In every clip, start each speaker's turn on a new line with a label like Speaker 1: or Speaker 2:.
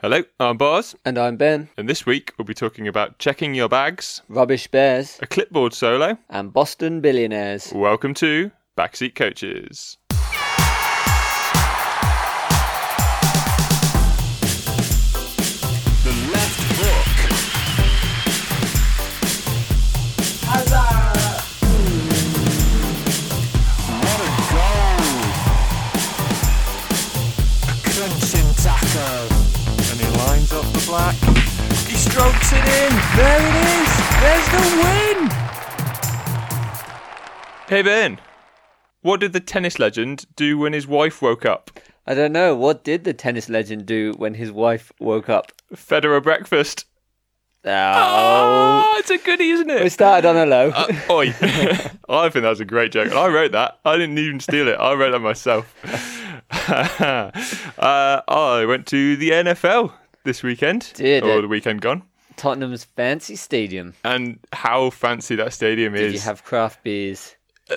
Speaker 1: Hello, I'm Bars,
Speaker 2: And I'm Ben,
Speaker 1: and this week we'll be talking about checking your bags,
Speaker 2: Rubbish Bears,
Speaker 1: a clipboard solo.
Speaker 2: and Boston Billionaires.
Speaker 1: Welcome to Backseat Coaches.
Speaker 3: The left hook. What a goal! A crunching tackle. And he lines up the black. He strokes it in. There it is. There's the win.
Speaker 1: Hey Ben, what did the tennis legend do when his wife woke up?
Speaker 2: I don't know, what did the tennis legend do when his wife woke up?
Speaker 1: Federer breakfast.
Speaker 2: Oh.
Speaker 1: Oh, it's a goodie, isn't
Speaker 2: We
Speaker 1: it?
Speaker 2: started on a low.
Speaker 1: Uh, oi. I think that's a great joke. I wrote that. I didn't even steal it. I wrote that myself. uh, I went to the NFL this weekend.
Speaker 2: Did
Speaker 1: or
Speaker 2: it?
Speaker 1: the weekend gone.
Speaker 2: Tottenham's fancy stadium.
Speaker 1: And how fancy that stadium is.
Speaker 2: Did you have craft beers?
Speaker 1: I-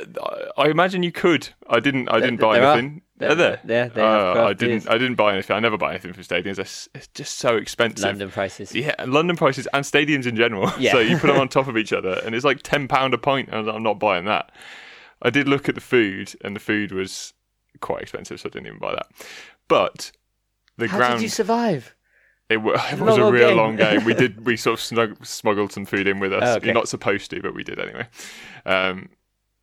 Speaker 1: I imagine you could. I didn't. I didn't buy
Speaker 2: there are.
Speaker 1: anything.
Speaker 2: There-
Speaker 1: Are there?
Speaker 2: there- they have
Speaker 1: Oh, I
Speaker 2: craft
Speaker 1: didn't.
Speaker 2: beers.
Speaker 1: I didn't buy anything. I never buy anything from stadiums. It's, it's just so expensive.
Speaker 2: London prices.
Speaker 1: Yeah, and London prices and stadiums in general.
Speaker 2: Yeah.
Speaker 1: so you put them on top of each other, and it's like ten pound a pint. And I was like, I'm not buying that. I did look at the food, and the food was quite expensive, so I didn't even buy that. But the
Speaker 2: How
Speaker 1: ground
Speaker 2: did you survive?
Speaker 1: it, wa- it was
Speaker 2: long
Speaker 1: a
Speaker 2: old
Speaker 1: real
Speaker 2: game.
Speaker 1: long game. We did we sort of snug, smuggled some food in with us.
Speaker 2: Oh, okay.
Speaker 1: You're not supposed to, but we did anyway. Um,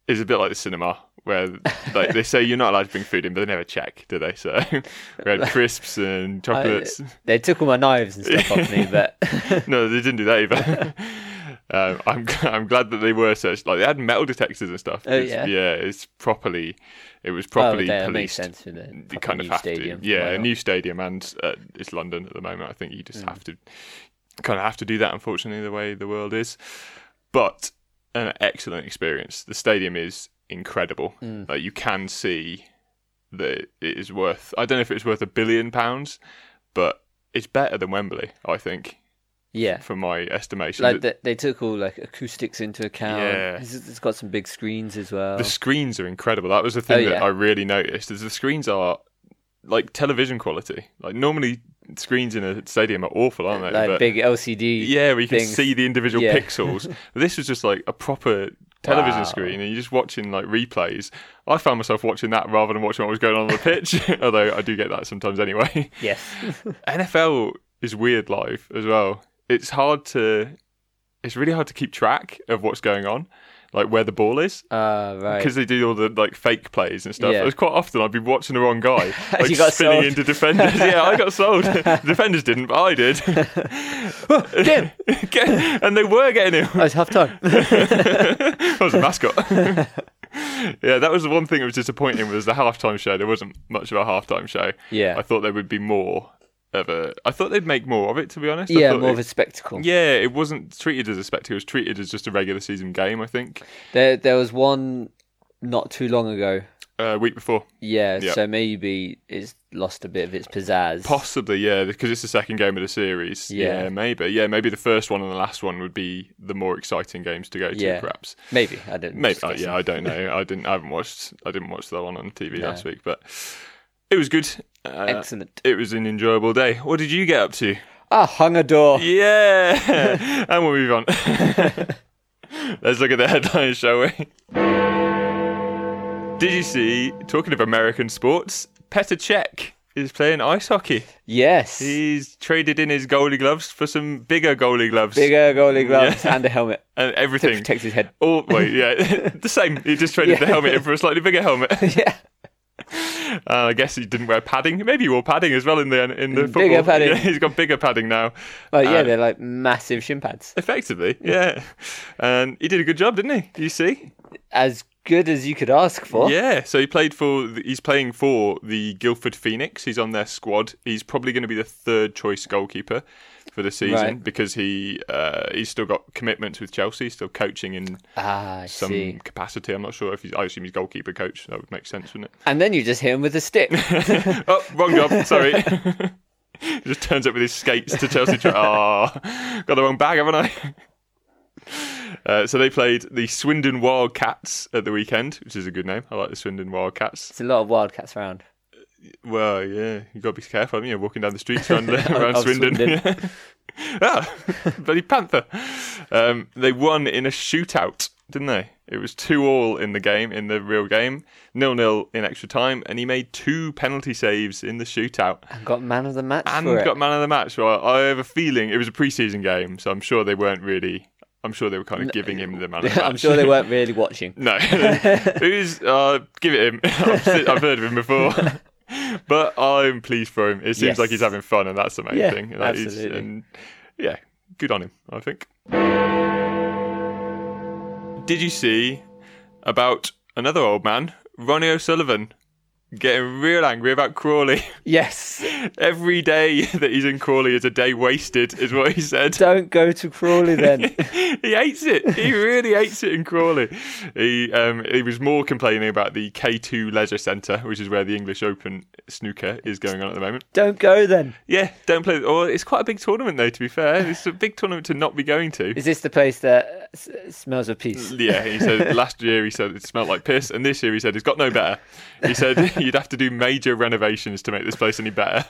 Speaker 1: it's a bit like the cinema where like they say you're not allowed to bring food in, but they never check, do they? So we had crisps and chocolates.
Speaker 2: They took all my knives and stuff off me, but
Speaker 1: No, they didn't do that either. um, I'm g- I'm glad that they were searched. Like they had metal detectors and stuff.
Speaker 2: Oh,
Speaker 1: It's-
Speaker 2: yeah?
Speaker 1: It's properly. It was
Speaker 2: oh,
Speaker 1: properly
Speaker 2: that
Speaker 1: policed
Speaker 2: makes sense for the
Speaker 1: you
Speaker 2: fucking
Speaker 1: kind of
Speaker 2: new
Speaker 1: have
Speaker 2: stadium.
Speaker 1: to. Yeah,
Speaker 2: Why
Speaker 1: a
Speaker 2: not?
Speaker 1: new stadium, and uh, it's London at the moment. I think you
Speaker 2: Mm.
Speaker 1: just have to kind of have to do that. Unfortunately, the way the world is, but an excellent experience. The stadium is incredible.
Speaker 2: Mm.
Speaker 1: Like you can see that it is worth. I don't know if it's worth a billion pounds, but it's better than Wembley. I think,
Speaker 2: yeah.
Speaker 1: for my estimation.
Speaker 2: Like
Speaker 1: The-
Speaker 2: the, they took all like acoustics into account.
Speaker 1: Yeah.
Speaker 2: It's, it's got some big screens as well.
Speaker 1: The screens are incredible. That was the thing
Speaker 2: Oh,
Speaker 1: that
Speaker 2: yeah.
Speaker 1: I really noticed. Is the screens are like television quality. Like normally screens in a stadium are awful, aren't they?
Speaker 2: like
Speaker 1: But-
Speaker 2: big LCD.
Speaker 1: yeah, where you can
Speaker 2: things.
Speaker 1: see the individual
Speaker 2: Yeah.
Speaker 1: pixels. this was just like a proper television
Speaker 2: Wow.
Speaker 1: screen, and you're just watching like replays. I found myself watching that rather than watching what was going on on the pitch. Although I do get that sometimes anyway.
Speaker 2: Yes.
Speaker 1: NFL is weird live as well. It's hard to, it's really hard to keep track of what's going on, like where the ball is
Speaker 2: Uh, right.
Speaker 1: because they do all the like fake plays and stuff.
Speaker 2: Yeah.
Speaker 1: It was quite often I'd be watching the wrong guy, like
Speaker 2: You got
Speaker 1: spinning
Speaker 2: sold.
Speaker 1: into defenders. yeah, I got sold. defenders didn't, but I did.
Speaker 2: Oh, Get
Speaker 1: Get- and they were getting him.
Speaker 2: I was half time.
Speaker 1: I was a mascot. yeah, that was the one thing that was disappointing was the halftime show. There wasn't much of a halftime show.
Speaker 2: Yeah.
Speaker 1: I thought there would be more of a. I thought they'd make more of it. To be honest, I
Speaker 2: yeah,
Speaker 1: thought
Speaker 2: more
Speaker 1: they-
Speaker 2: of a spectacle.
Speaker 1: Yeah, it wasn't treated as a spectacle. It was treated as just a regular season game. I think
Speaker 2: There, there was one not too long ago.
Speaker 1: uh, week before.
Speaker 2: Yeah,
Speaker 1: Yeah.
Speaker 2: so maybe it's lost a bit of its pizzazz.
Speaker 1: Possibly, yeah, because it's the second game of the series. Yeah.
Speaker 2: Yeah.
Speaker 1: maybe. Yeah, maybe the first one and the last one would be the more exciting games to go to,
Speaker 2: Yeah.
Speaker 1: perhaps.
Speaker 2: maybe I don't.
Speaker 1: Maybe.
Speaker 2: just
Speaker 1: uh,
Speaker 2: guessing.
Speaker 1: yeah, I don't know. I didn't. I haven't watched. I didn't watch that one on TV
Speaker 2: No.
Speaker 1: last week, but it was good. Uh,
Speaker 2: Excellent.
Speaker 1: it was an enjoyable day. What did you get up to?
Speaker 2: Ah, hung a door.
Speaker 1: Yeah, and we'll move on. Let's look at the headlines, shall we? Did you see? Talking of American sports, Petr Cech is playing ice hockey.
Speaker 2: Yes.
Speaker 1: He's traded in his goalie gloves for some bigger goalie gloves
Speaker 2: Bigger goalie gloves and a helmet
Speaker 1: and
Speaker 2: to
Speaker 1: everything.
Speaker 2: protect his head.
Speaker 1: All wait, yeah, the same. He just traded the
Speaker 2: Yeah.
Speaker 1: helmet in for a slightly bigger helmet. Uh,
Speaker 2: yeah.
Speaker 1: I guess he didn't wear padding. Maybe he wore padding as well in the in the football.
Speaker 2: Bigger padding.
Speaker 1: Yeah, he's got bigger padding now.
Speaker 2: Well, yeah,
Speaker 1: Uh,
Speaker 2: they're like massive shin pads.
Speaker 1: Effectively, yeah. And he did a good job, didn't he? Do you see?
Speaker 2: As good as you could ask for.
Speaker 1: Yeah. So he played for. The, he's playing for the Guildford Phoenix. He's on their squad. He's probably going to be the third choice goalkeeper for the season
Speaker 2: Right.
Speaker 1: because he uh, he's still got commitments with Chelsea. Still coaching in
Speaker 2: Ah, I
Speaker 1: some
Speaker 2: see.
Speaker 1: capacity. I'm not sure if he's. I assume he's goalkeeper coach. That would make sense, wouldn't
Speaker 2: And then you just hit him with a stick.
Speaker 1: it? oh, wrong job. Sorry. He just turns up with his skates to Chelsea. Tra- oh, got the wrong bag, haven't I? Uh, so they played the Swindon Wildcats at the weekend, which is a good name. I like the Swindon Wildcats.
Speaker 2: It's a lot of wildcats around.
Speaker 1: Well, yeah, you got to be careful. haven't You walking down the streets around, uh, around
Speaker 2: Of
Speaker 1: Swindon.
Speaker 2: Swindon.
Speaker 1: Yeah. ah, bloody panther! Um, they won in a shootout, didn't they? It was two all in the game, in the real game, nil nil in extra time, and he made two penalty saves in the shootout
Speaker 2: And got man of the match
Speaker 1: and
Speaker 2: for it.
Speaker 1: got man of the match. Well, I have a feeling it was a preseason game, so I'm sure they weren't really. I'm sure they were kind of giving him the man of the match.
Speaker 2: I'm sure they weren't really watching.
Speaker 1: No, who's uh, give it him? I've, se- I've heard of him before, but I'm pleased for him. It seems
Speaker 2: Yes.
Speaker 1: like he's having fun, and that's the main
Speaker 2: Yeah,
Speaker 1: thing. Like, he's-
Speaker 2: absolutely.
Speaker 1: and yeah, good on him. I think. Did you see about another old man, Ronnie O'Sullivan, getting real angry about Crawley?
Speaker 2: Yes,
Speaker 1: Every day that he's in Crawley is a day wasted, is what he said
Speaker 2: don't go to Crawley then.
Speaker 1: he hates it. He really hates it in Crawley. He um, he was more complaining about the K2 Leisure Centre, which is where the English Open snooker is going on at the moment.
Speaker 2: don't go then.
Speaker 1: Yeah, don't play. Or it's quite a big tournament though. To be fair, it's a big tournament to not be going to.
Speaker 2: Is this the place that s- smells of peace?
Speaker 1: Yeah, he said last year he said it smelled like piss, and this year he said it's got no better. He said you'd have to do major renovations to make this place any better.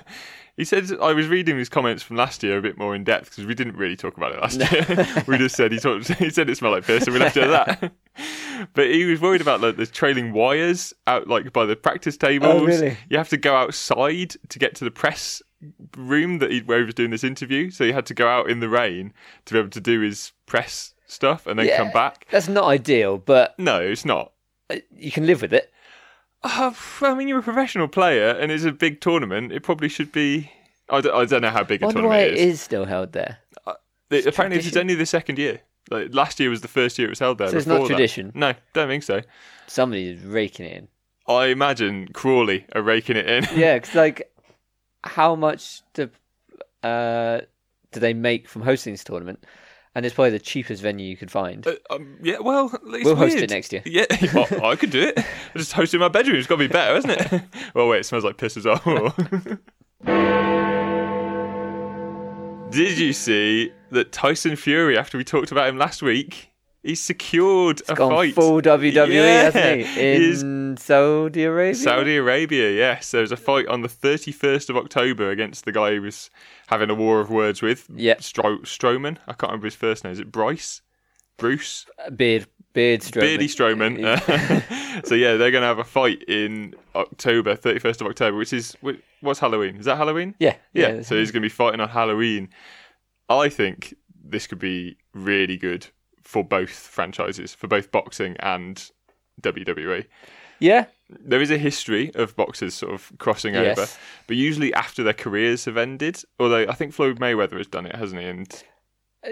Speaker 1: He said I was reading his comments from last year a bit more in depth because we didn't really talk about it last year. we just said he talked, he said it smelled like piss, and we left it at that. But he was worried about like the trailing wires out like by the practice tables.
Speaker 2: Oh, really?
Speaker 1: You have to go outside to get to the press room that he, where he was doing this interview, so he had to go out in the rain to be able to do his press stuff and then
Speaker 2: Yeah.
Speaker 1: come back.
Speaker 2: That's not ideal, but
Speaker 1: No, it's not.
Speaker 2: uh, you can live with it.
Speaker 1: Uh, I mean, you're a professional player, and it's a big tournament. It probably should be. I don't, I don't know how big
Speaker 2: I
Speaker 1: a
Speaker 2: wonder why
Speaker 1: tournament
Speaker 2: it
Speaker 1: it is.
Speaker 2: is still held there.
Speaker 1: It- apparently, this is only the second year. Like, last year was the first year it was held there.
Speaker 2: So it's not
Speaker 1: before that.
Speaker 2: tradition?
Speaker 1: No, don't think so.
Speaker 2: Somebody is raking it in.
Speaker 1: I imagine Crawley are raking it in.
Speaker 2: Yeah, because like, how much do uh, do they make from hosting this tournament? And it's probably the cheapest venue you could find.
Speaker 1: Uh, um, yeah, well, it's
Speaker 2: We'll host it
Speaker 1: weird.
Speaker 2: next year.
Speaker 1: Yeah, well, I could do it. I just host it in my bedroom. It's got to be better, isn't it? well, wait, it smells like piss as well. Did you see that Tyson Fury? After we talked about him last week, he secured a
Speaker 2: Gone
Speaker 1: fight.
Speaker 2: full WWE, hasn't
Speaker 1: Yeah,
Speaker 2: he?
Speaker 1: he's-
Speaker 2: In Saudi Arabia.
Speaker 1: Saudi Arabia, yes. There was a fight on the 31st of October against the guy he was having a war of words with.
Speaker 2: Yep.
Speaker 1: Stro- Strowman. I can't remember his first name. Is it Bryce? Bruce?
Speaker 2: beard, beard, Strowman.
Speaker 1: Beardy Strowman. so yeah, they're going to have a fight in October, 31st of October, which is wh- what's Halloween? Is that Halloween?
Speaker 2: Yeah,
Speaker 1: Yeah.
Speaker 2: yeah.
Speaker 1: So he's going to be fighting on Halloween. I think this could be really good for both franchises, for both boxing and WWE.
Speaker 2: yeah,
Speaker 1: There is a history of boxers sort of crossing
Speaker 2: Yes.
Speaker 1: over, but usually after their careers have ended. Although I think Floyd Mayweather has done it, hasn't he? And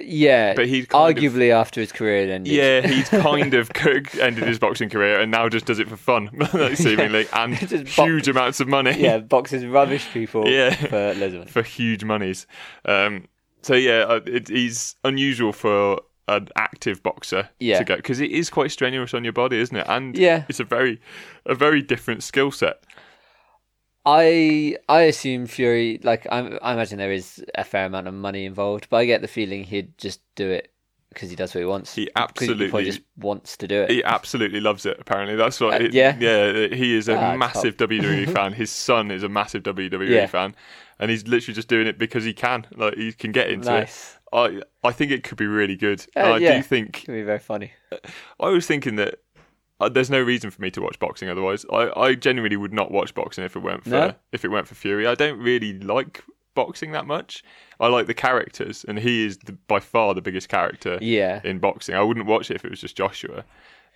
Speaker 2: yeah.
Speaker 1: But he'd kind of-
Speaker 2: arguably after his career had ended.
Speaker 1: Yeah, he's kind of co- ended his boxing career and now just does it for fun, like, seemingly, and
Speaker 2: Just bo-
Speaker 1: huge amounts of money.
Speaker 2: yeah. Boxers rubbish people.
Speaker 1: Yeah.
Speaker 2: for loads of money.
Speaker 1: for huge monies. Um, so yeah, uh, it, he's unusual for an active boxer
Speaker 2: Yeah.
Speaker 1: to go because it is quite strenuous on your body, isn't it? And
Speaker 2: Yeah.
Speaker 1: it's a very, a very different skill set.
Speaker 2: I I assume Fury like I, I imagine there is a fair amount of money involved, but I get the feeling he'd just do it because he does what he wants.
Speaker 1: He
Speaker 2: 'Cause he
Speaker 1: absolutely-
Speaker 2: probably just wants to do it.
Speaker 1: He absolutely loves it. Apparently, that's what.
Speaker 2: Uh,
Speaker 1: it-
Speaker 2: yeah.
Speaker 1: yeah. He is a
Speaker 2: Ah,
Speaker 1: massive WWE fan. His son is a massive WWE
Speaker 2: Yeah.
Speaker 1: fan, and he's literally just doing it because he can. Like he can get into it.
Speaker 2: nice.
Speaker 1: I I think it could be really good.
Speaker 2: Uh,
Speaker 1: And I
Speaker 2: yeah.
Speaker 1: do think
Speaker 2: Could be very funny.
Speaker 1: I was thinking that uh, there's no reason for me to watch boxing otherwise. I, I genuinely would not watch boxing if it weren't for
Speaker 2: No?
Speaker 1: if it weren't for Fury. I don't really like boxing that much. I like the characters, and he is the, by far the biggest character
Speaker 2: Yeah.
Speaker 1: in boxing. I wouldn't watch it if it was just Joshua.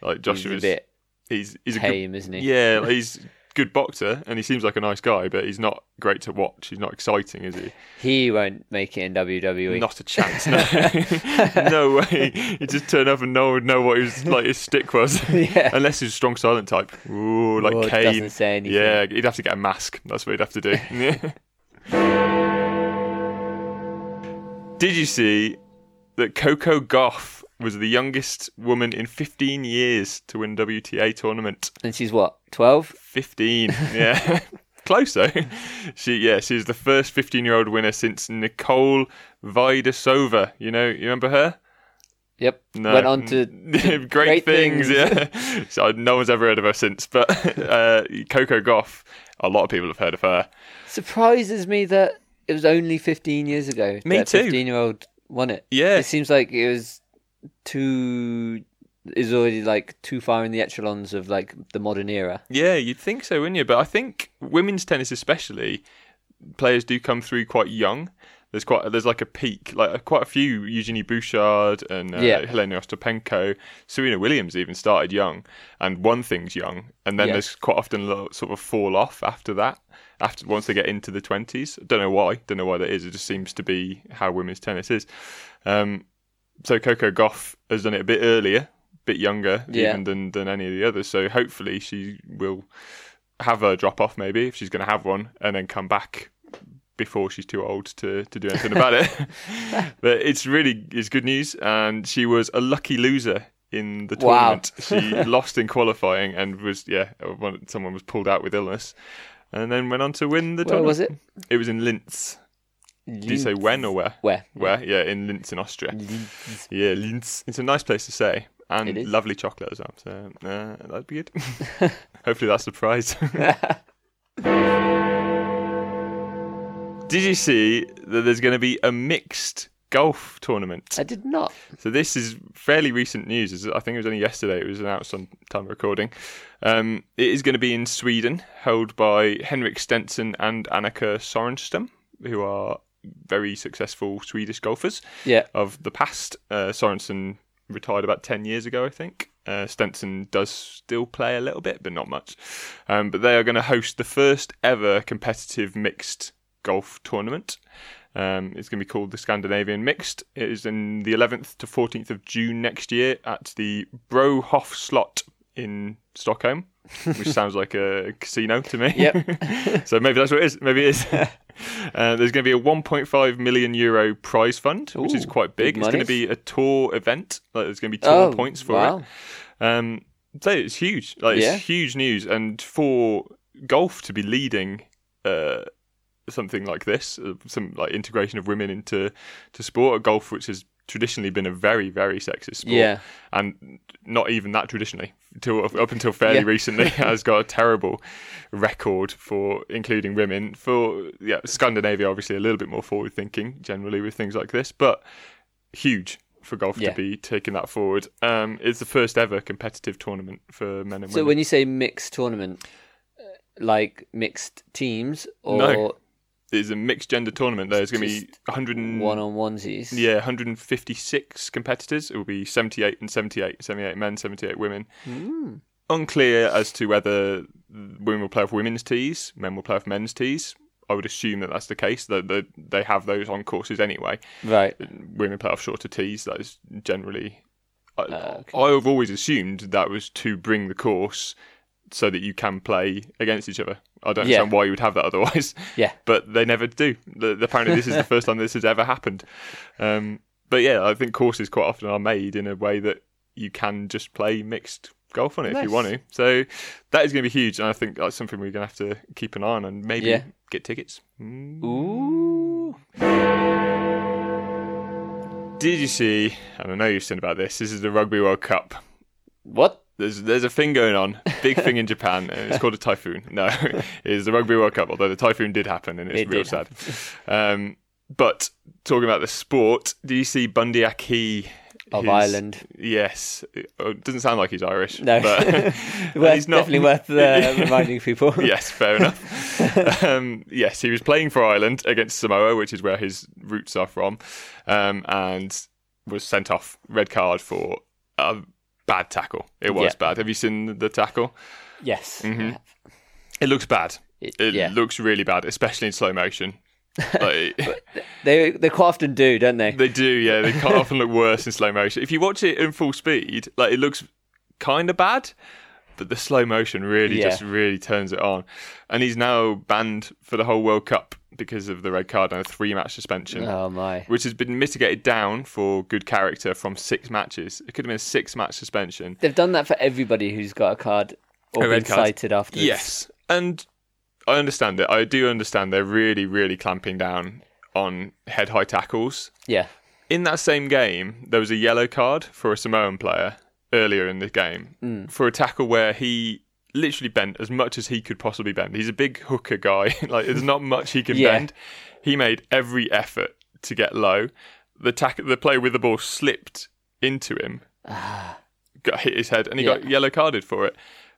Speaker 1: Like
Speaker 2: He's a
Speaker 1: Joshua's, he's
Speaker 2: bit
Speaker 1: he's, a good,
Speaker 2: tame, isn't he?
Speaker 1: yeah, like, he's a good boxer, and he seems like a nice guy, but he's not great to watch. He's not exciting, is he?
Speaker 2: He won't make it in E. WWE.
Speaker 1: Not a chance. No, no way. He would just turn up and no one would know what his like his stick was.
Speaker 2: Yeah.
Speaker 1: Unless he's a strong silent type. Ooh, like
Speaker 2: Or
Speaker 1: Kane.
Speaker 2: doesn't say anything.
Speaker 1: Yeah, he'd have to get a mask. That's what he'd have to do. Yeah. Did you see that Coco Goff was the youngest woman in 15 years to win WTA tournament?
Speaker 2: And she's what twelve?
Speaker 1: 15. Yeah. Close though. She yeah, she's the first 15-year-old winner since Nicole Vidasova. You know, you remember her?
Speaker 2: Yep.
Speaker 1: No.
Speaker 2: Went on to
Speaker 1: great,
Speaker 2: great
Speaker 1: things.
Speaker 2: things.
Speaker 1: Yeah. so no one's ever heard of her since, but uh, Coco Goff a lot of people have heard of her.
Speaker 2: Surprises me that it was only 15 years ago.
Speaker 1: Me
Speaker 2: that
Speaker 1: too.
Speaker 2: 15 year old won it.
Speaker 1: Yeah.
Speaker 2: It seems like it was too. Is already like too far in the echelons of like the modern era.
Speaker 1: Yeah, you'd think so, wouldn't you? But I think women's tennis, especially, players do come through quite young. There's quite there's like a peak, like uh, quite a few Eugenie Bouchard and uh,
Speaker 2: Yeah.
Speaker 1: Helena Ostapenko, Serena Williams even started young and won things young, and then
Speaker 2: Yeah.
Speaker 1: there's quite often a little sort of fall off after that. After once they get into the twenties, don't know why, don't know why that is. It just seems to be how women's tennis is. Um, so Coco Goff has done it a bit earlier, bit younger
Speaker 2: Yeah.
Speaker 1: even than than any of the others. So hopefully she will have her drop off maybe if she's going to have one, and then come back before she's too old to, to do anything about it. but it's really it's good news, and she was a lucky loser in the
Speaker 2: Wow.
Speaker 1: tournament. she lost in qualifying and was yeah, one- someone was pulled out with illness, and then went on to win the
Speaker 2: Where
Speaker 1: tournament.
Speaker 2: was it?
Speaker 1: It was in Linz. Did you say when or where?
Speaker 2: Where?
Speaker 1: Where? Yeah, in Linz in Austria. Yeah, Linz. It's a nice place to stay.
Speaker 2: It
Speaker 1: And
Speaker 2: is.
Speaker 1: lovely chocolate as well. So uh, that'd be good. Hopefully that's the prize. Did you see that there's going to be a mixed golf tournament?
Speaker 2: I did not.
Speaker 1: So this is fairly recent news. It's- I think it was only yesterday. It was announced on time of recording. Um, it is going to be in Sweden, held by Henrik Stenson and Annika Sorenstam, who are very successful Swedish golfers
Speaker 2: Yeah.
Speaker 1: of the past. Uh, Sorensen retired about 10 years ago, I think. Uh, Stenson does still play a little bit, but not much. Um, but they are going to host the first ever competitive mixed golf tournament. Um, it's going to be called the Scandinavian Mixed. It is in the 11th to 14th of June next year at the Brohof Slot in Stockholm, which sounds like a casino to me.
Speaker 2: Yep.
Speaker 1: so maybe that's what it is. Maybe it is. Uh, there's going to be a 1.5 million euro prize fund, which is
Speaker 2: Ooh,
Speaker 1: quite big.
Speaker 2: big
Speaker 1: it's going to
Speaker 2: monies.
Speaker 1: be a tour event. Like there's going to be tour
Speaker 2: Oh,
Speaker 1: points for
Speaker 2: wow.
Speaker 1: it. Um, so it's huge. Like
Speaker 2: Yeah.
Speaker 1: it's huge news, and for golf to be leading uh, something like this, uh, some like integration of women into to sport, golf which has traditionally been a very very sexist sport,
Speaker 2: Yeah.
Speaker 1: and not even that traditionally till up until fairly
Speaker 2: Yeah.
Speaker 1: recently has got a terrible record for including women. For yeah, Scandinavia obviously a little bit more forward thinking generally with things like this, but huge for golf
Speaker 2: Yeah.
Speaker 1: to be taking that forward. Um, it's the first ever competitive tournament for men and
Speaker 2: So
Speaker 1: women.
Speaker 2: when you say mixed tournament, uh, like mixed teams or
Speaker 1: No. it's a mixed gender tournament. There's going to be 100 and,
Speaker 2: one on onesies?
Speaker 1: yeah 156 competitors. It will be 78 and 78, 78 men, 78 women.
Speaker 2: Hmm.
Speaker 1: Unclear as to whether women will play with women's tees, men will play with men's tees. I would assume that that's the case. That that they have those on courses anyway.
Speaker 2: Right.
Speaker 1: women play off shorter tees. That is generally. I,
Speaker 2: Ah,
Speaker 1: I've always assumed that was to bring the course so that you can play against each other. I don't
Speaker 2: Yeah.
Speaker 1: understand why you would have that otherwise.
Speaker 2: Yeah.
Speaker 1: But they never do. The, the- apparently, this is the first time this has ever happened. Um, but yeah, I think courses quite often are made in a way that you can just play mixed golf on it if
Speaker 2: Nice.
Speaker 1: you want to. So that is going to be huge, and I think that's something we're going to have to keep an eye on and maybe
Speaker 2: Yeah.
Speaker 1: get tickets. Mm.
Speaker 2: Ooh.
Speaker 1: Did you see? And I know you've seen about this. This is the Rugby World Cup.
Speaker 2: What?
Speaker 1: There's there's a thing going on, big thing in Japan, and it's called a typhoon. No, it's the Rugby World Cup. Although the typhoon did happen, and it's
Speaker 2: It
Speaker 1: real
Speaker 2: did
Speaker 1: sad. Um, but talking about the sport, do you see Bundy Aki
Speaker 2: Of
Speaker 1: his-
Speaker 2: Ireland.
Speaker 1: Yes, it oh, it doesn't sound like he's Irish.
Speaker 2: No.
Speaker 1: but and
Speaker 2: Worth,
Speaker 1: he's not-
Speaker 2: Definitely worth uh, reminding people.
Speaker 1: yes, fair enough. um, yes, he was playing for Ireland against Samoa, which is where his roots are from, um, and was sent off red card for a bad tackle. It was
Speaker 2: Yeah.
Speaker 1: bad. Have you seen the tackle?
Speaker 2: Yes.
Speaker 1: Mm-hmm. It looks bad.
Speaker 2: It-
Speaker 1: It
Speaker 2: yeah.
Speaker 1: looks really bad, especially in slow motion. Like,
Speaker 2: They they quite often do, don't they?
Speaker 1: they do, yeah. They can't often look worse in slow motion. If you watch it in full speed, like it looks kind of bad, but the slow motion really
Speaker 2: Yeah.
Speaker 1: just really turns it on. And he's now banned for the whole World Cup because of the red card and a three-match suspension,
Speaker 2: oh my.
Speaker 1: which has been mitigated down for good character from six matches. It could have been a six-match suspension.
Speaker 2: They've done that for everybody who's got a card or
Speaker 1: A
Speaker 2: been
Speaker 1: red card.
Speaker 2: cited afterwards.
Speaker 1: Yes, and I understand it. I do understand they're really, really clamping down on head high tackles.
Speaker 2: Yeah.
Speaker 1: In that same game, there
Speaker 2: Mm.
Speaker 1: was a yellow card for a Samoan player earlier in the game for a tackle where he literally bent as much as he could possibly bend. He's a big hooker guy. like there's not much he can
Speaker 2: Yeah.
Speaker 1: bend. He made every effort to get low. The tack the player with the ball slipped into him. got hit his head and he
Speaker 2: Ah. Yeah.
Speaker 1: got yellow carded for it.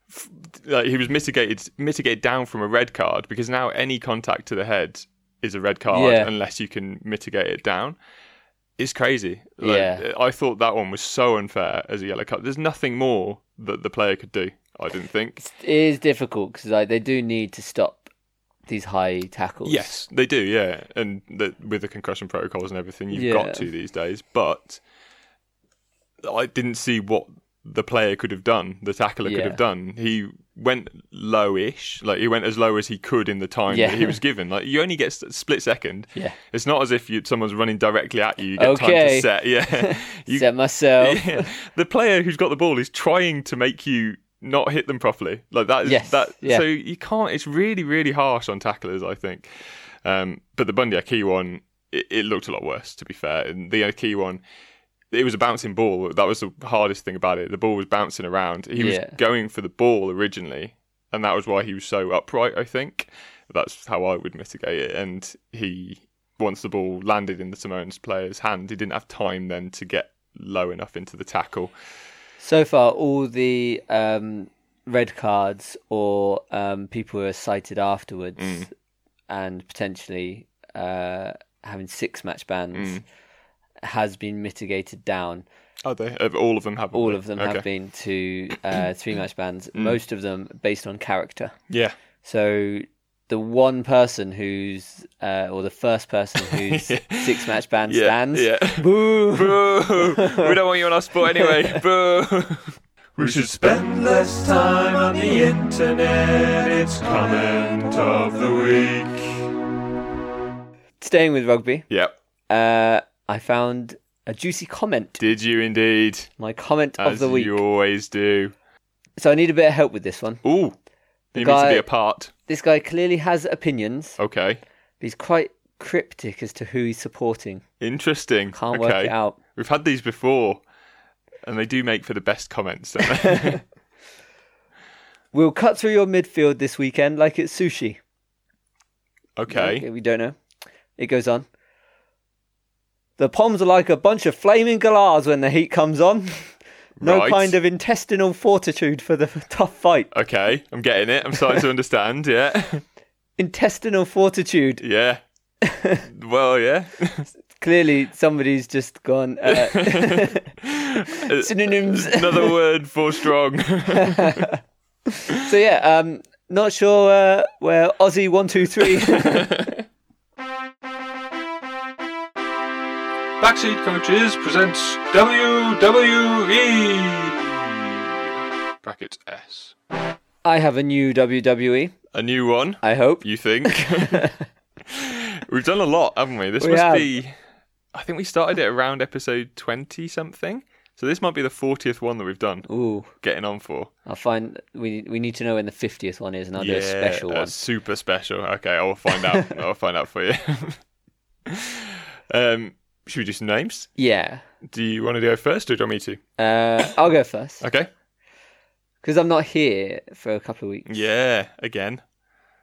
Speaker 1: F- Like he was mitigated mitigated down from a red card because now any contact to the head is a red card
Speaker 2: Yeah.
Speaker 1: unless you can mitigate it down. It's crazy. Like,
Speaker 2: Yeah.
Speaker 1: I thought that one was so unfair as a yellow card. There's nothing more that the player could do. I didn't think.
Speaker 2: It is difficult because like they do need to stop these high tackles.
Speaker 1: Yes, they do. Yeah, and the, with the concussion protocols and everything, you've
Speaker 2: Yeah.
Speaker 1: got to these days. But I didn't see what the player could have done. The tackler could
Speaker 2: Yeah.
Speaker 1: have done. He went lowish, like he went as low as he could in the time
Speaker 2: Yeah.
Speaker 1: that he was given. Like you only get s- split second.
Speaker 2: Yeah.
Speaker 1: it's not as if you, someone's running directly at you. You get time to
Speaker 2: Okay.
Speaker 1: set. Yeah, you
Speaker 2: Set myself.
Speaker 1: yeah. The player who's got the ball is trying to make you not hit them properly. Like that is
Speaker 2: Yes,
Speaker 1: that.
Speaker 2: yeah.
Speaker 1: So you can't. It's really, really harsh on tacklers. I think. Um, but the Bundy Aki one, it, it looked a lot worse. To be fair, and the Aki one, it was a bouncing ball. That was the hardest thing about it. The ball was bouncing around. He was
Speaker 2: Yeah.
Speaker 1: going for the ball originally, and that was why he was so upright. I think that's how I would mitigate it. And he, once the ball landed in the Samoans player's hand, he didn't have time then to get low enough into the tackle.
Speaker 2: So far, all the um, red cards or um, people who are cited afterwards
Speaker 1: Mm.
Speaker 2: and potentially uh, having six match bans
Speaker 1: Mm.
Speaker 2: has been mitigated down.
Speaker 1: Oh, they uh, all of them have
Speaker 2: All of them have been to uh, three match bans,
Speaker 1: Mm.
Speaker 2: most of them based on character.
Speaker 1: Yeah,
Speaker 2: So the one person who's, uh, or the first person who's six match ban
Speaker 1: yeah,
Speaker 2: stands.
Speaker 1: yeah.
Speaker 2: Boo!
Speaker 1: Boo! we don't want you on our sport anyway. Boo! we should
Speaker 3: Spend less time on the internet. It's comment of the week.
Speaker 2: Staying with rugby,
Speaker 1: Yep.
Speaker 2: uh, I found a juicy comment
Speaker 1: Did you indeed?
Speaker 2: My comment
Speaker 1: As
Speaker 2: of the week.
Speaker 1: you always do.
Speaker 2: So I need a bit of help with this one.
Speaker 1: Ooh, you need
Speaker 2: guy-
Speaker 1: to be a part.
Speaker 2: This guy clearly has opinions, but
Speaker 1: Okay,
Speaker 2: he's quite cryptic as to who he's supporting.
Speaker 1: interesting. okay.
Speaker 2: Can't work it out.
Speaker 1: We've had these before, and they do make for the best comments. Don't they?
Speaker 2: We'll cut through your midfield this weekend like it's sushi.
Speaker 1: okay.
Speaker 2: We don't know. It goes on. The Poms are like a bunch of flaming galahs when the heat comes on. no
Speaker 1: Right.
Speaker 2: kind of intestinal fortitude for the tough fight.
Speaker 1: Okay, I'm getting it. I'm starting to understand. Yeah,
Speaker 2: Intestinal fortitude.
Speaker 1: yeah. well, yeah.
Speaker 2: Clearly, somebody's just gone. Uh, synonyms.
Speaker 1: Another word for strong.
Speaker 2: So yeah, um, not sure uh, where Aussie one two three.
Speaker 3: Backseat Coaches presents E. WWE.
Speaker 1: Brackets S.
Speaker 2: I have a new WWE.
Speaker 1: A new one.
Speaker 2: I hope.
Speaker 1: You think? We've done a lot, haven't we? This
Speaker 2: We
Speaker 1: must
Speaker 2: have.
Speaker 1: be. I think we started it around episode twenty something. So this might be the fortieth one that we've done.
Speaker 2: Ooh,
Speaker 1: Getting on for.
Speaker 2: I'll find we we need to know when Oh, the fiftieth one is, and I'll do a special
Speaker 1: a
Speaker 2: one.
Speaker 1: uh, Super special. Okay, I'll find out. I'll find out for you. um, should we do some names?
Speaker 2: Yeah,
Speaker 1: Do you want to go first, or do you want me to?
Speaker 2: uh, I'll go first
Speaker 1: Okay.
Speaker 2: because I'm not here for a couple of weeks.
Speaker 1: Yeah. Again. Hmm.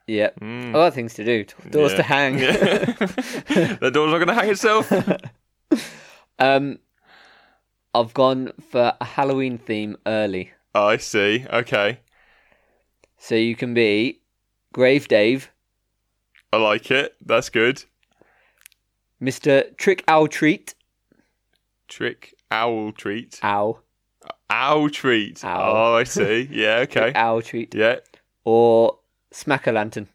Speaker 2: Yeah, I've got things to do, doors
Speaker 1: Yeah.
Speaker 2: to hang.
Speaker 1: that door's not going to hang itself.
Speaker 2: Um, I've gone for a Halloween theme early,
Speaker 1: I see. Okay.
Speaker 2: so you can be Grave Dave,
Speaker 1: I like it. That's good.
Speaker 2: Mister Trick Owl Treat,
Speaker 1: Trick owl treat.
Speaker 2: Owl
Speaker 1: Owl treat.
Speaker 2: Owl.
Speaker 1: Oh, I see. Yeah. Okay.
Speaker 2: Owl Treat,
Speaker 1: Yeah.
Speaker 2: or Smack a Lantern.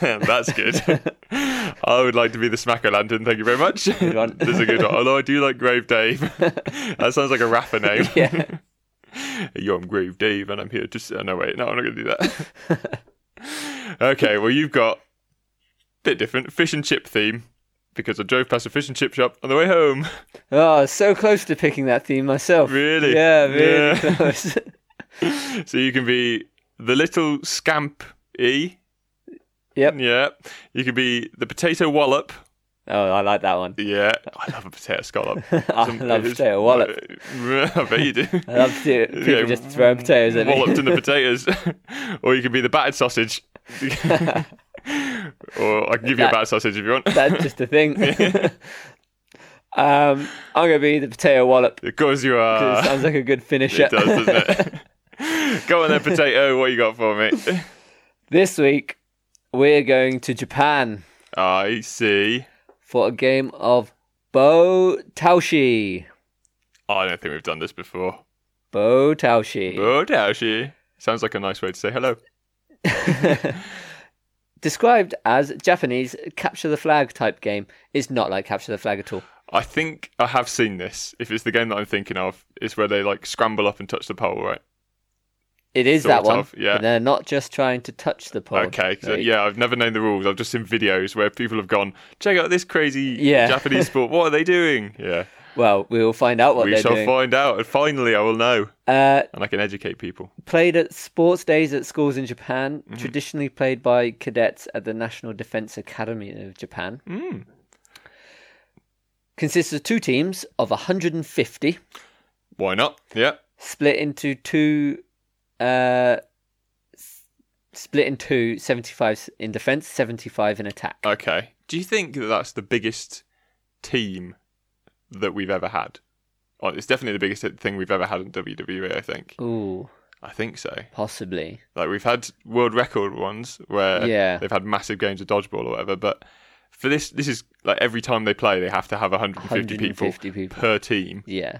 Speaker 1: That's good. I would like to be the Smacker Lantern. Thank you very much. Good
Speaker 2: one.
Speaker 1: This is a good one. Although I do like Grave Dave. that sounds like a rapper name.
Speaker 2: Yeah.
Speaker 1: Yo, I'm Grave Dave, and I'm here to. s- oh, no, wait, no, I'm not going to do that. okay, well, you've got bit different fish and chip theme because I drove past a fish and chip shop on the way home.
Speaker 2: Oh, I was so close to picking that theme myself.
Speaker 1: Really?
Speaker 2: Yeah, really
Speaker 1: Yeah.
Speaker 2: close.
Speaker 1: So you can be the little scamp e.
Speaker 2: Yep.
Speaker 1: Yeah. You can be the potato wallop.
Speaker 2: Oh, I like that one.
Speaker 1: Yeah, I love a potato scallop.
Speaker 2: I love potato wallop.
Speaker 1: I bet you do.
Speaker 2: I love to see it. people
Speaker 1: Yeah,
Speaker 2: just throwing potatoes at me.
Speaker 1: Walloped in the potatoes, or you can be the battered sausage. or I can give you a
Speaker 2: That-
Speaker 1: battered sausage if you want.
Speaker 2: That's just a thing. um, I'm gonna be the potato wallop.
Speaker 1: Of course you
Speaker 2: 'cause
Speaker 1: are.
Speaker 2: it sounds like a good finisher.
Speaker 1: Uh, It does, doesn't it? Go on then, potato. What you got for me?
Speaker 2: this week we're going to Japan
Speaker 1: I see.
Speaker 2: for a game of Bo Taushi.
Speaker 1: I don't think we've done this before.
Speaker 2: Bo Taushi.
Speaker 1: Oh, Daoshi. Sounds like a nice way to say hello. Oh.
Speaker 2: Described as Japanese capture the flag type game, it's not like capture the flag at all.
Speaker 1: I think I have seen this. If it's the game that I'm thinking of, it's where they like scramble up and touch the pole, right?
Speaker 2: It is
Speaker 1: Sort
Speaker 2: that one.
Speaker 1: of, yeah.
Speaker 2: but they're not just trying to touch the pole.
Speaker 1: Okay, so,
Speaker 2: They-
Speaker 1: yeah, I've never known the rules. I've just seen videos where people have gone, check out this crazy
Speaker 2: Yeah.
Speaker 1: Japanese sport. What are they doing? Yeah,
Speaker 2: Well, we will find out what
Speaker 1: we
Speaker 2: they're
Speaker 1: shall
Speaker 2: doing.
Speaker 1: find out, and finally, I will know,
Speaker 2: uh,
Speaker 1: and I can educate people.
Speaker 2: played at sports days at schools in Japan,
Speaker 1: Mm-hmm.
Speaker 2: traditionally played by cadets at the National Defense Academy of Japan.
Speaker 1: Mm.
Speaker 2: Consists of two teams of 150,
Speaker 1: Why not? Yeah,
Speaker 2: split into two, uh, s- split into 75 in defense, 75 in attack.
Speaker 1: okay. Do you think that that's the biggest team that we've ever had? Oh, it's definitely the biggest thing we've ever had in WWE. I think.
Speaker 2: Ooh,
Speaker 1: I think so.
Speaker 2: possibly.
Speaker 1: Like we've had world record ones where
Speaker 2: Yeah.
Speaker 1: they've had massive games of dodgeball or whatever, but for this, this is like every time they play, they have to have 150,
Speaker 2: 150 people.
Speaker 1: per team.
Speaker 2: Yeah,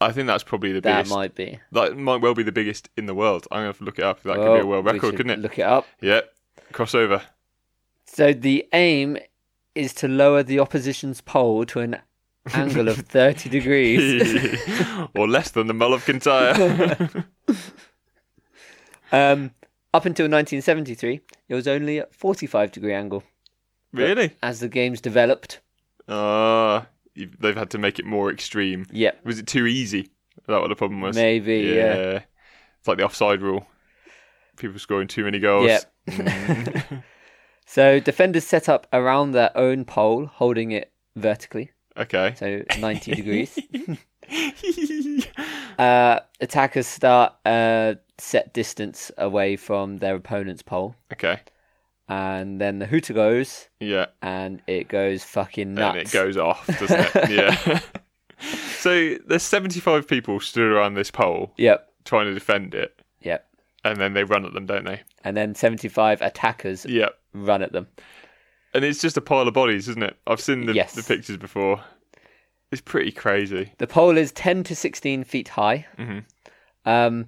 Speaker 1: I think that's probably the
Speaker 2: that
Speaker 1: biggest.
Speaker 2: might be.
Speaker 1: That might well be the biggest in the world. I'm gonna have to look it up. That could
Speaker 2: Well,
Speaker 1: be a world
Speaker 2: Oh, we
Speaker 1: record,
Speaker 2: should
Speaker 1: couldn't it?
Speaker 2: Look it up.
Speaker 1: Yeah, crossover.
Speaker 2: So the aim is to lower the opposition's pole to an angle of 30 degrees.
Speaker 1: or less than the Mull of Kintyre.
Speaker 2: Um, up until 1973, it was only at 45 degree angle.
Speaker 1: really?
Speaker 2: As the games developed,
Speaker 1: Ah, you've they've had to make it more extreme.
Speaker 2: yep,
Speaker 1: Was it too easy? Is that what the problem was?
Speaker 2: maybe, yeah.
Speaker 1: It's like the offside rule. People scoring too many goals.
Speaker 2: Yep. Mm. So defenders set up around their own pole, holding it vertically,
Speaker 1: Okay.
Speaker 2: so 90 degrees. Uh, attackers start a set distance away from their opponent's pole,
Speaker 1: okay.
Speaker 2: and then the hooter goes,
Speaker 1: Yeah.
Speaker 2: and it goes fucking nuts.
Speaker 1: And it goes off, doesn't it? yeah. so there's 75 people stood around this pole
Speaker 2: Yep,
Speaker 1: trying to defend it,
Speaker 2: yep.
Speaker 1: and then they run at them, don't they?
Speaker 2: And then 75 attackers
Speaker 1: Yep.
Speaker 2: run at them.
Speaker 1: And it's just a pile of bodies, isn't it? I've seen the,
Speaker 2: Yes.
Speaker 1: the pictures before. It's pretty crazy.
Speaker 2: The pole is 10 to 16 feet high.
Speaker 1: Mhm.
Speaker 2: Um,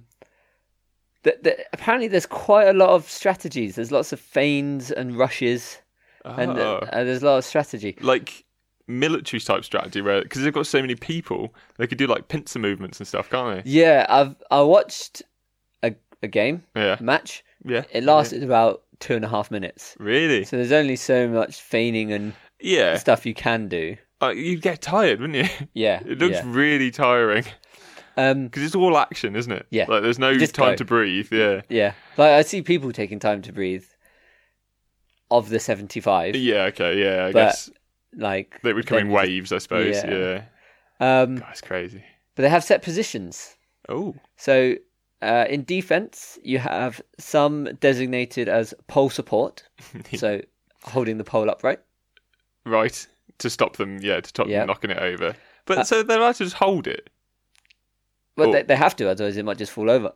Speaker 2: th th apparently, there's quite a lot of strategies. There's lots of feigns and rushes, and uh,
Speaker 1: Oh.
Speaker 2: uh, there's a lot of strategy.
Speaker 1: like military type strategy where because they've got so many people they could do like pincer movements and stuff can't they
Speaker 2: Yeah, I've I watched a, a game
Speaker 1: yeah
Speaker 2: a match.
Speaker 1: yeah
Speaker 2: It lasted about two and a half minutes.
Speaker 1: really
Speaker 2: So there's only so much feigning and
Speaker 1: yeah
Speaker 2: stuff you can do.
Speaker 1: Uh, you'd get tired wouldn't you
Speaker 2: Yeah,
Speaker 1: it looks
Speaker 2: yeah.
Speaker 1: really tiring
Speaker 2: Um,
Speaker 1: because it's all action isn't it
Speaker 2: Yeah.
Speaker 1: like there's no
Speaker 2: You just
Speaker 1: time
Speaker 2: go.
Speaker 1: to breathe yeah
Speaker 2: yeah. Like I see people taking time to breathe. Of the seventy-five,
Speaker 1: yeah okay yeah i
Speaker 2: But-
Speaker 1: guess
Speaker 2: like
Speaker 1: they would come
Speaker 2: then
Speaker 1: in
Speaker 2: you just-
Speaker 1: waves i suppose
Speaker 2: Yeah.
Speaker 1: yeah,
Speaker 2: Um,
Speaker 1: God, that's crazy
Speaker 2: but they have set positions.
Speaker 1: oh
Speaker 2: So uh, in defense, you have some designated as pole support, so holding the pole upright.
Speaker 1: right to stop them yeah to stop
Speaker 2: Yeah. Uh
Speaker 1: them knocking it over but so they're allowed to just hold it
Speaker 2: Well,
Speaker 1: Oh.
Speaker 2: they, they have to, otherwise it might just fall over.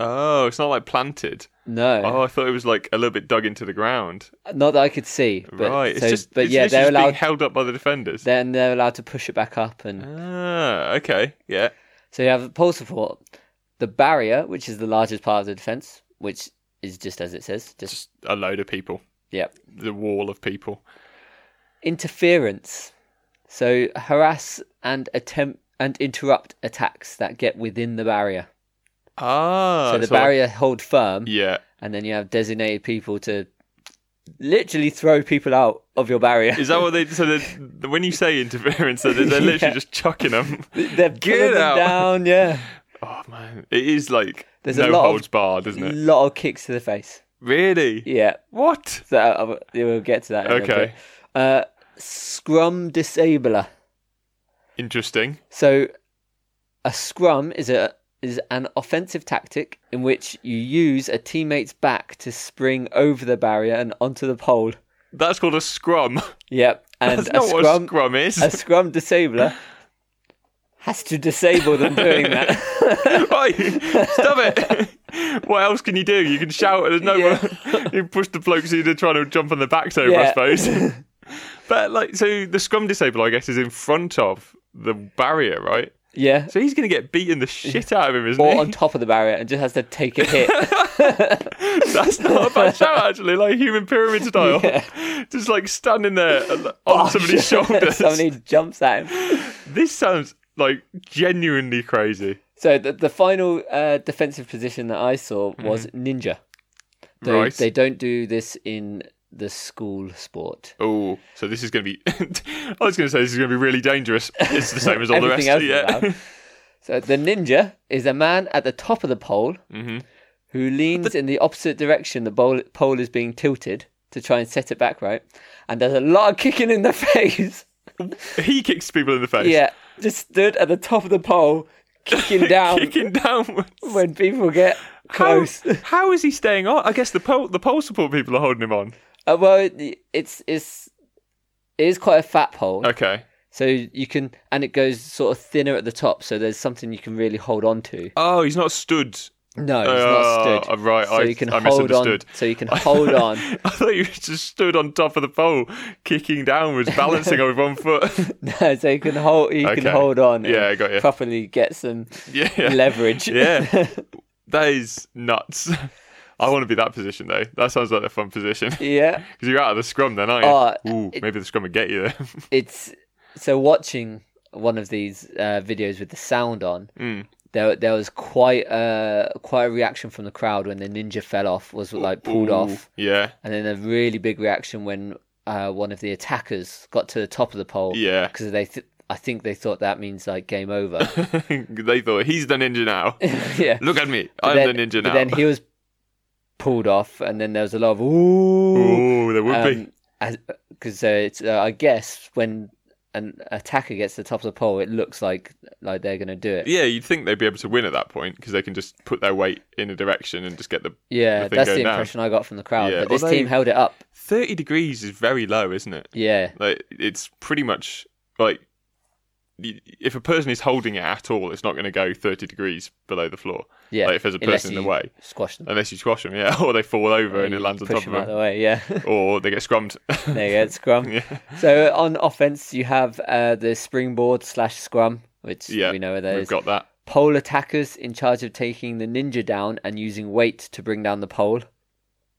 Speaker 1: oh it's not like planted
Speaker 2: No,
Speaker 1: oh i thought it was like a little bit dug into the ground
Speaker 2: not that I could see. But,
Speaker 1: Oh. right.
Speaker 2: so-
Speaker 1: it's just,
Speaker 2: but
Speaker 1: it's
Speaker 2: yeah,
Speaker 1: literally
Speaker 2: they're
Speaker 1: just being
Speaker 2: allowed.
Speaker 1: held up by the defenders.
Speaker 2: Then they're allowed to push it back up, and
Speaker 1: ah, okay. Yeah.
Speaker 2: so you have pole support, the barrier, which is the largest part of the defense, which is just as it says, just
Speaker 1: Just a load of people.
Speaker 2: yeah.
Speaker 1: The wall of people.
Speaker 2: interference. So harass and attempt and interrupt attacks that get within the barrier.
Speaker 1: Ah.
Speaker 2: So the
Speaker 1: like-
Speaker 2: barrier hold firm,
Speaker 1: yeah.
Speaker 2: and then you have designated people to literally throw people out of your barrier.
Speaker 1: Is that what they? So they're, when you say interference, they're, they're literally
Speaker 2: Yeah.
Speaker 1: just chucking them.
Speaker 2: They're pulling them
Speaker 1: out.
Speaker 2: down. Yeah,
Speaker 1: Oh man, it is like
Speaker 2: There's a
Speaker 1: no
Speaker 2: lot of-
Speaker 1: holds barred, isn't
Speaker 2: a
Speaker 1: it?
Speaker 2: lot of kicks to the face.
Speaker 1: Really?
Speaker 2: Yeah,
Speaker 1: What?
Speaker 2: so I- I- we'll get to that. in a
Speaker 1: Okay.
Speaker 2: bit. Uh, Scrum disabler.
Speaker 1: Interesting.
Speaker 2: So, a scrum is a is an offensive tactic in which you use a teammate's back to spring over the barrier and onto the pole.
Speaker 1: That's called a scrum.
Speaker 2: Yep, and
Speaker 1: That's not
Speaker 2: a
Speaker 1: what
Speaker 2: scrum
Speaker 1: a scrum is.
Speaker 2: a scrum disabler has to disable them doing that.
Speaker 1: right, stop it. what else can you do? You can shout. There's no
Speaker 2: Yeah.
Speaker 1: one. You push the blokes either trying to jump on the backs over,
Speaker 2: Yeah.
Speaker 1: I suppose. but like, so the scrum disabler, I guess, is in front of the barrier, right?
Speaker 2: yeah.
Speaker 1: So he's going to get beaten the shit out of him, isn't
Speaker 2: Or
Speaker 1: he?
Speaker 2: on top of the barrier and just has to take a hit.
Speaker 1: That's not a bad shout, actually. Like human pyramid style, just like standing there and, like, on somebody's shoulders.
Speaker 2: Oh, Somebody jumps at him.
Speaker 1: This sounds like genuinely crazy.
Speaker 2: So the, the final uh, defensive position that I saw was ninja. They,
Speaker 1: Mm-hmm. Right.
Speaker 2: they don't do this in the school sport.
Speaker 1: Oh, so this is going to be. I was going to say this is going to be really dangerous. It's the same as all the rest.
Speaker 2: Everything else is
Speaker 1: yeah.
Speaker 2: allowed. So the ninja is a man at the top of the pole
Speaker 1: Mm-hmm.
Speaker 2: who leans in the opposite direction the bowl, pole is being tilted to try and set it back right, and does a lot of kicking in the face.
Speaker 1: he kicks people in the face.
Speaker 2: yeah, just stood at the top of the pole, kicking down
Speaker 1: Kicking downwards.
Speaker 2: when people get
Speaker 1: How,
Speaker 2: close.
Speaker 1: how is he staying on? I guess the pole, the pole support people are holding him on.
Speaker 2: Uh, well, it, it's it's it is quite a fat pole,
Speaker 1: Okay.
Speaker 2: so you can and it goes sort of thinner at the top, so there's something you can really hold on to.
Speaker 1: Oh, he's not stood.
Speaker 2: No, it's
Speaker 1: Oh,
Speaker 2: not stood.
Speaker 1: right,
Speaker 2: so
Speaker 1: I-
Speaker 2: you can
Speaker 1: I
Speaker 2: hold on.
Speaker 1: misunderstood.
Speaker 2: So you can hold on.
Speaker 1: I thought you just stood on top of the pole, kicking downwards, balancing on one foot.
Speaker 2: No, so you can hold. You
Speaker 1: Okay.
Speaker 2: can hold on.
Speaker 1: Yeah,
Speaker 2: and
Speaker 1: I got you.
Speaker 2: Properly get some
Speaker 1: yeah.
Speaker 2: leverage.
Speaker 1: Yeah. That is nuts. I want to be that position though. That sounds like a fun position.
Speaker 2: yeah.
Speaker 1: Because you're out of the scrum then, aren't you?
Speaker 2: Oh,
Speaker 1: Ooh, maybe the scrum would get you there.
Speaker 2: It's so watching one of these uh, videos with the sound on.
Speaker 1: Mm.
Speaker 2: There, there was quite a quite a reaction from the crowd when the ninja fell off. Was like pulled
Speaker 1: Ooh,
Speaker 2: off.
Speaker 1: Yeah.
Speaker 2: and then a really big reaction when uh, one of the attackers got to the top of the pole.
Speaker 1: Yeah.
Speaker 2: because they, th- I think they thought that means like game over.
Speaker 1: they thought he's the ninja now.
Speaker 2: yeah,
Speaker 1: Look at me,
Speaker 2: But
Speaker 1: I'm
Speaker 2: then-
Speaker 1: the ninja
Speaker 2: But
Speaker 1: now.
Speaker 2: then he was pulled off, and then there was a lot of ooh,
Speaker 1: Ooh, there would
Speaker 2: Um,
Speaker 1: be.
Speaker 2: because uh, it's uh, I guess when an attacker gets to the top of the pole, it looks like like they're gonna do it.
Speaker 1: Yeah, you'd think they'd be able to win at that point because they can just put their weight in a direction and just get the
Speaker 2: Yeah,
Speaker 1: the thing
Speaker 2: that's the
Speaker 1: going down.
Speaker 2: impression I got from the crowd.
Speaker 1: Yeah,
Speaker 2: But this
Speaker 1: although-
Speaker 2: team held it up.
Speaker 1: Thirty degrees is very low, isn't it?
Speaker 2: Yeah,
Speaker 1: Like it's pretty much like y- if a person is holding it at all, it's not going to go thirty degrees below the floor.
Speaker 2: yeah.
Speaker 1: Like if there's a
Speaker 2: Unless
Speaker 1: person in the
Speaker 2: you
Speaker 1: way,
Speaker 2: squash them.
Speaker 1: unless you squash them, yeah, or they fall over and it
Speaker 2: You
Speaker 1: lands on
Speaker 2: push
Speaker 1: top of
Speaker 2: them out
Speaker 1: them,
Speaker 2: the way. Yeah.
Speaker 1: or they get scrummed.
Speaker 2: There you go, it's scrum. So on offense, you have uh, the springboard slash scrum, which
Speaker 1: yeah,
Speaker 2: we know where that
Speaker 1: we've
Speaker 2: is.
Speaker 1: got that.
Speaker 2: Pole attackers in charge of taking the ninja down and using weight to bring down the pole.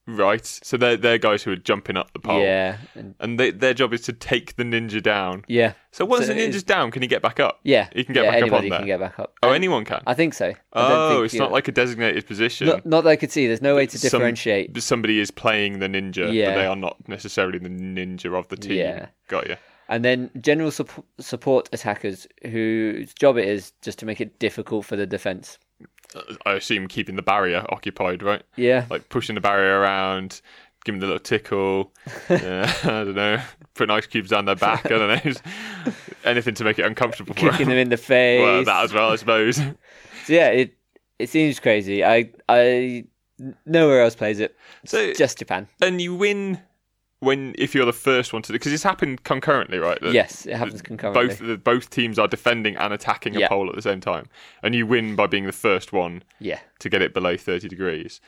Speaker 1: Right, so they're they're guys who are jumping up the pole,
Speaker 2: Yeah, and-
Speaker 1: and they, their job is to take the ninja down.
Speaker 2: yeah,
Speaker 1: So once
Speaker 2: So
Speaker 1: the
Speaker 2: it
Speaker 1: ninja's
Speaker 2: is-
Speaker 1: down, can he get back up?
Speaker 2: yeah.
Speaker 1: He can get
Speaker 2: yeah,
Speaker 1: back up
Speaker 2: anybody
Speaker 1: on
Speaker 2: Can
Speaker 1: there.
Speaker 2: get back up.
Speaker 1: Oh, anyone can.
Speaker 2: I think so. I don't
Speaker 1: Oh,
Speaker 2: think
Speaker 1: it's
Speaker 2: you-
Speaker 1: not like a designated position.
Speaker 2: not, not that I could see. There's no way to
Speaker 1: Some-
Speaker 2: differentiate.
Speaker 1: somebody is playing the ninja,
Speaker 2: Yeah.
Speaker 1: but they are not necessarily the ninja of the team.
Speaker 2: Yeah.
Speaker 1: Got you.
Speaker 2: And then general sup- support attackers, whose job it is just to make it difficult for the defense.
Speaker 1: I assume keeping the barrier occupied, right?
Speaker 2: Yeah,
Speaker 1: Like pushing the barrier around, giving the little tickle. yeah, I don't know. Putting ice cubes down their back. I don't know. Anything to make it uncomfortable for
Speaker 2: kicking
Speaker 1: them.
Speaker 2: them in the face.
Speaker 1: Well, that as well, I suppose.
Speaker 2: So yeah, it it seems crazy. I I nowhere else plays it.
Speaker 1: So,
Speaker 2: Just Japan.
Speaker 1: and you win when if you're the first one to because it's happened concurrently, right? That-
Speaker 2: yes, it happens concurrently.
Speaker 1: both the, both teams are defending and attacking a
Speaker 2: Yeah.
Speaker 1: pole at the same time, and you win by being the first one
Speaker 2: Yeah.
Speaker 1: to get it below thirty degrees.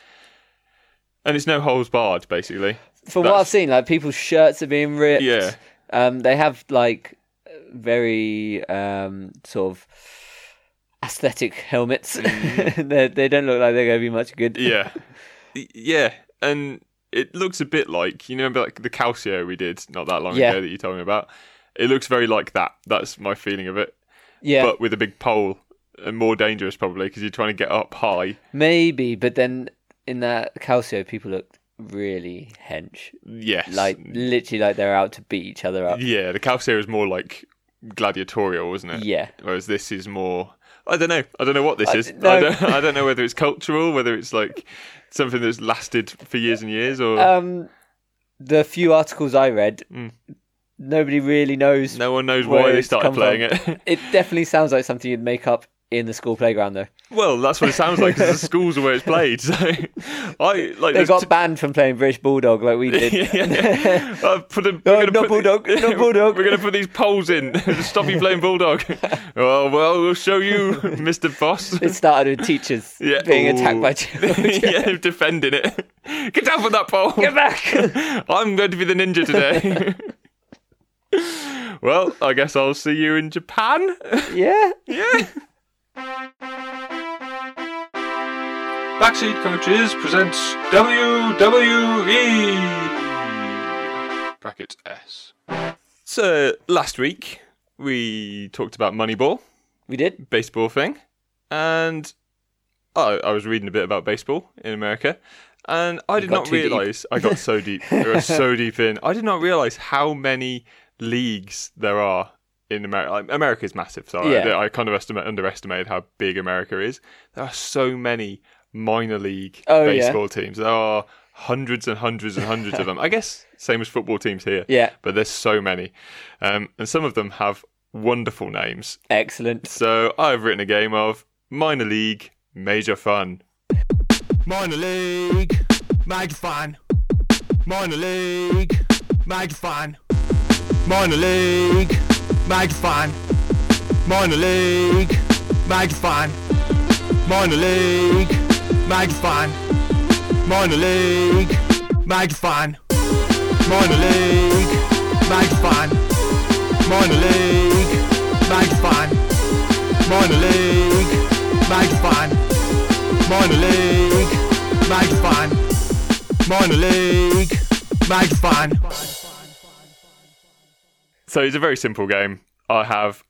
Speaker 1: And it's no holes barred, basically.
Speaker 2: From what
Speaker 1: That's-
Speaker 2: I've seen, like people's shirts are being ripped.
Speaker 1: Yeah.
Speaker 2: Um, they have like very um sort of aesthetic helmets. they they don't look like they're going to be much good.
Speaker 1: Mm. Yeah, Y- yeah, and it looks a bit like you remember like the Calcio we did not that long
Speaker 2: Yeah.
Speaker 1: ago that you told me about. It looks very like that. That's my feeling of it,
Speaker 2: Yeah,
Speaker 1: but with a big pole and more dangerous probably because you're trying to get up high.
Speaker 2: maybe, but then in that Calcio, people looked really hench,
Speaker 1: Yes,
Speaker 2: like
Speaker 1: Mm.
Speaker 2: literally like they're out to beat each other up.
Speaker 1: yeah, the Calcio is more like gladiatorial, wasn't it?
Speaker 2: Yeah.
Speaker 1: Whereas this is more. I don't know. I don't know what this is.
Speaker 2: no.
Speaker 1: I don't. I don't know whether it's cultural, whether it's like something that's
Speaker 2: Uh,
Speaker 1: lasted for years and years, or
Speaker 2: um the few articles I read nobody really knows.
Speaker 1: Mm. No one knows why
Speaker 2: Where
Speaker 1: they
Speaker 2: it's
Speaker 1: started
Speaker 2: come
Speaker 1: playing it.
Speaker 2: It definitely sounds like something you'd make up in the school playground, though.
Speaker 1: well, that's what it sounds like because the schools are where it's played. So I like
Speaker 2: They
Speaker 1: there's
Speaker 2: got
Speaker 1: t-
Speaker 2: banned from playing British Bulldog like we did.
Speaker 1: yeah, yeah. Uh, put them-
Speaker 2: No,
Speaker 1: we're gonna
Speaker 2: not
Speaker 1: put the-
Speaker 2: Bulldog, not Bulldog.
Speaker 1: We're going to put these poles in. Stop you playing bulldog. oh well, we'll show you, Mister Boss.
Speaker 2: It started with teachers
Speaker 1: Yeah.
Speaker 2: being
Speaker 1: Ooh.
Speaker 2: attacked by children.
Speaker 1: yeah, defending it. Get down from that pole.
Speaker 2: Get back!
Speaker 1: I'm going to be the ninja today. well, I guess I'll see you in Japan.
Speaker 2: yeah.
Speaker 1: yeah.
Speaker 3: Backseat Coaches presents WWE. Brackets S.
Speaker 1: So last week we talked about Moneyball,
Speaker 2: We did.
Speaker 1: baseball thing, and I, I was reading a bit about baseball in America, and I did
Speaker 2: got
Speaker 1: not
Speaker 2: too deep.
Speaker 1: realize I got so deep, I got so deep in. I did not realize how many leagues there are in America. Like, America is massive, so I-
Speaker 2: Yeah.
Speaker 1: I, kind of estimate, underestimated how big America is. There are so many minor league
Speaker 2: Oh, yeah.
Speaker 1: baseball teams. There are hundreds and hundreds and hundreds of them. I guess same as football teams here
Speaker 2: Yeah.
Speaker 1: but there's so many, um, and some of them have wonderful names.
Speaker 2: Excellent.
Speaker 1: So I've written a game of minor league, major fun.
Speaker 3: Minor League, Major Fan. Minor League, Major Fan. Minor League, Major Fan. Minor League, Major Fan. Minor League, Major Fan. Minor League, Major Fan. Minor League, Major Fan. Minor League, Major Fan. Minor League, Major Fan. Minor League, Major Fan. Minor League, Major Fan.
Speaker 1: So it's a very simple game. I have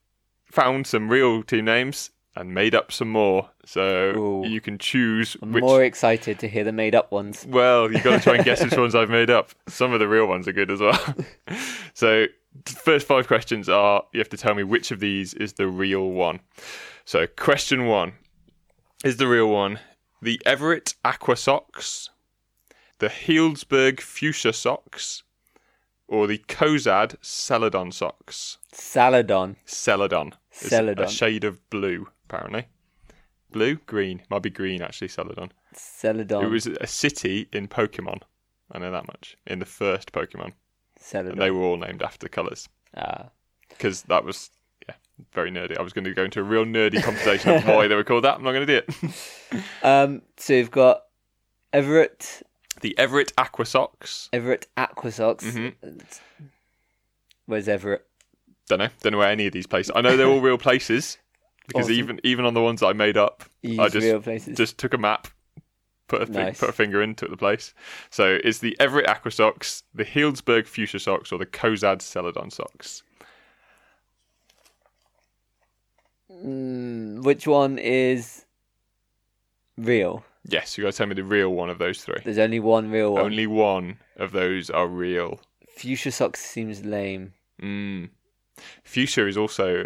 Speaker 1: found some real team names and made up some more. So
Speaker 2: Ooh.
Speaker 1: you can choose which.
Speaker 2: More excited to hear the made up ones.
Speaker 1: Well, you've got to try and guess which ones I've made up. Some of the real ones are good as well. so, the first five questions are you have to tell me which of these is the real one. So, question one is the real one the Everett Aqua Socks, the Healdsburg Fuchsia Socks, or the Kozad Celadon Socks?
Speaker 2: Saladon.
Speaker 1: Celadon. It's A
Speaker 2: Celadon.
Speaker 1: shade of blue, apparently. Blue? Green. Might be green, actually, Celadon.
Speaker 2: Celadon.
Speaker 1: It was a city in Pokemon. I know that much. In the first Pokemon, and
Speaker 2: Celadon.
Speaker 1: they were all named after colours
Speaker 2: Ah.
Speaker 1: because that was yeah very nerdy. I was going to go into a real nerdy conversation of why they were called that. I'm not going to do it.
Speaker 2: Um, so you've got Everett,
Speaker 1: the Everett Aqua Socks.
Speaker 2: Everett Aquasox.
Speaker 1: Mm-hmm.
Speaker 2: Where's Everett?
Speaker 1: Don't know. Don't know where any of these places. I know they're all real places because
Speaker 2: Awesome.
Speaker 1: even even on the ones that I made up,
Speaker 2: You
Speaker 1: I
Speaker 2: use
Speaker 1: just
Speaker 2: real places.
Speaker 1: just took a map, put a thing,
Speaker 2: Nice.
Speaker 1: put a finger into the place. So it's the Everett Aqua Socks, the Healdsburg Fuchsia Socks, or the Kozad Celadon Socks.
Speaker 2: Mm, which one is real?
Speaker 1: Yes, you got to tell me the real one of those three.
Speaker 2: There's only one real one.
Speaker 1: Only one of those are real.
Speaker 2: Fuchsia socks seems lame.
Speaker 1: Mm. Fuchsia is also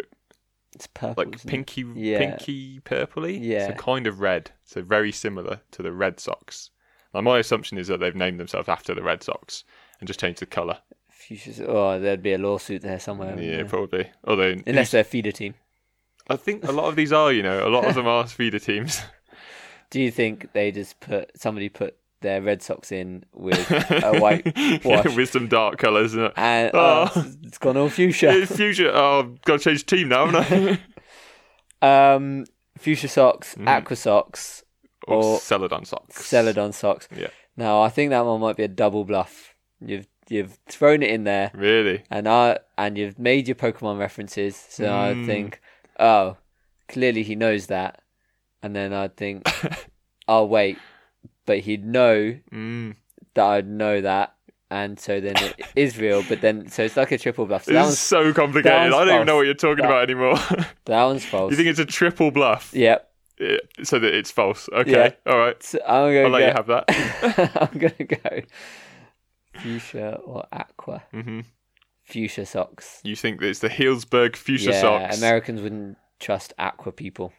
Speaker 2: It's purple.
Speaker 1: like
Speaker 2: isn't it?
Speaker 1: pinky,
Speaker 2: Yeah.
Speaker 1: pinky purpley.
Speaker 2: Yeah.
Speaker 1: so kind of red. So very similar to the Red Sox. Now my assumption is that they've named themselves after the Red Sox and just changed the colour.
Speaker 2: Fuchsia. so- Oh, there'd be a lawsuit there somewhere.
Speaker 1: yeah,
Speaker 2: wouldn't there?
Speaker 1: probably. Although
Speaker 2: Oh, Unless they're feeder team.
Speaker 1: I think a lot of these are, you know, a lot of them are feeder teams.
Speaker 2: Do you think they just put somebody put their red socks in with a white wash
Speaker 1: with some dark colours. Isn't it?
Speaker 2: and oh,
Speaker 1: Oh.
Speaker 2: it's- it's gone all fuchsia?
Speaker 1: It's Fuchsia. Oh, got to change team now, haven't I?
Speaker 2: Um, fuchsia socks,
Speaker 1: Mm-hmm.
Speaker 2: aqua socks,
Speaker 1: or
Speaker 2: Or-
Speaker 1: Celadon socks.
Speaker 2: celadon socks.
Speaker 1: Yeah.
Speaker 2: No, I think that one might be a double bluff. You've you've thrown it in there,
Speaker 1: Really?
Speaker 2: and I and you've made your Pokemon references, so
Speaker 1: Hmm.
Speaker 2: I think, oh, clearly he knows that, and then I'd think, oh wait, but he'd know
Speaker 1: Mm.
Speaker 2: that I'd know that, and so then it is real. But then so it's like a triple bluff. So that
Speaker 1: This is
Speaker 2: one's
Speaker 1: so complicated. I
Speaker 2: that
Speaker 1: don't
Speaker 2: one's
Speaker 1: even know
Speaker 2: false.
Speaker 1: what you're talking
Speaker 2: That-
Speaker 1: about anymore.
Speaker 2: that one's false.
Speaker 1: you think it's a triple bluff?
Speaker 2: Yep.
Speaker 1: Yeah, So that it's false. Okay.
Speaker 2: Yeah.
Speaker 1: All right.
Speaker 2: So I'm gonna
Speaker 1: I'll let
Speaker 2: go.
Speaker 1: you have that.
Speaker 2: I'm gonna go. Fuchsia or aqua.
Speaker 1: hmm
Speaker 2: Fuchsia socks.
Speaker 1: You think that it's the Healdsburg Fuchsia
Speaker 2: yeah,
Speaker 1: socks?
Speaker 2: Americans wouldn't trust aqua people.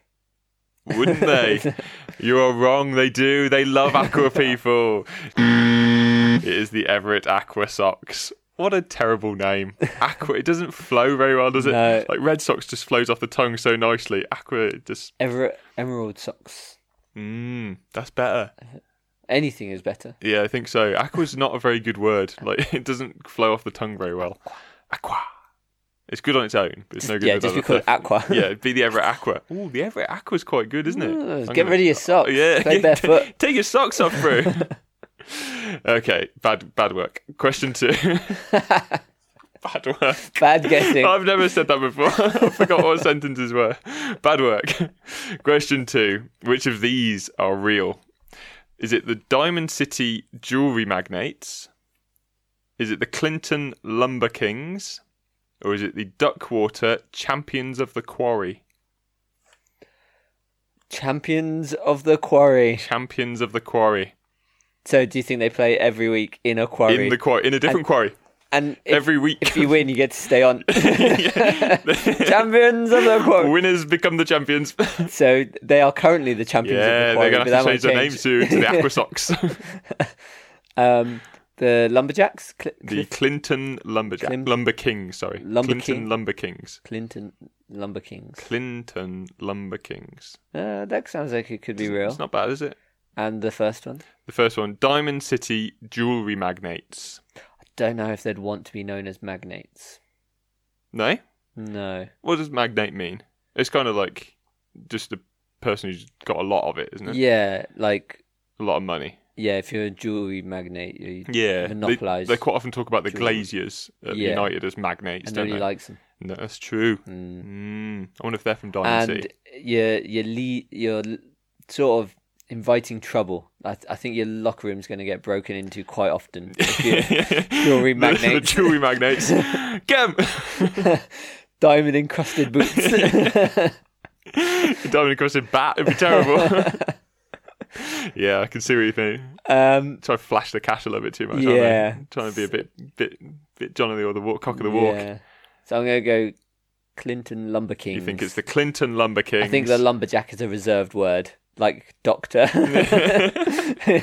Speaker 1: Wouldn't they? you are wrong. They do. They love aqua people. it is the Everett Aqua socks. What a terrible name. Aqua. It doesn't flow very well, does it?
Speaker 2: No.
Speaker 1: Like Red Sox just flows off the tongue so nicely. Aqua it just.
Speaker 2: Ever- Emerald socks.
Speaker 1: Mmm. That's better.
Speaker 2: Anything is better.
Speaker 1: Yeah, I think so. Aqua's not a very good word. Like it doesn't flow off the tongue very well. Aqua. It's good on its own, but it's no good.
Speaker 2: yeah,
Speaker 1: with
Speaker 2: just
Speaker 1: other
Speaker 2: be called
Speaker 1: stuff.
Speaker 2: Aqua.
Speaker 1: yeah, be the Everett Aqua. Ooh, the Everett Aqua's quite good, isn't it?
Speaker 2: Ooh,
Speaker 1: I'm
Speaker 2: get
Speaker 1: gonna- Oh,
Speaker 2: rid of your socks.
Speaker 1: Yeah,
Speaker 2: Play barefoot.
Speaker 1: Take your socks off, bro. okay, bad bad work. Question two. bad work.
Speaker 2: Bad guessing.
Speaker 1: I've never said that before. I forgot what sentences were. Bad work. Question two Which of these are real? Is it the Diamond City jewelry magnates? Is it the Clinton Lumber Kings? Or is it the Duckwater Champions of the Quarry?
Speaker 2: Champions of the Quarry.
Speaker 1: Champions of the Quarry.
Speaker 2: So, do you think they play every week in a quarry?
Speaker 1: In the quarry, in a different quarry.
Speaker 2: and if,
Speaker 1: every week.
Speaker 2: if you win, you get to stay on.
Speaker 1: Yeah.
Speaker 2: champions of the Quarry.
Speaker 1: Winners become the champions.
Speaker 2: So they are currently the champions of
Speaker 1: yeah,
Speaker 2: the Quarry.
Speaker 1: they're going
Speaker 2: but
Speaker 1: to
Speaker 2: that
Speaker 1: have to
Speaker 2: won't
Speaker 1: change their name soon to the Aqua Socks.
Speaker 2: Um, the Lumberjacks. Cl-
Speaker 1: The
Speaker 2: Clif-
Speaker 1: Clinton Lumberjack
Speaker 2: Clim-
Speaker 1: Lumber Kings, sorry.
Speaker 2: Lumber
Speaker 1: Clinton
Speaker 2: King.
Speaker 1: Lumber Kings.
Speaker 2: Clinton Lumber Kings.
Speaker 1: Clinton Lumber Kings.
Speaker 2: Uh, that sounds like it could be real.
Speaker 1: It's not bad, is it?
Speaker 2: And the first one.
Speaker 1: The first one, Diamond City Jewelry Magnates.
Speaker 2: Don't know if they'd want to be known as magnates.
Speaker 1: No?
Speaker 2: No.
Speaker 1: What does magnate mean? It's kind of like just a person who's got a lot of it, isn't it?
Speaker 2: Yeah, like
Speaker 1: A lot of money.
Speaker 2: yeah, if you're a jewelry magnate, you
Speaker 1: Yeah. They-
Speaker 2: Monopolised
Speaker 1: They, quite often talk about the
Speaker 2: jewelry.
Speaker 1: Glaziers at
Speaker 2: Yeah.
Speaker 1: United as magnates,
Speaker 2: and
Speaker 1: don't
Speaker 2: nobody
Speaker 1: they?
Speaker 2: likes them.
Speaker 1: no, that's true.
Speaker 2: Mm.
Speaker 1: Mm. I wonder if they're from Diamond
Speaker 2: And
Speaker 1: City.
Speaker 2: you're you're le- you're l- sort of inviting trouble. I, I think your locker room's going to get broken into quite often. if you're jewelry
Speaker 1: The- the
Speaker 2: magnates.
Speaker 1: jewelry magnates. Get 'em!
Speaker 2: Diamond encrusted boots.
Speaker 1: Dominic Crossan bat, it'd be terrible. yeah, I can see what you think.
Speaker 2: um,
Speaker 1: Try to flash the cash a little bit too much.
Speaker 2: Yeah.
Speaker 1: aren't they? trying to be a bit, bit, bit John of the or the walk, cock of the walk.
Speaker 2: yeah. So I'm going to go Clinton Lumber Kings.
Speaker 1: You think it's the Clinton Lumber Kings?
Speaker 2: I think the lumberjack is a reserved word, like doctor. you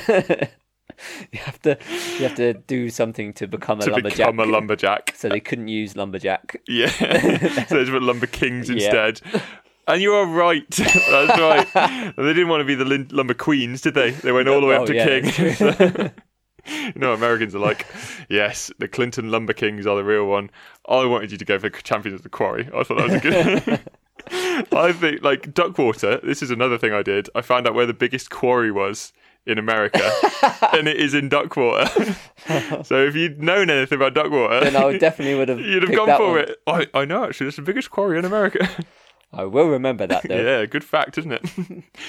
Speaker 2: have to you have to do something to become a
Speaker 1: to
Speaker 2: lumberjack.
Speaker 1: become a lumberjack.
Speaker 2: so they couldn't use lumberjack.
Speaker 1: Yeah, so it's with Lumber Kings
Speaker 2: Yeah.
Speaker 1: instead. And you are right. That's right. And they didn't want to be the Lin- Lumber Queens, did they? They went all the way
Speaker 2: Oh,
Speaker 1: up to
Speaker 2: yeah,
Speaker 1: King.
Speaker 2: that's
Speaker 1: you know, Americans are like, yes, the Clinton Lumber Kings are the real one. I wanted you to go for Champions of the Quarry. I thought that was a good. I think like Duckwater. This is another thing I did. I found out where the biggest quarry was in America, and it is in Duckwater. so if you'd known anything about Duckwater,
Speaker 2: Then I definitely would have.
Speaker 1: You'd have
Speaker 2: picked
Speaker 1: gone
Speaker 2: that
Speaker 1: for
Speaker 2: one.
Speaker 1: it. I, I know, actually. That's the biggest quarry in America.
Speaker 2: I will remember that though.
Speaker 1: yeah, good fact, isn't it?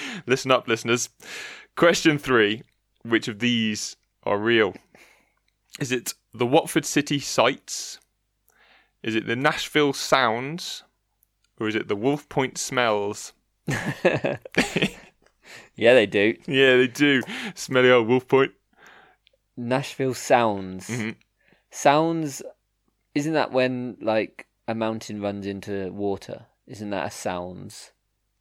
Speaker 1: Listen up, listeners. Question three Which of these are real? Is it the Watford City Sights? Is it the Nashville Sounds? Or is it the Wolf Point Smells?
Speaker 2: Yeah, they do.
Speaker 1: Yeah, they do. Smelly old Wolf Point.
Speaker 2: Nashville sounds.
Speaker 1: Mhm.
Speaker 2: Sounds. Isn't that when like a mountain runs into water? Isn't that a sounds?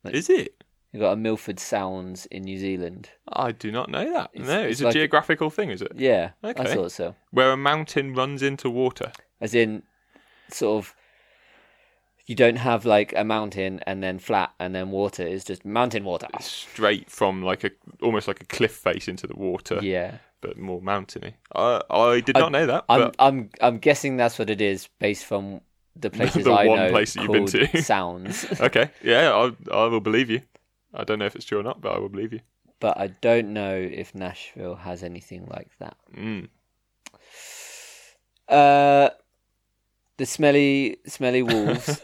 Speaker 1: Is it?
Speaker 2: You got a Milford Sounds in New Zealand.
Speaker 1: I do not know that.
Speaker 2: It's-
Speaker 1: no,
Speaker 2: it's
Speaker 1: it's, a
Speaker 2: like-
Speaker 1: geographical thing, is it?
Speaker 2: Yeah, I
Speaker 1: Okay.
Speaker 2: thought so.
Speaker 1: Where a mountain runs into water.
Speaker 2: As in, sort of, you don't have like a mountain and then flat and then water. It's just mountain water.
Speaker 1: straight from like a almost like a cliff face into the water,
Speaker 2: Yeah,
Speaker 1: but more mountainy. I I did not know that.
Speaker 2: I'm
Speaker 1: but
Speaker 2: I'm I'm guessing that's what it is based from the places
Speaker 1: The
Speaker 2: I
Speaker 1: one
Speaker 2: know.
Speaker 1: place that you've been
Speaker 2: called
Speaker 1: to.
Speaker 2: sounds,
Speaker 1: okay, yeah, I I will believe you. I don't know if it's true or not, but I will believe you.
Speaker 2: but I don't know if Nashville has anything like that.
Speaker 1: Mm.
Speaker 2: Uh, the smelly smelly wolves.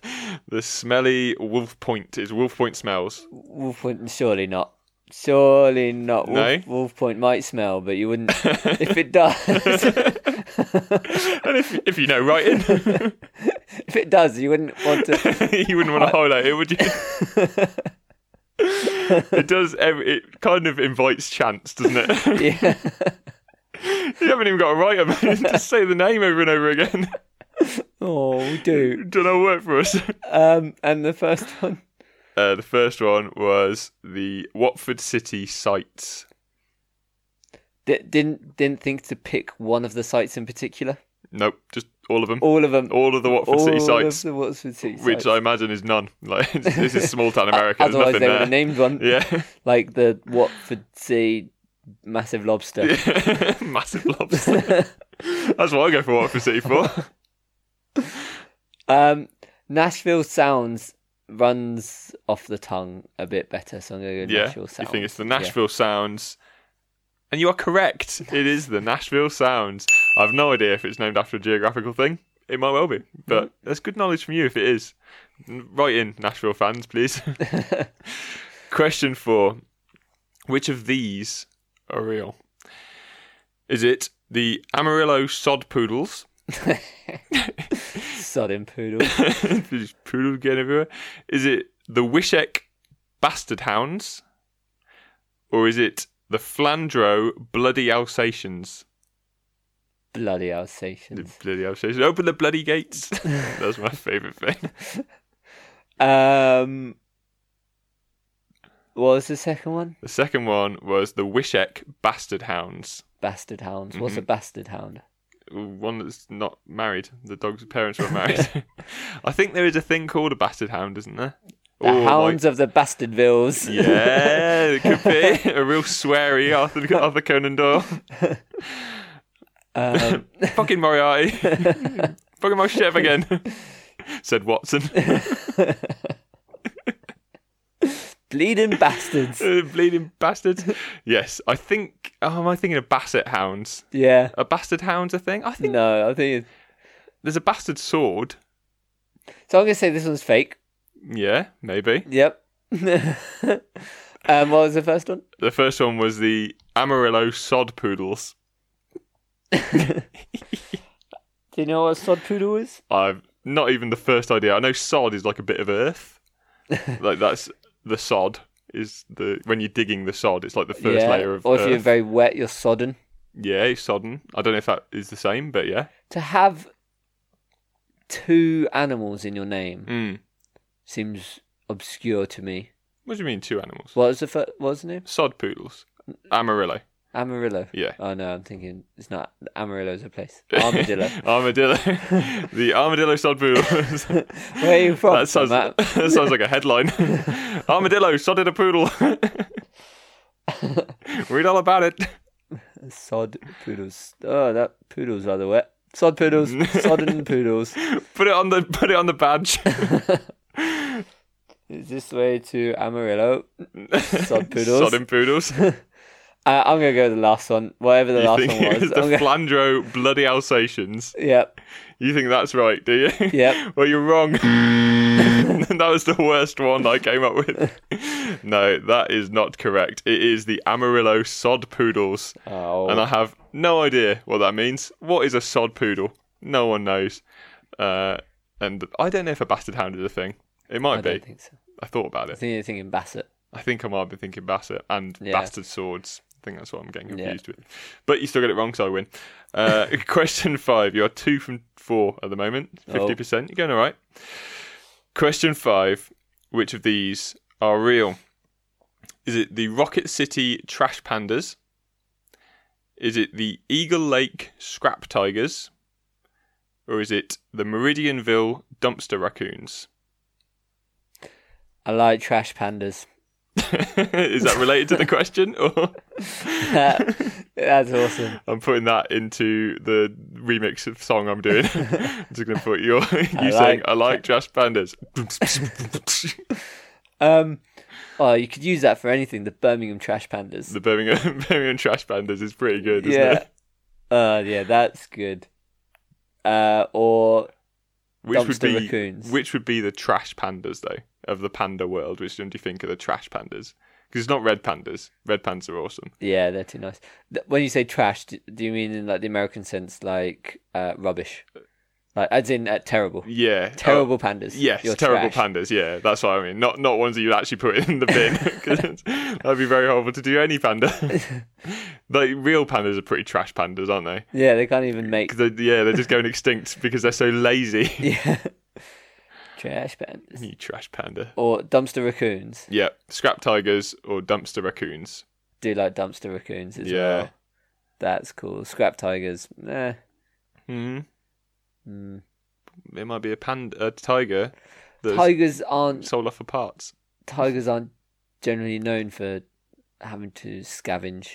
Speaker 1: The smelly Wolf Point is Wolf Point smells.
Speaker 2: Wolf Point, surely not. Surely not.
Speaker 1: No?
Speaker 2: Wolf, Wolf Point might smell, but you wouldn't. if it does,
Speaker 1: And if if you know right in,
Speaker 2: if it does, you wouldn't want to.
Speaker 1: you wouldn't want to highlight it, would you? it does. ev- It kind of invites chance, doesn't it?
Speaker 2: Yeah.
Speaker 1: you haven't even got to write 'em. Just say the name over and over again.
Speaker 2: Oh, we do.
Speaker 1: Don't know work for us.
Speaker 2: Um, and the first one.
Speaker 1: Uh, the first one was the Watford City sites.
Speaker 2: D- didn't didn't think to pick one of the sites in particular.
Speaker 1: Nope, just all of them. All,
Speaker 2: All of them.
Speaker 1: of the Watford
Speaker 2: all
Speaker 1: City
Speaker 2: of
Speaker 1: sites,
Speaker 2: the Watford City
Speaker 1: which
Speaker 2: sites.
Speaker 1: I imagine is none. Like it's- this is small town America. There's
Speaker 2: Otherwise,
Speaker 1: nothing
Speaker 2: they would
Speaker 1: there.
Speaker 2: have named one.
Speaker 1: yeah,
Speaker 2: Like the Watford Sea Massive Lobster.
Speaker 1: massive lobster. That's what I go for Watford City for.
Speaker 2: Um, Nashville Sounds runs off the tongue a bit better, so I'm going to go
Speaker 1: yeah,
Speaker 2: Nashville Sounds.
Speaker 1: you think it's the
Speaker 2: Yeah.
Speaker 1: Nashville Sounds, and you are correct. It is the Nashville Sounds. I've no idea if it's named after a geographical thing. It might well be,
Speaker 2: Mm.
Speaker 1: but that's good knowledge from you if it is. N- Write in Nashville fans, please. Question four: Which of these are real? Is it the Amarillo sod poodles?
Speaker 2: Sodden Poodle.
Speaker 1: There's poodles getting everywhere. Is it the Wishek bastard hounds, or is it the Flandro bloody Alsatians?
Speaker 2: Bloody
Speaker 1: The
Speaker 2: Alsatians.
Speaker 1: bloody Alsatians. Open the bloody gates. That's my favourite thing.
Speaker 2: Um, what was the second one?
Speaker 1: The second one was the Wishek bastard hounds.
Speaker 2: Bastard hounds.
Speaker 1: Mm-hmm.
Speaker 2: What's a bastard hound?
Speaker 1: One that's not married. The dog's parents were married. I think there is a thing called a bastard hound, isn't there?
Speaker 2: The
Speaker 1: Or, like-
Speaker 2: hounds of the Bastardvilles.
Speaker 1: Yeah, it could be a real sweary Arthur, Arthur Conan Doyle.
Speaker 2: Um,
Speaker 1: Fucking Moriarty. Fucking my chef again. Said Watson.
Speaker 2: bleeding bastards.
Speaker 1: Bleeding bastards. Yes, I think. Oh, am I thinking of basset hounds?
Speaker 2: Yeah.
Speaker 1: Are bastard hounds a thing? I think
Speaker 2: No, I think. It's...
Speaker 1: there's a bastard sword.
Speaker 2: So I'm going to say this one's fake.
Speaker 1: Yeah, maybe.
Speaker 2: Yep. um, what was the first one?
Speaker 1: The first one was the Amarillo sod poodles.
Speaker 2: Do you know what a sod poodle is?
Speaker 1: I've not even the first idea. I know sod is like a bit of earth. like that's the sod is the when you're digging the sod, it's like the first
Speaker 2: yeah.
Speaker 1: layer of
Speaker 2: or if you're
Speaker 1: earth.
Speaker 2: very wet, you're sodden.
Speaker 1: Yeah, sodden. I don't know if that is the same, but yeah.
Speaker 2: To have two animals in your name
Speaker 1: Mm.
Speaker 2: seems obscure to me.
Speaker 1: What do you mean two animals?
Speaker 2: What was the fir- what was the name?
Speaker 1: Sod poodles. Amarillo.
Speaker 2: Amarillo.
Speaker 1: Yeah.
Speaker 2: Oh no, I'm thinking it's not Amarillo's a place. Armadillo.
Speaker 1: Armadillo. the armadillo sod poodles.
Speaker 2: Where are you from?
Speaker 1: that, sounds,
Speaker 2: Matt?
Speaker 1: that sounds like a headline. armadillo sodded a poodle. Read all about it.
Speaker 2: Sod poodles. Oh, that poodles are the wet. Sod poodles. Sodden poodles.
Speaker 1: Put it on the put it on the badge.
Speaker 2: Is this way to Amarillo? Sod poodles.
Speaker 1: Sodden poodles.
Speaker 2: Uh, I'm gonna go with the last one. Whatever the
Speaker 1: you
Speaker 2: last
Speaker 1: think
Speaker 2: one
Speaker 1: it
Speaker 2: was.
Speaker 1: was the
Speaker 2: I'm gonna...
Speaker 1: Flandro bloody Alsatians.
Speaker 2: Yep.
Speaker 1: You think that's right, do you?
Speaker 2: Yep.
Speaker 1: Well, you're wrong. that was the worst one I came up with. no, that is not correct. It is the Amarillo sod poodles.
Speaker 2: Oh.
Speaker 1: And I have no idea what that means. What is a sod poodle? No one knows. Uh, and I don't know if a bastard hound is a thing. It might
Speaker 2: I
Speaker 1: be.
Speaker 2: don't think so.
Speaker 1: I thought about
Speaker 2: I
Speaker 1: it.
Speaker 2: think you're thinking Bassett.
Speaker 1: I think I might be thinking basset and
Speaker 2: Yeah.
Speaker 1: bastard swords. I think that's what I'm getting
Speaker 2: Yeah.
Speaker 1: confused with. But you still get it wrong, so I win. Uh, question five. You are two from four at the moment.
Speaker 2: Oh.
Speaker 1: 50%. You're going all right. Question five. Which of these are real? Is it the Rocket City Trash Pandas? Is it the Eagle Lake Scrap Tigers? Or is it the Meridianville Dumpster Raccoons?
Speaker 2: I like trash pandas.
Speaker 1: is that related to the question? Or.
Speaker 2: That's awesome.
Speaker 1: I'm putting that into the remix of song I'm doing. I'm just going to put your you
Speaker 2: like-
Speaker 1: saying I like Trash Pandas.
Speaker 2: Um, oh, you could use that for anything. The Birmingham Trash Pandas.
Speaker 1: the Birmingham, Birmingham Trash Pandas is pretty good, isn't
Speaker 2: yeah.
Speaker 1: it?
Speaker 2: Uh, yeah, that's good. Uh, or
Speaker 1: Which would
Speaker 2: Dumpster
Speaker 1: be
Speaker 2: raccoons.
Speaker 1: which would be the Trash Pandas though of the panda world? Which one do you think are the Trash Pandas? Because it's not red pandas. Red pandas are awesome.
Speaker 2: yeah, they're too nice. Th- When you say trash, do, do you mean in like the American sense, like uh, rubbish, like as in uh, terrible,
Speaker 1: Yeah,
Speaker 2: terrible pandas?
Speaker 1: Yes,
Speaker 2: You're
Speaker 1: terrible
Speaker 2: trash.
Speaker 1: pandas. Yeah, that's what I mean. Not not ones that you'd actually put in the bin. 'cause that'd be very horrible to do any panda. like real pandas are pretty trash pandas, aren't they?
Speaker 2: Yeah, they can't even make
Speaker 1: 'Cause they- yeah, they're just going extinct because they're so lazy.
Speaker 2: yeah trash pandas
Speaker 1: you trash panda.
Speaker 2: or dumpster raccoons.
Speaker 1: Yeah, scrap tigers or dumpster raccoons.
Speaker 2: Do like dumpster raccoons as
Speaker 1: Yeah.
Speaker 2: well. That's cool. Scrap tigers. Eh.
Speaker 1: Hmm. It might be a panda, a tiger that's
Speaker 2: Tigers aren't
Speaker 1: sold off for parts.
Speaker 2: tigers aren't generally known for having to scavenge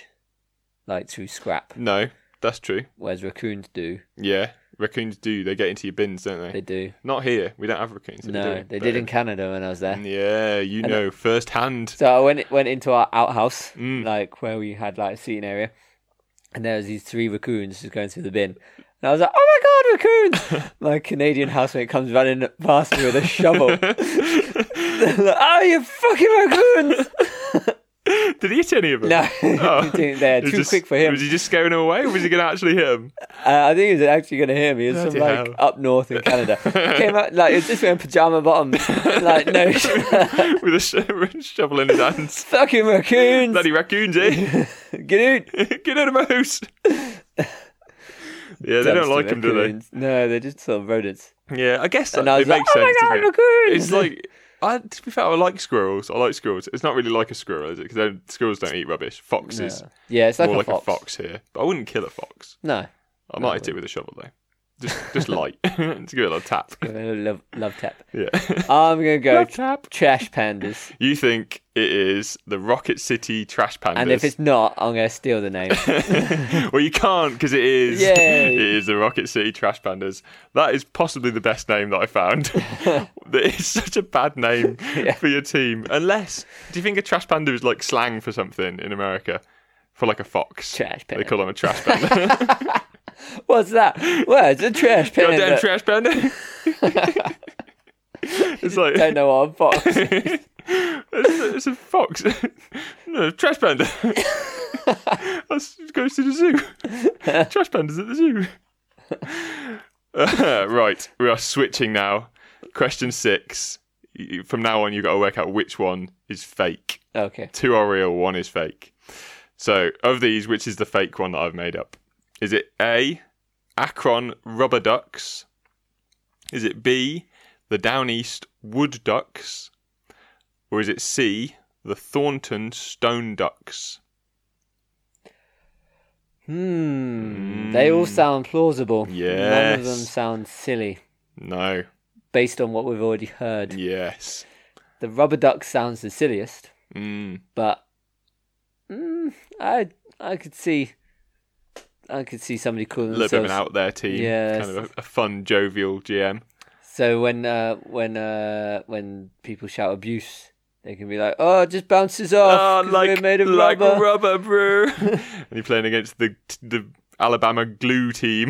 Speaker 2: like through scrap,
Speaker 1: No, that's true.
Speaker 2: whereas raccoons do.
Speaker 1: Yeah, raccoons do. They get into your bins, don't they?
Speaker 2: They do.
Speaker 1: Not here. We don't have raccoons. here,
Speaker 2: no,
Speaker 1: do we? But-
Speaker 2: they
Speaker 1: Mm.
Speaker 2: did in Canada when I was there.
Speaker 1: Yeah, you
Speaker 2: And-
Speaker 1: know firsthand.
Speaker 2: So I went went into our outhouse,
Speaker 1: Mm.
Speaker 2: like where we had like a seating area, and there was these three raccoons just going through the bin. And I was like, "Oh my god, raccoons!" my Canadian housemate comes running past me with a shovel. like, oh, you fucking raccoons!
Speaker 1: Did he hit any of them? Oh.
Speaker 2: no, he didn't there.
Speaker 1: It was
Speaker 2: Too
Speaker 1: just-
Speaker 2: quick for him.
Speaker 1: Was he just scaring them away, or was he going to actually hit him?
Speaker 2: Uh, I think he was actually going to hear me. He was from
Speaker 1: Bloody
Speaker 2: like
Speaker 1: hell.
Speaker 2: up north in Canada. Came out like it was just wearing pajama bottoms, like no
Speaker 1: With a sho- shovel in his hands.
Speaker 2: fucking raccoons.
Speaker 1: Bloody raccoons, eh?
Speaker 2: Get out!
Speaker 1: Get out of my house. yeah, they don't like him, do they?
Speaker 2: Raccoons. No, they're just sort of rodents.
Speaker 1: Yeah, I guess that
Speaker 2: And I was
Speaker 1: it makes
Speaker 2: like,
Speaker 1: sense.
Speaker 2: "Oh my
Speaker 1: doesn't
Speaker 2: god,
Speaker 1: it?
Speaker 2: raccoons!
Speaker 1: It's like I, to be fair, I like squirrels. I like squirrels. It's not really like a squirrel, is it? Because squirrels don't eat rubbish. Foxes,
Speaker 2: Yeah, Uh, Yeah, it's like,
Speaker 1: more
Speaker 2: a,
Speaker 1: like
Speaker 2: fox.
Speaker 1: a fox here. But I wouldn't kill a fox.
Speaker 2: No,
Speaker 1: I might hit it with a shovel though. Just, just light to give it a little tap.
Speaker 2: Give it a love, love tap.
Speaker 1: Yeah,
Speaker 2: I'm gonna go
Speaker 1: Love tap.
Speaker 2: trash pandas,
Speaker 1: You think it is the Rocket City Trash Pandas?
Speaker 2: and if it's not, I'm gonna steal the name.
Speaker 1: well, you can't because it is.
Speaker 2: Yay.
Speaker 1: It is the Rocket City Trash Pandas. That is possibly the best name that I found. that is such a bad name for your team. Unless, do you think a trash panda is like slang for something in America? For like a fox.
Speaker 2: Trash
Speaker 1: They
Speaker 2: panda.
Speaker 1: call them a trash panda.
Speaker 2: What's that? Well, it's a trash panda.
Speaker 1: Goddamn trash panda. it's like
Speaker 2: Don't know what I'm fox.
Speaker 1: it's, a, it's a fox. no, trash panda. That's- it goes to the zoo. trash panda's at the zoo. Uh, right, we are switching now. Question six. You- From now on, you've got to work out which one is fake.
Speaker 2: Okay,
Speaker 1: Two are real, one is fake. So, of these, which is the fake one that I've made up? Is it A, Akron rubber ducks? Is it B, the Down East wood ducks? Or is it C, the Thornton stone ducks?
Speaker 2: hmm, they all sound plausible. none of them
Speaker 1: Yes.
Speaker 2: sound silly
Speaker 1: No.
Speaker 2: based on what we've already heard.
Speaker 1: Yes.
Speaker 2: The rubber duck sounds the silliest,
Speaker 1: Mm.
Speaker 2: but mm, I I could see I could see somebody calling
Speaker 1: A little bit of an
Speaker 2: themselves-
Speaker 1: out there team.
Speaker 2: Yes.
Speaker 1: Kind of a, a fun, jovial GM.
Speaker 2: So when uh, when uh, when people shout abuse, they can be like, "Oh, it just bounces off.
Speaker 1: Oh,
Speaker 2: 'cause
Speaker 1: like
Speaker 2: we're made of
Speaker 1: like
Speaker 2: rubber."
Speaker 1: bro. and you're playing against the the Alabama glue team.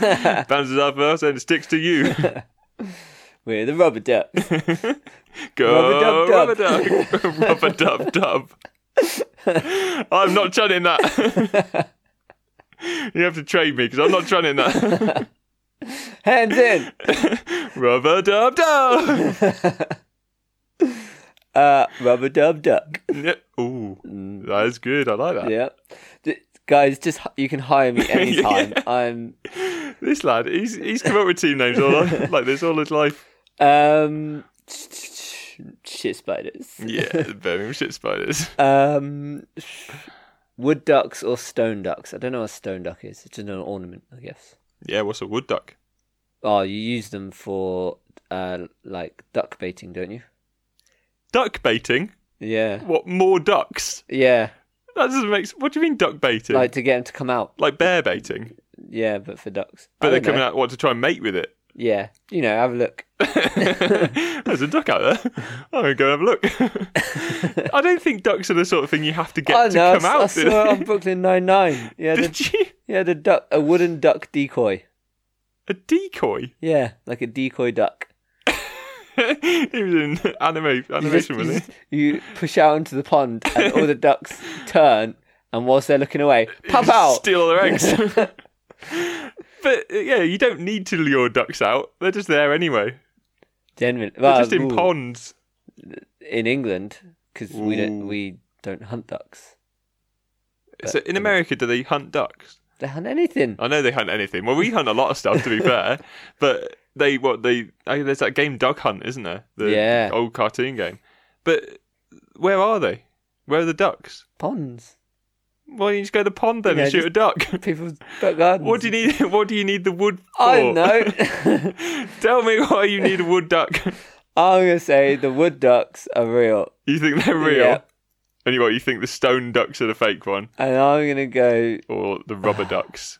Speaker 1: Bounces off us and it sticks to you.
Speaker 2: we're the rubber duck.
Speaker 1: Go rubber
Speaker 2: Rubber dub
Speaker 1: dub dub. rubber dub dub. I'm not chanting that. you have to trade me because I'm not chanting that.
Speaker 2: Hands in.
Speaker 1: rubber dub dub.
Speaker 2: Uh, rubber dub duck.
Speaker 1: Yeah. Ooh, that is good. I like that.
Speaker 2: Yeah, D- guys, just h- you can hire me anytime. I'm
Speaker 1: This lad, he's he's come up with team names all like this all his life.
Speaker 2: um shit spiders.
Speaker 1: Yeah, the Birmingham shit spiders.
Speaker 2: Um, wood ducks or stone ducks. I don't know what a stone duck is. It's just an ornament, I guess.
Speaker 1: Yeah, what's a wood duck?
Speaker 2: Oh, you use them for uh like duck baiting, don't you?
Speaker 1: Duck baiting?
Speaker 2: Yeah.
Speaker 1: What, more ducks?
Speaker 2: Yeah.
Speaker 1: That doesn't make s What do you mean duck baiting?
Speaker 2: Like
Speaker 1: Like,
Speaker 2: to get them to come out.
Speaker 1: bear baiting?
Speaker 2: Yeah, but for ducks.
Speaker 1: But
Speaker 2: I
Speaker 1: they're
Speaker 2: don't
Speaker 1: coming
Speaker 2: know.
Speaker 1: out, what, to try and mate with it?
Speaker 2: Yeah. You know, have a look.
Speaker 1: There's a duck out there. I'm going to go and have a look. I don't think ducks are the sort of thing you have to get
Speaker 2: I
Speaker 1: to
Speaker 2: know. I
Speaker 1: come out.
Speaker 2: s- I saw it on Brooklyn Nine Nine. Yeah,
Speaker 1: Did
Speaker 2: the,
Speaker 1: you?
Speaker 2: yeah, the duck, a wooden duck decoy.
Speaker 1: A decoy?
Speaker 2: Yeah, like a decoy duck.
Speaker 1: he was in anime,
Speaker 2: You, just-
Speaker 1: animation,
Speaker 2: you
Speaker 1: wasn't
Speaker 2: just- you push out into the pond, and all the ducks turn, and whilst they're looking away, pop
Speaker 1: he?
Speaker 2: out.
Speaker 1: Steal all their eggs. but uh, yeah, you don't need to lure ducks out. They're just there anyway.
Speaker 2: Genuine-
Speaker 1: They're
Speaker 2: well,
Speaker 1: just in
Speaker 2: ooh,
Speaker 1: ponds.
Speaker 2: in England because we don't
Speaker 1: Ooh.
Speaker 2: we don't hunt ducks.
Speaker 1: So in America, do they hunt ducks?
Speaker 2: They hunt anything.
Speaker 1: I know they hunt anything. Well, we hunt a lot of stuff, to be fair. But they what they I there's that game Dog Hunt, isn't there? The
Speaker 2: Yeah.
Speaker 1: old cartoon game. But where are they? Where are the ducks?
Speaker 2: Ponds.
Speaker 1: Why don't you just go to the pond then
Speaker 2: Yeah,
Speaker 1: and shoot
Speaker 2: just-
Speaker 1: a duck?
Speaker 2: People's back gardens.
Speaker 1: What do you need? What do you need the wood for?
Speaker 2: I don't know.
Speaker 1: Tell me why you need a wood duck.
Speaker 2: I'm gonna say the wood ducks are real,
Speaker 1: You think they're real?
Speaker 2: Yeah.
Speaker 1: And you what? You think the stone ducks are the fake one,
Speaker 2: and I'm gonna go.
Speaker 1: or the rubber ducks?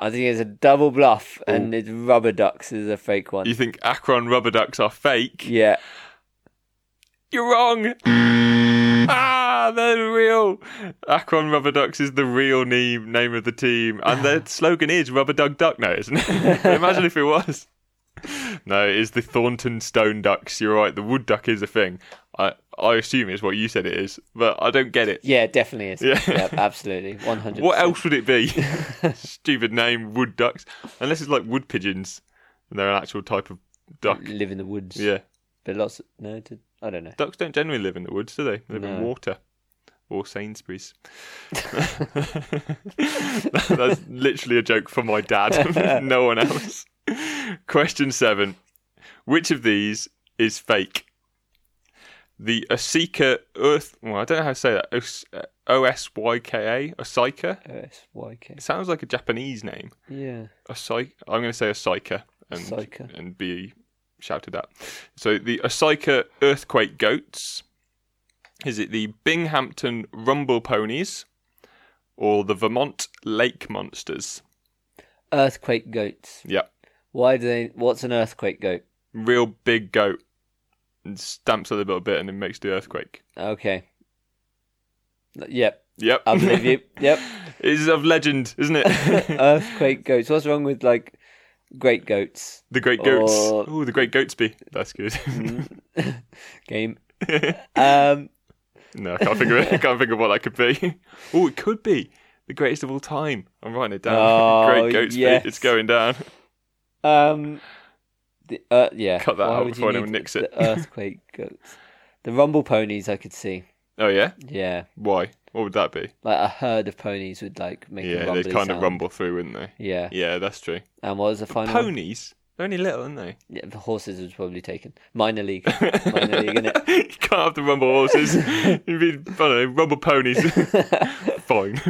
Speaker 2: I think it's a double bluff, and it's rubber ducks is a fake one.
Speaker 1: You think Akron rubber ducks are fake?
Speaker 2: Yeah,
Speaker 1: You're wrong. ah, they're real. Akron Rubber Ducks is the real name name of the team, and their slogan is "Rubber Duck Duck." No, isn't it? Imagine if it was. No, it is the Thornton Stone Ducks. You're right. The wood duck is a thing. I I assume it's what you said it is, but I don't get it.
Speaker 2: yeah, it definitely is.
Speaker 1: Yeah.
Speaker 2: Yeah, absolutely, one hundred.
Speaker 1: What else would it be? Stupid name, wood ducks. Unless it's like wood pigeons, and they're an actual type of duck.
Speaker 2: Live in the woods.
Speaker 1: Yeah.
Speaker 2: but lots. Of, no, did- I don't know.
Speaker 1: Ducks don't generally live in the woods, do they? They live in
Speaker 2: No.
Speaker 1: water or Sainsbury's. That's literally a joke for my dad, no one else. Question seven Which of these is fake? The Osika Earth. Well, I don't know how to say that. Os- uh, O S Y K A? Osika?
Speaker 2: OSYK.
Speaker 1: It sounds like a Japanese name.
Speaker 2: Yeah,
Speaker 1: a psych. I'm going to say a psyker and
Speaker 2: Psyker.
Speaker 1: and be shouted at. So the Osika earthquake goats. Is it the Binghamton Rumble Ponies or the Vermont Lake Monsters?
Speaker 2: earthquake goats.
Speaker 1: Yep,
Speaker 2: Why do they? What's an earthquake goat?
Speaker 1: real big goat. And stamps a little bit and it makes the earthquake.
Speaker 2: Okay. Yep,
Speaker 1: Yep,
Speaker 2: I believe you. Yep,
Speaker 1: it's of legend, isn't it?
Speaker 2: earthquake goats. What's wrong with like great goats?
Speaker 1: the Great Goats.
Speaker 2: Or- Mm.
Speaker 1: Oh, the Great Goatsby. That's good.
Speaker 2: Game. Um,
Speaker 1: No, I can't think of it. I can't think of what that could be. Oh, it could be the greatest of all time. I'm writing it down.
Speaker 2: Oh,
Speaker 1: Great goats, feet.
Speaker 2: yes.
Speaker 1: It's going down.
Speaker 2: um, the, uh, yeah.
Speaker 1: Cut that
Speaker 2: Why
Speaker 1: out
Speaker 2: would you
Speaker 1: before anyone
Speaker 2: need
Speaker 1: nicks it.
Speaker 2: The earthquake goats. The rumble ponies, I could see.
Speaker 1: Oh yeah.
Speaker 2: Yeah,
Speaker 1: Why? What would that be?
Speaker 2: like a herd of ponies would like make a
Speaker 1: Yeah,
Speaker 2: rumbly
Speaker 1: they'd kind of
Speaker 2: sound.
Speaker 1: rumble through, wouldn't they?
Speaker 2: Yeah.
Speaker 1: Yeah, that's true.
Speaker 2: and what was the final? one?
Speaker 1: Ponies. They're only little, aren't they?
Speaker 2: Yeah, the horses was probably taken. Minor league, minor league, innit?
Speaker 1: you can't have the rumble horses. You'd be, I don't know, rumble ponies. Fine.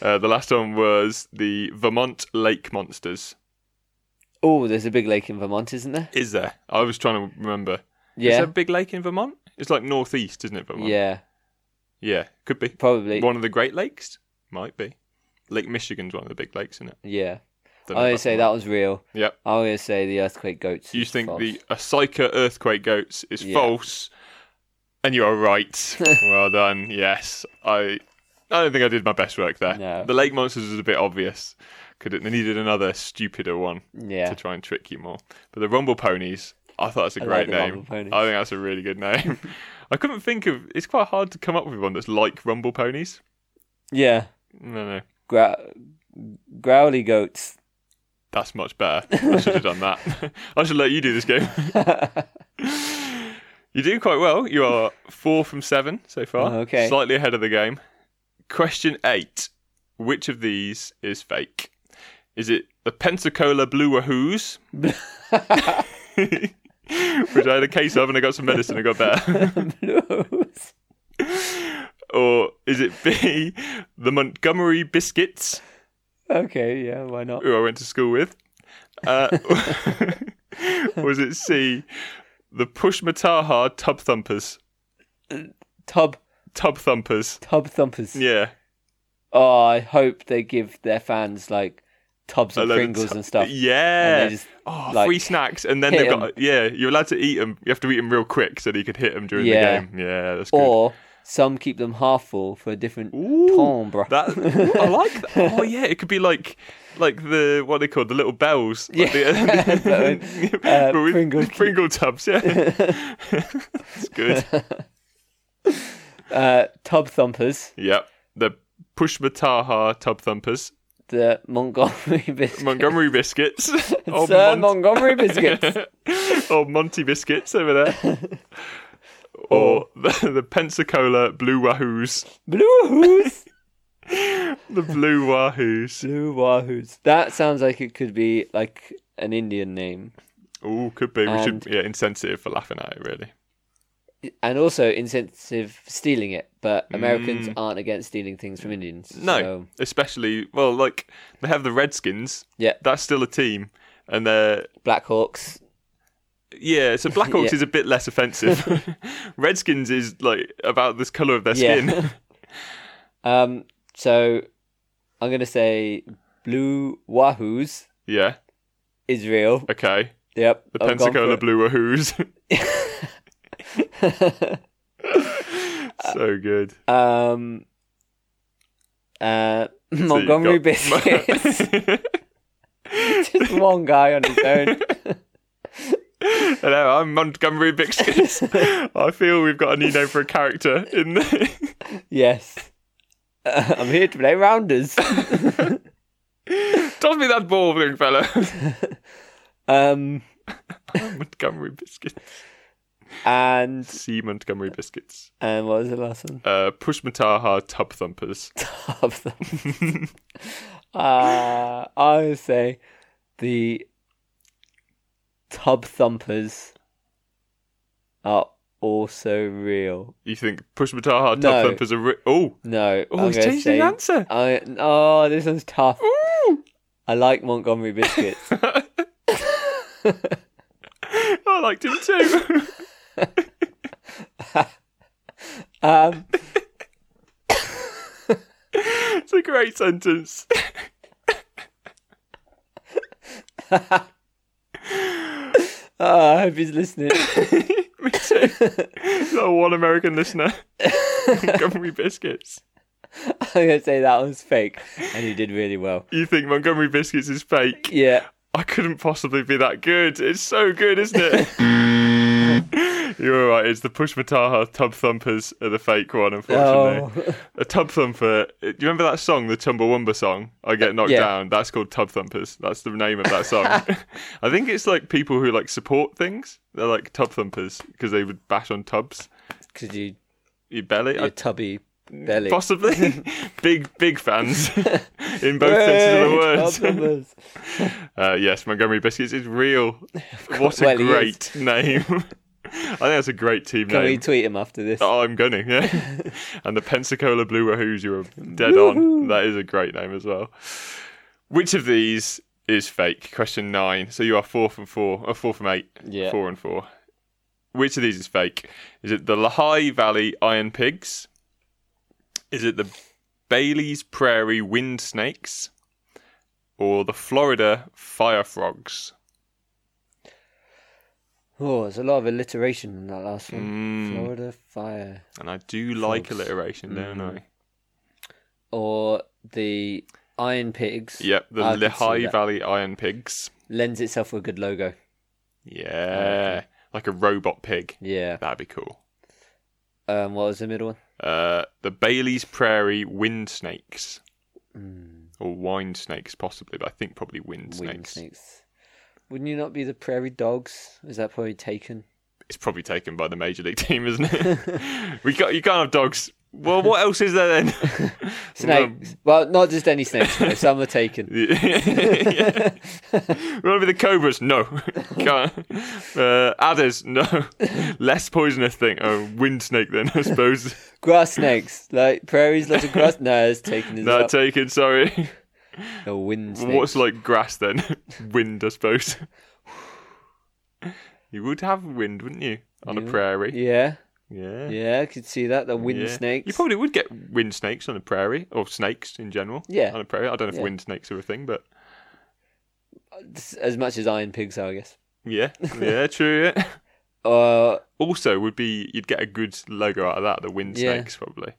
Speaker 1: uh, the last one was the Vermont Lake Monsters.
Speaker 2: Oh, there's a big lake in Vermont, isn't there?
Speaker 1: Is there? I was trying to remember. Is
Speaker 2: Yeah,
Speaker 1: there a big lake in Vermont? It's like northeast, isn't it, Vermont?
Speaker 2: yeah,
Speaker 1: Yeah, could be.
Speaker 2: probably.
Speaker 1: One of the Great Lakes? Might be. Lake Michigan's one of the big lakes, isn't it?
Speaker 2: Yeah, I'm
Speaker 1: Don't know
Speaker 2: gonna
Speaker 1: about
Speaker 2: say that was real.
Speaker 1: Yep.
Speaker 2: I'm gonna say the earthquake goats.
Speaker 1: You
Speaker 2: is
Speaker 1: think
Speaker 2: false.
Speaker 1: the Asika earthquake goats is
Speaker 2: Yeah.
Speaker 1: false, and you are right. well done. Yes, I. I don't think I did my best work there.
Speaker 2: No.
Speaker 1: The lake monsters was a bit obvious. Could it, they needed another stupider one
Speaker 2: yeah
Speaker 1: to try and trick you more. But the Rumble Ponies, I thought that's a
Speaker 2: I like
Speaker 1: great
Speaker 2: the
Speaker 1: name.
Speaker 2: Rumble Ponies.
Speaker 1: I think that's a really good name. I couldn't think of. It's quite hard to come up with one that's like Rumble Ponies.
Speaker 2: yeah
Speaker 1: No, no.
Speaker 2: Grou- growly goats.
Speaker 1: That's much better. I should have done that. I should let you do this game. you do quite well. You are four from seven so far.
Speaker 2: Oh, okay.
Speaker 1: Slightly ahead of the game. Question eight Which of these is fake? Is it the Pensacola Blue Wahoos? Which I had a case of and I got some medicine and got better.
Speaker 2: Blues.
Speaker 1: or is it B, the Montgomery Biscuits?
Speaker 2: okay, yeah, why not?
Speaker 1: who I went to school with. Uh, was it C, the Pushmataha Tub Thumpers?
Speaker 2: Tub
Speaker 1: Tub Thumpers.
Speaker 2: tub thumpers.
Speaker 1: Yeah.
Speaker 2: Oh, I hope they give their fans like tubs
Speaker 1: a
Speaker 2: of
Speaker 1: load of
Speaker 2: Pringles
Speaker 1: tu-
Speaker 2: and stuff.
Speaker 1: Yeah.
Speaker 2: And they just,
Speaker 1: oh,
Speaker 2: like,
Speaker 1: free snacks. And then
Speaker 2: hit
Speaker 1: they've got, yeah, you're allowed to eat them. You have to eat them real quick so that you could hit them during
Speaker 2: Yeah.
Speaker 1: the game. Yeah, that's good.
Speaker 2: Or some keep them half full for a different
Speaker 1: Ooh,
Speaker 2: timbre.
Speaker 1: That I like. That. Oh yeah, it could be like like the what are they called the little bells. Like
Speaker 2: Yeah.
Speaker 1: the,
Speaker 2: Uh,
Speaker 1: but with
Speaker 2: Pringle-
Speaker 1: Pringle tubs. Yeah, that's good.
Speaker 2: Uh, tub thumpers,
Speaker 1: Yep. The Pushmataha Tub Thumpers.
Speaker 2: the Montgomery biscuits.
Speaker 1: Montgomery Biscuits. Old
Speaker 2: Sir
Speaker 1: Mont-
Speaker 2: Montgomery biscuits.
Speaker 1: Old Monty Biscuits over there. Or the, the Pensacola Blue Wahoos.
Speaker 2: Blue Wahoos.
Speaker 1: The Blue Wahoos.
Speaker 2: Blue Wahoos. That sounds like it could be like an Indian name.
Speaker 1: Oh, could be. We should
Speaker 2: And-
Speaker 1: yeah, insensitive for laughing at it, really.
Speaker 2: and also incentive stealing it. But Americans aren't against stealing things from Indians.
Speaker 1: Mm. No,
Speaker 2: so-
Speaker 1: especially well, like they have the Redskins.
Speaker 2: Yeah.
Speaker 1: that's still a team, and they're
Speaker 2: Black Hawks.
Speaker 1: yeah. So Black Hawks
Speaker 2: Yeah.
Speaker 1: is a bit less offensive. Redskins is like about this color of their skin.
Speaker 2: Yeah. um. So I'm gonna say Blue Wahoos,
Speaker 1: yeah.
Speaker 2: Israel.
Speaker 1: Okay.
Speaker 2: Yep.
Speaker 1: The
Speaker 2: I've gone for
Speaker 1: Pensacola
Speaker 2: it.
Speaker 1: Blue Wahoos. so good.
Speaker 2: um. Uh,
Speaker 1: So you've
Speaker 2: Montgomery
Speaker 1: got-
Speaker 2: Biscuits. Just one guy on his own.
Speaker 1: Hello, I'm Montgomery Biscuits. I feel we've got a new name for a character in the.
Speaker 2: Yes. Uh, I'm here to play rounders.
Speaker 1: Toss me that ball, young fella.
Speaker 2: Um,
Speaker 1: Montgomery Biscuits.
Speaker 2: and
Speaker 1: See Montgomery Biscuits.
Speaker 2: and what was the last one?
Speaker 1: Uh, Pushmataha Tub Thumpers.
Speaker 2: Top thumbs. uh, I would say the tub thumpers are also real.
Speaker 1: You think Pushmataha Tub
Speaker 2: No.
Speaker 1: Thumpers are. Ri- oh,
Speaker 2: No,
Speaker 1: oh,
Speaker 2: I'm
Speaker 1: he's
Speaker 2: gonna
Speaker 1: changed
Speaker 2: say,
Speaker 1: his answer.
Speaker 2: I oh, this one's tough.
Speaker 1: Ooh.
Speaker 2: I like Montgomery biscuits.
Speaker 1: I liked him too.
Speaker 2: um,
Speaker 1: it's a great sentence.
Speaker 2: oh, I hope he's listening.
Speaker 1: Me too. Got one American listener. Montgomery Biscuits.
Speaker 2: I'm gonna say that one's fake, and he did really well.
Speaker 1: You think Montgomery Biscuits is fake?
Speaker 2: Yeah,
Speaker 1: I couldn't possibly be that good. It's so good, isn't it? You're right. It's the Push Mataha Tub Thumpers are the fake one, unfortunately.
Speaker 2: Oh.
Speaker 1: A Tub Thumper. uh, Do you remember that song, the Chumbawamba song? I get knocked
Speaker 2: Yeah.
Speaker 1: down. That's called Tub Thumpers. That's the name of that song. I think it's like people who like support things. They're like Tub Thumpers because they would bash on tubs.
Speaker 2: because you
Speaker 1: Your belly.
Speaker 2: your
Speaker 1: I-
Speaker 2: tubby belly.
Speaker 1: Possibly, big big fans in both senses of the word.
Speaker 2: words.
Speaker 1: Uh, yes, Montgomery Biscuits is real. What a
Speaker 2: Well, he is.
Speaker 1: great name. I think that's a great team
Speaker 2: Can we
Speaker 1: name.
Speaker 2: tweet him after this?
Speaker 1: Oh, I'm gonna, yeah. and the Pensacola Blue Wahoos, you're dead on. That is a great name as well. Which of these is fake? Question nine. So you are four from four, or four from eight,
Speaker 2: Yeah.
Speaker 1: four and four. Which of these is fake? Is it the Lehigh Valley Iron Pigs? Is it the Bailey's Prairie Wind Snakes? Or the Florida Fire Frogs?
Speaker 2: Oh, there's a lot of alliteration in that last one.
Speaker 1: Mm.
Speaker 2: Florida fire
Speaker 1: And I do like
Speaker 2: Frogs. Mm-hmm.
Speaker 1: alliteration, don't I?
Speaker 2: or the Iron Pigs.
Speaker 1: Yep, the
Speaker 2: I can see
Speaker 1: Lehigh
Speaker 2: that.
Speaker 1: Valley Iron Pigs.
Speaker 2: lends itself to a good logo.
Speaker 1: Yeah, like a robot pig.
Speaker 2: Yeah.
Speaker 1: That'd be cool.
Speaker 2: Um, what was the middle one?
Speaker 1: Uh, the Bailey's Prairie wind snakes, or wind snakes, possibly, but I think probably Hmm. wind snakes.
Speaker 2: Wind snakes. Wouldn't you not be the prairie dogs? Is that probably taken?
Speaker 1: It's probably taken by the major league team, isn't it? we got you can't have dogs. Well, what else is there then? um,
Speaker 2: Snakes. well, not just any snakes. though. Some are taken.
Speaker 1: Yeah. we want to be the cobras? No. Can't. Uh, adders? No. Less poisonous thing. Oh, wind snake then, I suppose.
Speaker 2: Grass snakes, like prairies, lots of grass. No, it's taken as
Speaker 1: Not
Speaker 2: well.
Speaker 1: taken, sorry.
Speaker 2: a wind snake.
Speaker 1: What's like grass then? wind, I suppose. you would have wind, wouldn't you, on a
Speaker 2: Yeah.
Speaker 1: prairie?
Speaker 2: Yeah,
Speaker 1: Yeah.
Speaker 2: yeah, I could see that. The wind
Speaker 1: Yeah.
Speaker 2: snakes.
Speaker 1: You probably would get wind snakes on a prairie, or snakes in general.
Speaker 2: Yeah.
Speaker 1: On a prairie. I don't know if
Speaker 2: Yeah.
Speaker 1: wind snakes are a thing, but
Speaker 2: as much as iron pigs are, I guess.
Speaker 1: yeah, yeah, true. Yeah.
Speaker 2: Uh,
Speaker 1: Also, would be you'd get a good logo out of that. The wind
Speaker 2: Yeah.
Speaker 1: snakes probably.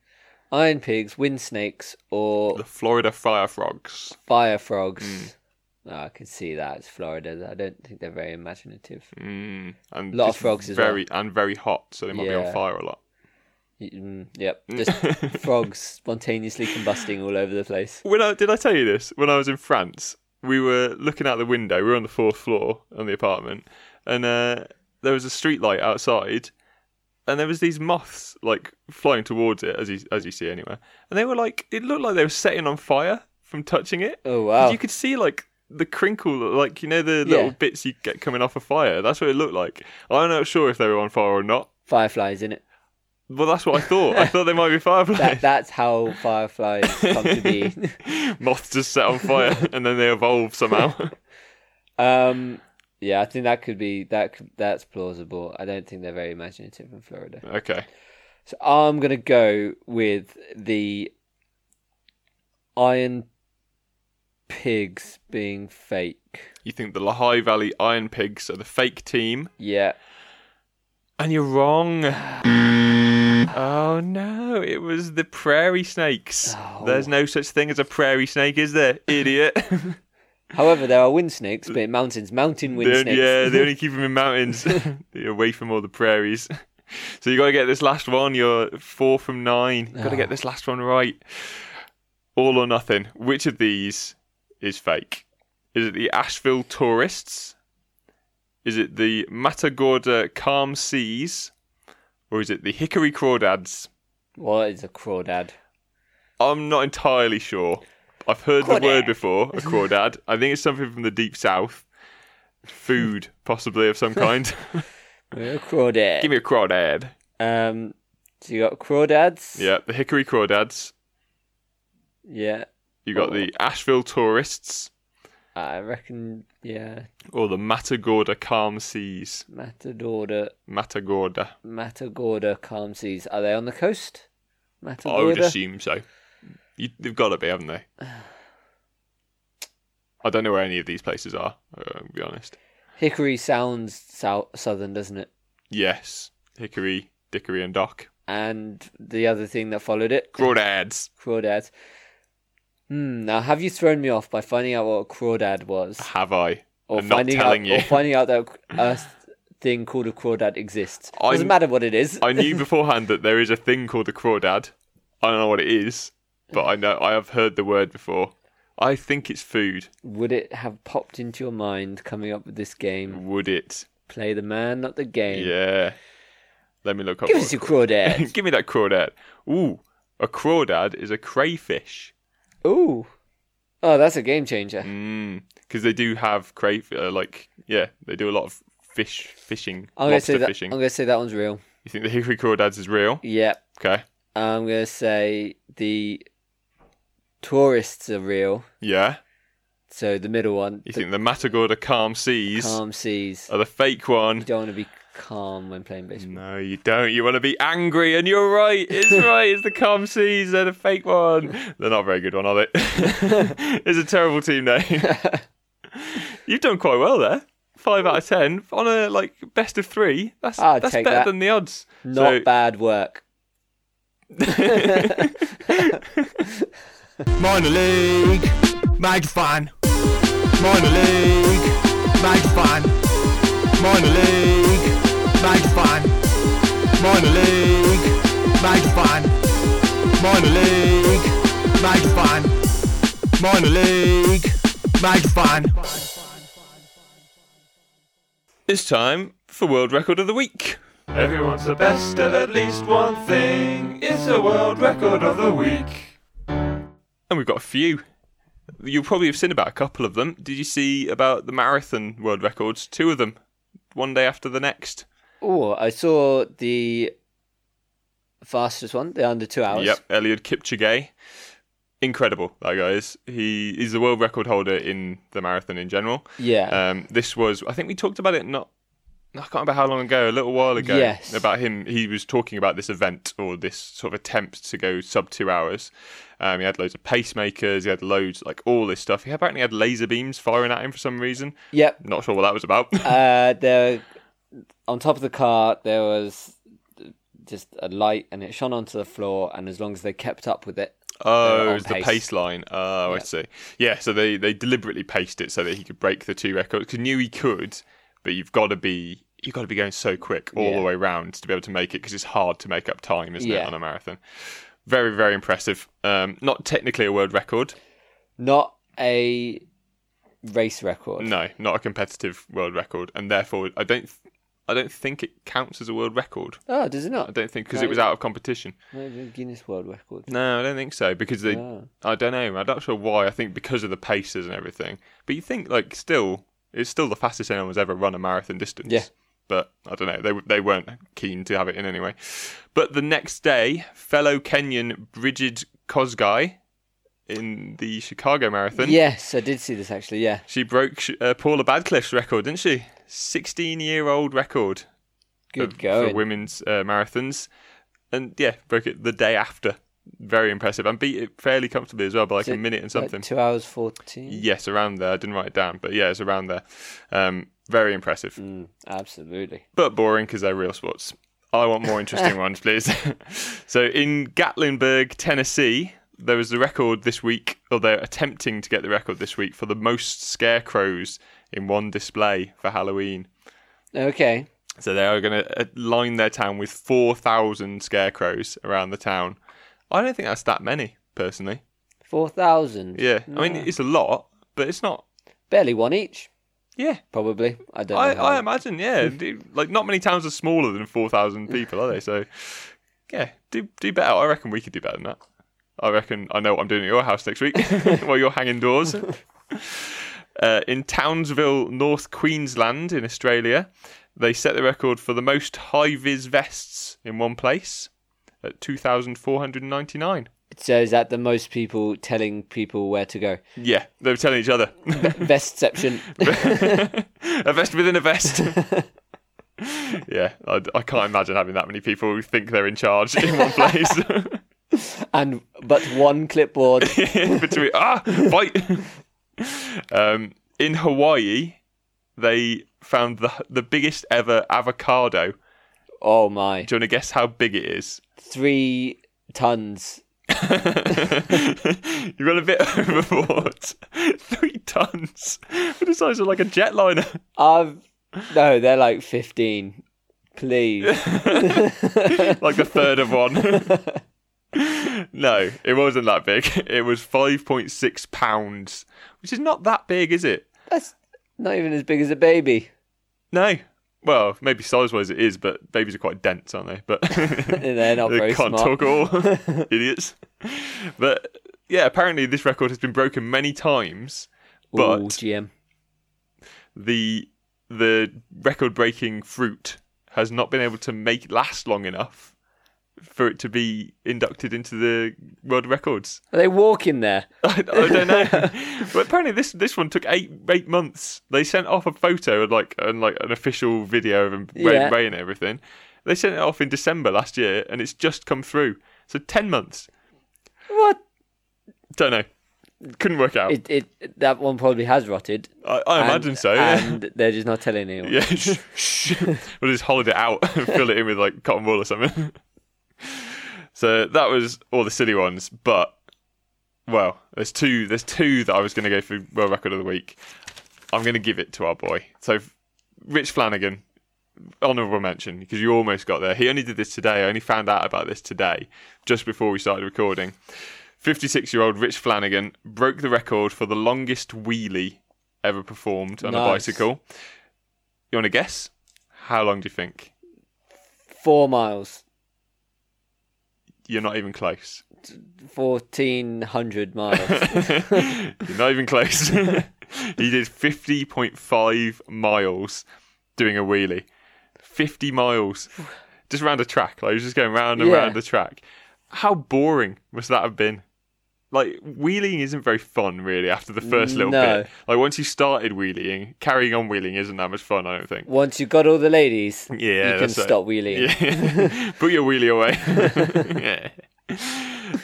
Speaker 2: iron pigs, wind snakes, or
Speaker 1: The Hmm. Florida fire frogs.
Speaker 2: fire frogs. Oh, I could see that. It's Florida. I don't think they're very imaginative.
Speaker 1: Mm. And
Speaker 2: Lot of
Speaker 1: just
Speaker 2: frogs as well.
Speaker 1: Very and very hot, so they might be
Speaker 2: Yeah.
Speaker 1: on fire a lot.
Speaker 2: Mm, yep, just frogs spontaneously combusting all over the place.
Speaker 1: When I, did I tell you this? When I was in France, we were looking out the window. We were on the fourth floor on the apartment, and uh, there was a street light outside, and there was these moths like flying towards it as you as you see anywhere, and they were like it looked like they were setting on fire from touching it.
Speaker 2: Oh
Speaker 1: 'Cause
Speaker 2: wow!
Speaker 1: You could see like the crinkle, like you know the little
Speaker 2: Yeah.
Speaker 1: bits you get coming off a fire. That's what it looked like. I'm not sure if they were on fire or not.
Speaker 2: Fireflies in it.
Speaker 1: Well, that's what I thought. I thought they might be fireflies.
Speaker 2: That, that's how fireflies come to be.
Speaker 1: Moths just set on fire and then they evolve somehow.
Speaker 2: Um, yeah, I think that could be that. Could, that's plausible. I don't think they're very imaginative in Florida.
Speaker 1: okay.
Speaker 2: So I'm gonna go with the iron pigs being fake.
Speaker 1: You think the Lehigh Valley Iron Pigs are the fake team,
Speaker 2: Yeah,
Speaker 1: and you're wrong. oh no, it was the prairie snakes.
Speaker 2: Oh.
Speaker 1: There's no such thing as a prairie snake, is there, idiot?
Speaker 2: However, there are wind snakes, but in mountains, mountain wind
Speaker 1: They-
Speaker 2: snakes.
Speaker 1: yeah, they only keep them in mountains, They're away from all the prairies. So you got to get this last one. You're four from nine. Got to get this last one right. All or nothing. Which of these is fake? Is it the Asheville tourists? Is it the Matagorda calm seas? Or is it the Hickory crawdads?
Speaker 2: What is a crawdad?
Speaker 1: I'm not entirely sure. I've heard
Speaker 2: Crawdad.
Speaker 1: the word before, a crawdad. I think it's something from the deep south. Food, possibly of some kind.
Speaker 2: A crawdad.
Speaker 1: Give me a crawdad.
Speaker 2: Um, so you got crawdads.
Speaker 1: Yeah, the Hickory Crawdads.
Speaker 2: Yeah.
Speaker 1: You got the
Speaker 2: Oh.
Speaker 1: Asheville Tourists
Speaker 2: I reckon. Yeah.
Speaker 1: or the Matagorda Calm Seas.
Speaker 2: Matagorda.
Speaker 1: Matagorda.
Speaker 2: Matagorda calm seas. Are they on the coast?
Speaker 1: Oh,
Speaker 2: Matagorda.
Speaker 1: I would assume so. You, they've got to be, haven't they? I don't know where any of these places are. uh, I'll be honest.
Speaker 2: Hickory sounds south southern, doesn't it?
Speaker 1: Yes, Hickory, Dickory, and Dock.
Speaker 2: And the other thing that followed it,
Speaker 1: Crawdads.
Speaker 2: crawdads. Hmm. Now, have you thrown me off by finding out what a crawdad was,
Speaker 1: Have I?
Speaker 2: or
Speaker 1: I'm not
Speaker 2: finding out,
Speaker 1: telling you.
Speaker 2: or finding out that a thing called a crawdad exists?
Speaker 1: I-
Speaker 2: Doesn't matter what it is.
Speaker 1: I knew beforehand that there is a thing called a crawdad. I don't know what it is, but I know I have heard the word before. I think it's food.
Speaker 2: Would it have popped into your mind coming up with this game?
Speaker 1: Would it?
Speaker 2: Play the man, not the game.
Speaker 1: Yeah. Let me look up.
Speaker 2: Give
Speaker 1: what-
Speaker 2: us your crawdad.
Speaker 1: Give me that crawdad. Ooh, a crawdad is a crayfish.
Speaker 2: Ooh. Oh, that's a game changer.
Speaker 1: Mm. Because they do have crayfish. Uh, like, yeah, they do a lot of fish fishing,
Speaker 2: I'm gonna say
Speaker 1: lobster
Speaker 2: that.
Speaker 1: fishing.
Speaker 2: I'm gonna say that one's real.
Speaker 1: You think the hickory crawdads is real?
Speaker 2: Yeah.
Speaker 1: Okay.
Speaker 2: I'm gonna say the tourists are real.
Speaker 1: Yeah.
Speaker 2: So the middle one,
Speaker 1: You
Speaker 2: the
Speaker 1: think the Matagorda calm seas
Speaker 2: calm seas.
Speaker 1: are the fake one?
Speaker 2: You don't want to be calm when playing baseball.
Speaker 1: No, you don't. You want to be angry, and you're right. It's right. It's the calm seas. They're the fake one. They're not a very good one, are they? it's a terrible team name. You've done quite well there. Five out of ten on a like best of three. That's
Speaker 2: I'd
Speaker 1: that's
Speaker 2: take
Speaker 1: better
Speaker 2: that.
Speaker 1: than the odds.
Speaker 2: Not bad work.
Speaker 3: Minor league, mag fan. Minor league, mag fan. Minor league, mag fan. Minor league, mag fan. Minor league, mag fan. Minor league, mag fan.
Speaker 1: It's time for world record of the week.
Speaker 3: Everyone's the best at at least one thing. It's a world record of the week.
Speaker 1: And we've got a few. You'll probably have seen about a couple of them. Did you see about the marathon world records? Two of them, one day after the next.
Speaker 2: Oh, I saw the fastest one, the under two hours.
Speaker 1: Yep, Eliud Kipchoge. Incredible, that guy is. He is the world record holder in the marathon in general.
Speaker 2: Yeah.
Speaker 1: Um, this was, I think we talked about it not, I can't remember how long ago, a little while ago,
Speaker 2: Yes.
Speaker 1: about him. He was talking about this event or this sort of attempt to go sub two hours. Um, he had loads of pacemakers, he had loads, like all this stuff. He apparently had laser beams firing at him for some reason.
Speaker 2: yep.
Speaker 1: Not sure what that was about.
Speaker 2: uh, there on top of the car there was just a light and it shone onto the floor and as long as they kept up with it
Speaker 1: Oh,
Speaker 2: on
Speaker 1: it was the
Speaker 2: pace.
Speaker 1: pace line. Oh, I
Speaker 2: Yeah.
Speaker 1: see. Yeah, so they, they deliberately paced it so that he could break the two records. Because knew he could, but you've got to be you've got to be going so quick all
Speaker 2: Yeah.
Speaker 1: the way round to be able to make it because it's hard to make up time, isn't it,
Speaker 2: Yeah.
Speaker 1: on a marathon? Very very impressive. Um, not technically a world record.
Speaker 2: not a race record
Speaker 1: No, not a competitive world record, and therefore I don't th- I don't think it counts as a world record.
Speaker 2: oh does it
Speaker 1: I
Speaker 2: not
Speaker 1: don't think because
Speaker 2: No,
Speaker 1: it was
Speaker 2: it-
Speaker 1: out of competition.
Speaker 2: not even guinness world record
Speaker 1: No, I don't think so because they.
Speaker 2: Oh.
Speaker 1: I don't know. I'm not sure why. I think because of the paces and everything. But you think like still, it's still the fastest anyone's ever run a marathon distance.
Speaker 2: Yeah.
Speaker 1: but I don't know. They they weren't keen to have it in anyway. But the next day, fellow Kenyan Bridget Kosgei in the Chicago Marathon,
Speaker 2: Yes, I did see this actually. Yeah,
Speaker 1: she broke uh, Paula Badcliffe's record, didn't she? Sixteen-year-old record
Speaker 2: good
Speaker 1: for-
Speaker 2: going.
Speaker 1: for women's uh, marathons, and yeah, broke it the day after. Very impressive, and beat it fairly comfortably as well by like
Speaker 2: So,
Speaker 1: a minute and
Speaker 2: Like
Speaker 1: something.
Speaker 2: two hours fourteen.
Speaker 1: Yes, around there. I didn't write it down, but yeah, it's around there. Um, very impressive,
Speaker 2: Mm, absolutely.
Speaker 1: but boring because they're real sports. I want more interesting ones, please. so in Gatlinburg, Tennessee, there was the record this week, or they're attempting to get the record this week for the most scarecrows in one display for Halloween.
Speaker 2: Okay.
Speaker 1: So they are going to line their town with 4,000 scarecrows around the town. I don't think that's that many, personally.
Speaker 2: Four thousand.
Speaker 1: Yeah. I mean, it's a lot, but it's not.
Speaker 2: Barely one each,
Speaker 1: Yeah.
Speaker 2: probably. I don't
Speaker 1: I,
Speaker 2: know. how-
Speaker 1: I imagine, yeah. Do- like, not many towns are smaller than 4,000 people, are they? So, yeah, do do better. I reckon we could do better than that. I reckon I know what I'm doing at your house next week while you're hanging doors. Uh, in Townsville, North Queensland, in Australia, they set the record for the most high vis vests in one place at 2,499.
Speaker 2: So is that the most people telling people where to go?
Speaker 1: Yeah, they were telling each other.
Speaker 2: Vestception.
Speaker 1: a vest within a vest. yeah, I, I can't imagine having that many people who think they're in charge in one place.
Speaker 2: and but one clipboard.
Speaker 1: Between ah, fight. um, in Hawaii, they found the the biggest ever avocado.
Speaker 2: Oh my.
Speaker 1: Do you want to guess how big it is?
Speaker 2: Three tons.
Speaker 1: you got a bit overboard. Three tons. But the size of like a jetliner.
Speaker 2: I've no, they're like fifteen. Please.
Speaker 1: like the third of one. no, it wasn't that big. It was 5.6 pounds, which is not that big, is it?
Speaker 2: That's not even as big as a baby.
Speaker 1: No. Well, maybe size wise it is, but babies are quite dense, aren't they? But
Speaker 2: They're not very
Speaker 1: they can't
Speaker 2: smart.
Speaker 1: talk at all. Idiots. But yeah, apparently this record has been broken many times, but
Speaker 2: Ooh, GM.
Speaker 1: the the record breaking fruit has not been able to make it last long enough for it to be inducted into the world records.
Speaker 2: Are they walking there?
Speaker 1: I, I don't know. but apparently this this one took eight eight months. They sent off a photo and like and like an official video of him rain,
Speaker 2: Yeah.
Speaker 1: rain and everything. They sent it off in December last year, and it's just come through. So ten months.
Speaker 2: What?
Speaker 1: Don't know. Couldn't work out.
Speaker 2: It, it that one probably has rotted.
Speaker 1: I, I
Speaker 2: and-
Speaker 1: imagine so. Yeah.
Speaker 2: And they're just not telling anyone.
Speaker 1: Yeah, shh, shh. we'll just hold it out and fill it in with like cotton wool or something. so that was all the silly ones, but well, there's two. There's two that I was going to go for world record of the week. I'm going to give it to our boy. So Rich Flanagan, honourable mention because you almost got there. He only did this today. I only found out about this today, just before we started recording. 56 year old Rich Flanagan broke the record for the longest wheelie ever performed on a
Speaker 2: Nice.
Speaker 1: bicycle. You want to guess? How long do you think?
Speaker 2: Four miles.
Speaker 1: You're not even close.
Speaker 2: Fourteen hundred miles.
Speaker 1: You're not even close. he did 50.5 miles doing a wheelie. 50 miles. Just round a track. Like, he was just going round and
Speaker 2: Yeah.
Speaker 1: round the track. How boring must that have been? Like, wheeling isn't very fun, really, after the first little
Speaker 2: No.
Speaker 1: bit. Like, once you started wheeling, carrying on wheeling isn't that much fun, I don't think.
Speaker 2: Once you've got all the ladies,
Speaker 1: Yeah,
Speaker 2: you can
Speaker 1: that's it.
Speaker 2: stop wheeling.
Speaker 1: Yeah. Put your wheelie away. yeah.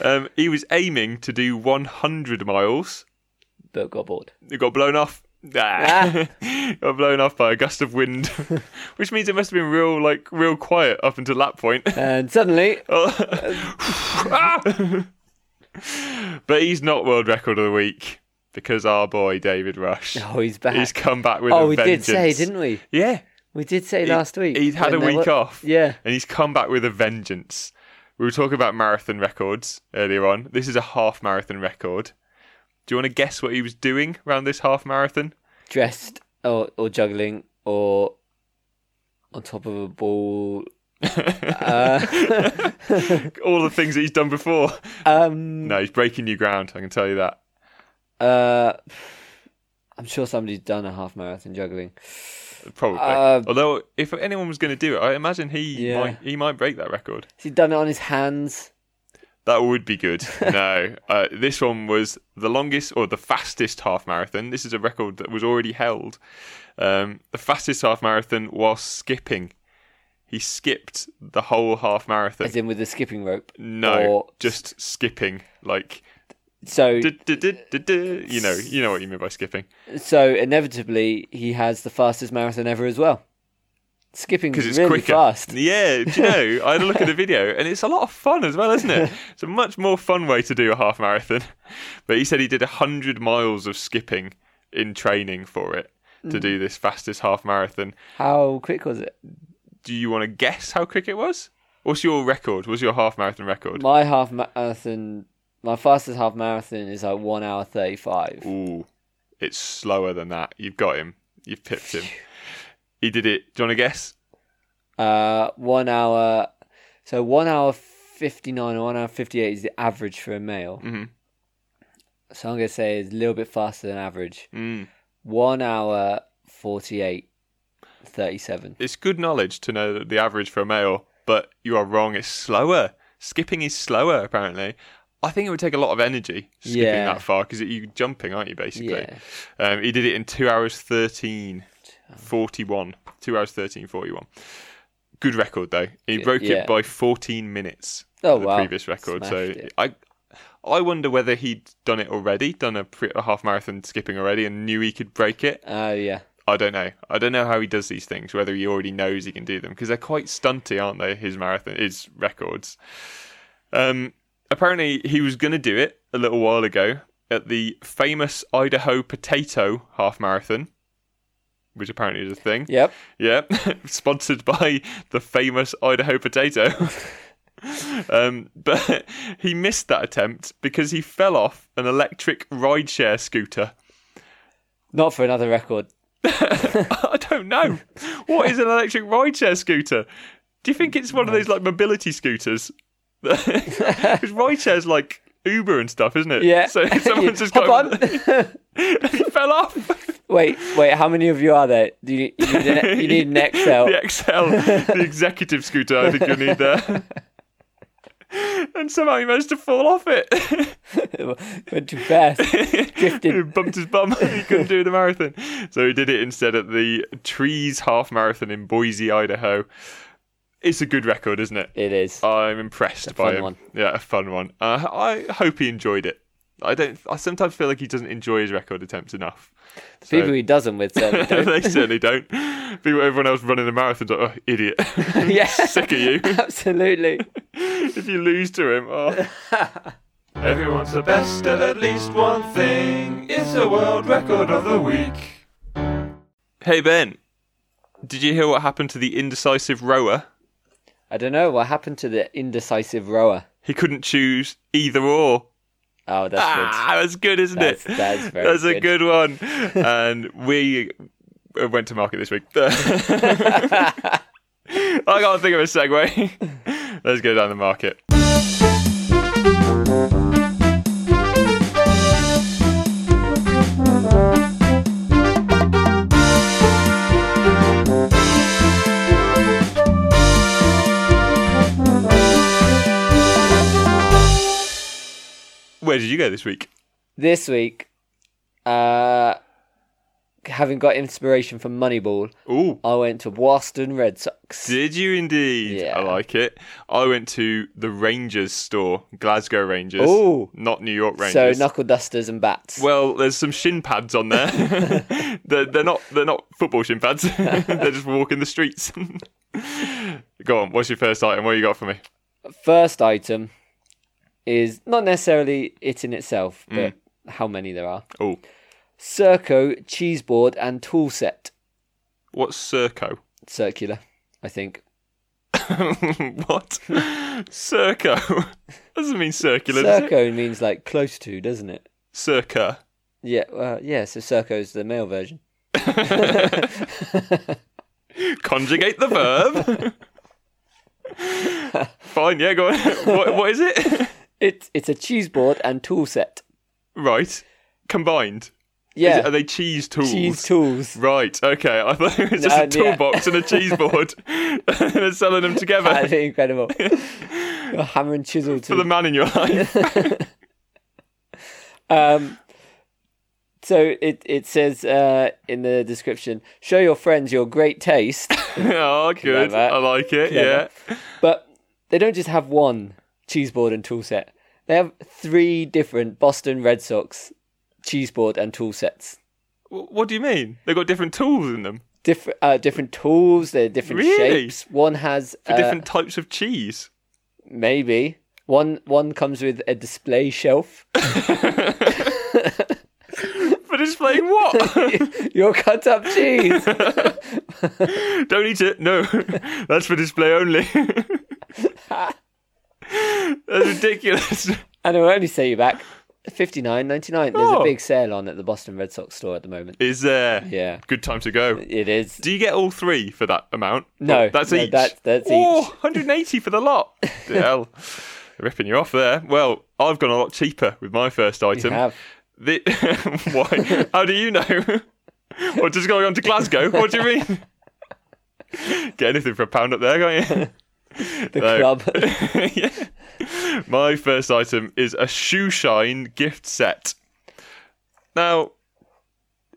Speaker 1: Um, he was aiming to do 100 miles.
Speaker 2: But got bored.
Speaker 1: It got blown off. Ah. got blown off by a gust of wind, which means it must have been real, like real quiet up until that point.
Speaker 2: And suddenly,
Speaker 1: Oh, Ah! but he's not world record of the week because our boy David Rush,
Speaker 2: oh, he's back.
Speaker 1: he's come back with a
Speaker 2: oh, we
Speaker 1: vengeance.
Speaker 2: did say, didn't we?
Speaker 1: Yeah,
Speaker 2: We did say last week.
Speaker 1: he'd had
Speaker 2: when
Speaker 1: a
Speaker 2: there
Speaker 1: week
Speaker 2: wa-
Speaker 1: off.
Speaker 2: Yeah.
Speaker 1: and he's come back with a vengeance. We were talking about marathon records earlier on. This is a half marathon record. Do you want to guess what he was doing around this half marathon?
Speaker 2: Dressed or, or juggling or on top of a ball.
Speaker 1: All the things that he's done before.
Speaker 2: Um,
Speaker 1: No, he's breaking new ground. I can tell you that.
Speaker 2: uh, I'm sure somebody's done a half marathon juggling.
Speaker 1: Probably.
Speaker 2: Uh,
Speaker 1: Although, if anyone was going to do it, I imagine he
Speaker 2: Yeah.
Speaker 1: might he might break that record.
Speaker 2: Has he done it on his hands?
Speaker 1: That would be good. no, uh, this one was the longest or the fastest half marathon. This is a record that was already held. Um, the fastest half marathon while skipping. He skipped the whole half marathon.
Speaker 2: As in with a skipping rope?
Speaker 1: No,
Speaker 2: Or-
Speaker 1: just skipping. Like,
Speaker 2: So,
Speaker 1: duh, duh, duh, duh, duh. you know, you know what you mean by skipping.
Speaker 2: so inevitably, he has the fastest marathon ever as well. Skipping
Speaker 1: because it's
Speaker 2: really
Speaker 1: quicker.
Speaker 2: fast.
Speaker 1: Yeah, do you know? I had a look at the video, and it's a lot of fun as well, isn't it? It's a much more fun way to do a half marathon. But he said he did hundred miles of skipping in training for it to
Speaker 2: Mm.
Speaker 1: do this fastest half marathon.
Speaker 2: How quick was it?
Speaker 1: Do you want to guess how quick it was? What's your record? What's your half marathon record?
Speaker 2: My half marathon, my fastest half marathon is like one hour thirty-five.
Speaker 1: Ooh, it's slower than that. You've got him. You've pipped him. He did it. Do you want to guess?
Speaker 2: Uh, one hour. So one hour fifty-nine or one hour fifty-eight is the average for a male.
Speaker 1: Mhm.
Speaker 2: So I'm gonna say it's a little bit faster than average.
Speaker 1: Mm.
Speaker 2: One hour forty-eight, thirty-seven.
Speaker 1: it's good knowledge to know that the average for a male, but you are wrong. It's slower. Skipping is slower, apparently. I think it would take a lot of energy skipping
Speaker 2: Yeah.
Speaker 1: that far because you're jumping, aren't you, basically?
Speaker 2: Yeah.
Speaker 1: Um, he did it in 2 hours 13, 41. 2 hours 13, 41. Good record, though. He
Speaker 2: Good,
Speaker 1: broke
Speaker 2: yeah.
Speaker 1: it by 14 minutes.
Speaker 2: Oh,
Speaker 1: the
Speaker 2: wow.
Speaker 1: previous record. so
Speaker 2: Smashed it.
Speaker 1: I. I wonder whether he'd done it already, done a, pre- a half marathon skipping already, and knew he could break it.
Speaker 2: Oh yeah.
Speaker 1: I don't know. I don't know how he does these things. Whether he already knows he can do them because they're quite stunty, aren't they? His marathon, his records. Um, apparently he was going to do it a little while ago at the famous Idaho Potato Half Marathon, which apparently is a thing.
Speaker 2: Yep.
Speaker 1: Yeah, sponsored by the famous Idaho potato. um, but he missed that attempt because he fell off an electric rideshare scooter.
Speaker 2: Not for another record.
Speaker 1: I don't know. What is an electric rideshare scooter? Do you think it's one of those like mobility scooters? Because rideshare's like Uber and stuff, isn't it?
Speaker 2: Yeah.
Speaker 1: So someone's just
Speaker 2: Hop
Speaker 1: got
Speaker 2: on.
Speaker 1: he fell off
Speaker 2: wait, wait. How many of you are there? Do you, you need an, you need an Excel?
Speaker 1: the XL, the executive scooter. I think you need there. And somehow he managed to fall off it.
Speaker 2: Went too fast.
Speaker 1: He
Speaker 2: Drifted.
Speaker 1: bumped his bum. he couldn't do the marathon, so he did it instead at the Trees Half Marathon in Boise, Idaho. It's a good record, isn't it?
Speaker 2: It is.
Speaker 1: I'm impressed by
Speaker 2: fun
Speaker 1: him.
Speaker 2: one.
Speaker 1: Yeah, a fun one. Uh, I hope he enjoyed it. I don't. I sometimes feel like he doesn't enjoy his record attempts enough. So-
Speaker 2: People he doesn't with certainly don't.
Speaker 1: they certainly don't. People, everyone else running the marathon's like, oh, idiot.
Speaker 2: Yeah.
Speaker 1: Sick of you.
Speaker 2: Absolutely.
Speaker 1: if you lose to him, oh.
Speaker 3: Everyone's the best at at least one thing. It's a world record of the week.
Speaker 1: Hey Ben, did you hear what happened to the indecisive rower?
Speaker 2: I don't know what happened to the indecisive rower.
Speaker 1: He couldn't choose either or.
Speaker 2: Oh, that's
Speaker 1: Ah, that's good, isn't
Speaker 2: That's-
Speaker 1: it?
Speaker 2: that's very
Speaker 1: That's a
Speaker 2: good.
Speaker 1: good one. and we went to market this week. I can't think of a segue. Let's go down the market. Where did you go this week?
Speaker 2: good. This week, uh, having got inspiration from Moneyball,
Speaker 1: Ooh.
Speaker 2: I went to Boston Red Sox.
Speaker 1: Did you indeed?
Speaker 2: Yeah.
Speaker 1: I like it. I went to the Rangers store, Glasgow Rangers.
Speaker 2: Ooh.
Speaker 1: Not New York
Speaker 2: So
Speaker 1: Rangers.
Speaker 2: knuckle dusters and bats.
Speaker 1: Well, there's some shin pads on there. they're, they're not they're not football shin pads. they're just walking the streets. Go on. What's your first item? What you got for me?
Speaker 2: First item is not necessarily it in itself,
Speaker 1: Mm.
Speaker 2: but how many there are.
Speaker 1: Oh,
Speaker 2: Circo cheese board and tool set.
Speaker 1: what's Circo?
Speaker 2: Circular, I think.
Speaker 1: what? Circo doesn't mean circular. does it?
Speaker 2: Circo means like close to, doesn't it?
Speaker 1: Circa.
Speaker 2: Yeah, uh, yeah. So Circo's the male version.
Speaker 1: Conjugate the verb. Fine. Yeah. Go on. what, what is it?
Speaker 2: It's it's a cheese board and tool set.
Speaker 1: Right. Combined. Is it-
Speaker 2: yeah,
Speaker 1: are they cheese tools?
Speaker 2: cheese tools.
Speaker 1: Right. Okay. I thought it was just
Speaker 2: No,
Speaker 1: a
Speaker 2: the-
Speaker 1: toolbox and a cheese board, and they're selling them together
Speaker 2: That'd be incredible. A hammer and chisel
Speaker 1: for the
Speaker 2: too.
Speaker 1: man in your life.
Speaker 2: Um, so it it says uh, in the description, show your friends your great taste,
Speaker 1: oh, good.
Speaker 2: Clever.
Speaker 1: I like it.
Speaker 2: Clever.
Speaker 1: Yeah.
Speaker 2: but they don't just have one cheese board and tool set. They have three different Boston Red Sox cheese board and tool sets.
Speaker 1: W- What do you mean? They've got different tools in them
Speaker 2: Different uh, different tools. They're different
Speaker 1: Really?
Speaker 2: shapes. One has
Speaker 1: for
Speaker 2: uh,
Speaker 1: different types of cheese.
Speaker 2: maybe one one comes with a display shelf.
Speaker 1: For displaying what?
Speaker 2: your cut up cheese.
Speaker 1: Don't eat it. No, that's for display only. that's ridiculous.
Speaker 2: And it'll only set you back fifty nine ninety nine. There's a
Speaker 1: Oh.
Speaker 2: big sale on at the Boston Red Sox store at the moment.
Speaker 1: Is there?
Speaker 2: Yeah.
Speaker 1: Good time to go.
Speaker 2: It is.
Speaker 1: Do you get all three for that amount?
Speaker 2: No,
Speaker 1: Oh, that's
Speaker 2: no,
Speaker 1: each.
Speaker 2: that- that's
Speaker 1: oh,
Speaker 2: each.
Speaker 1: 180 for the lot. Hell, ripping you off there. Well, I've gone a lot cheaper with my first item.
Speaker 2: have.
Speaker 1: The- Why? How do you know? what just going on to Glasgow? What do you mean? Get anything for a pound up there, can't
Speaker 2: The
Speaker 1: No.
Speaker 2: club.
Speaker 1: you? yeah. My first item is a shoe shine gift set. Now,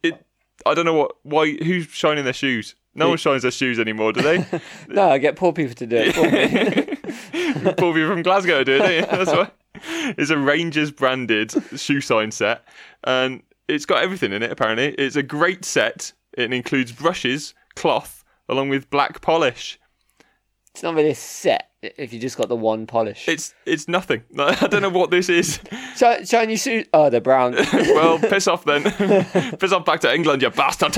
Speaker 1: it. I don't know what. Why? Who's shining their shoes? No one shines their shoes anymore, do they?
Speaker 2: no, I get poor people to do it for me.
Speaker 1: Paul you from Glasgow do it, don't you? That's why. It's a Rangers branded shoe sign set, and it's got everything in it. Apparently, it's a great set. It includes brushes, cloth, along with black polish.
Speaker 2: It's not really a set if you just got the one polish.
Speaker 1: It's it's nothing. I don't know what this is.
Speaker 2: Shi- Shiny suit. Oh, they're brown.
Speaker 1: well, piss off then. piss off back to England, you bastard.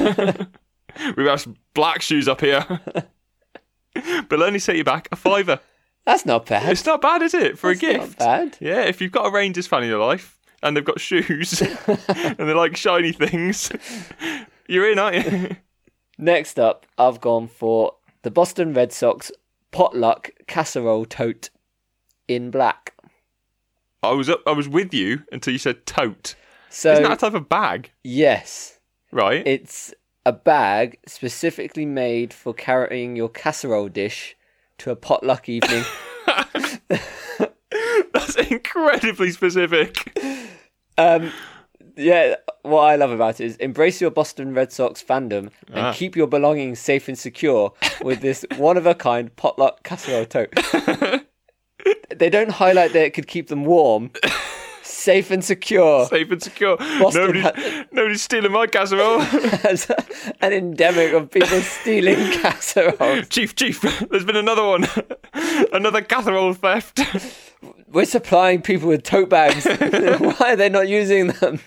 Speaker 1: we have black shoes up here. but they'll only set you back a fiver.
Speaker 2: That's not bad.
Speaker 1: It's not bad, is it, for a
Speaker 2: That's
Speaker 1: gift?
Speaker 2: Not bad.
Speaker 1: Yeah, if you've got a Rangers fan in your life and they've got shoes and they like shiny things, you're in, aren't you?
Speaker 2: Next up, I've gone for the Boston Red Sox potluck casserole tote in black.
Speaker 1: I was up, I was with you until you said tote.
Speaker 2: So
Speaker 1: Isn't that a type of bag?
Speaker 2: yes,
Speaker 1: Right.
Speaker 2: it's a bag specifically made for carrying your casserole dish to a potluck evening.
Speaker 1: That's incredibly specific.
Speaker 2: yeah, what I love about it is embrace your Boston Red Sox fandom and keep your belongings safe and secure with this one of a kind potluck casserole tote. they don't highlight that it could keep them warm, safe and secure
Speaker 1: Safe and secure.
Speaker 2: Boston
Speaker 1: Nobody's, nobody's stealing my casserole.
Speaker 2: as an endemic of people stealing casseroles.
Speaker 1: chief, chief, there's been another one. another casserole theft.
Speaker 2: We're supplying people with tote bags. Why are they not using them?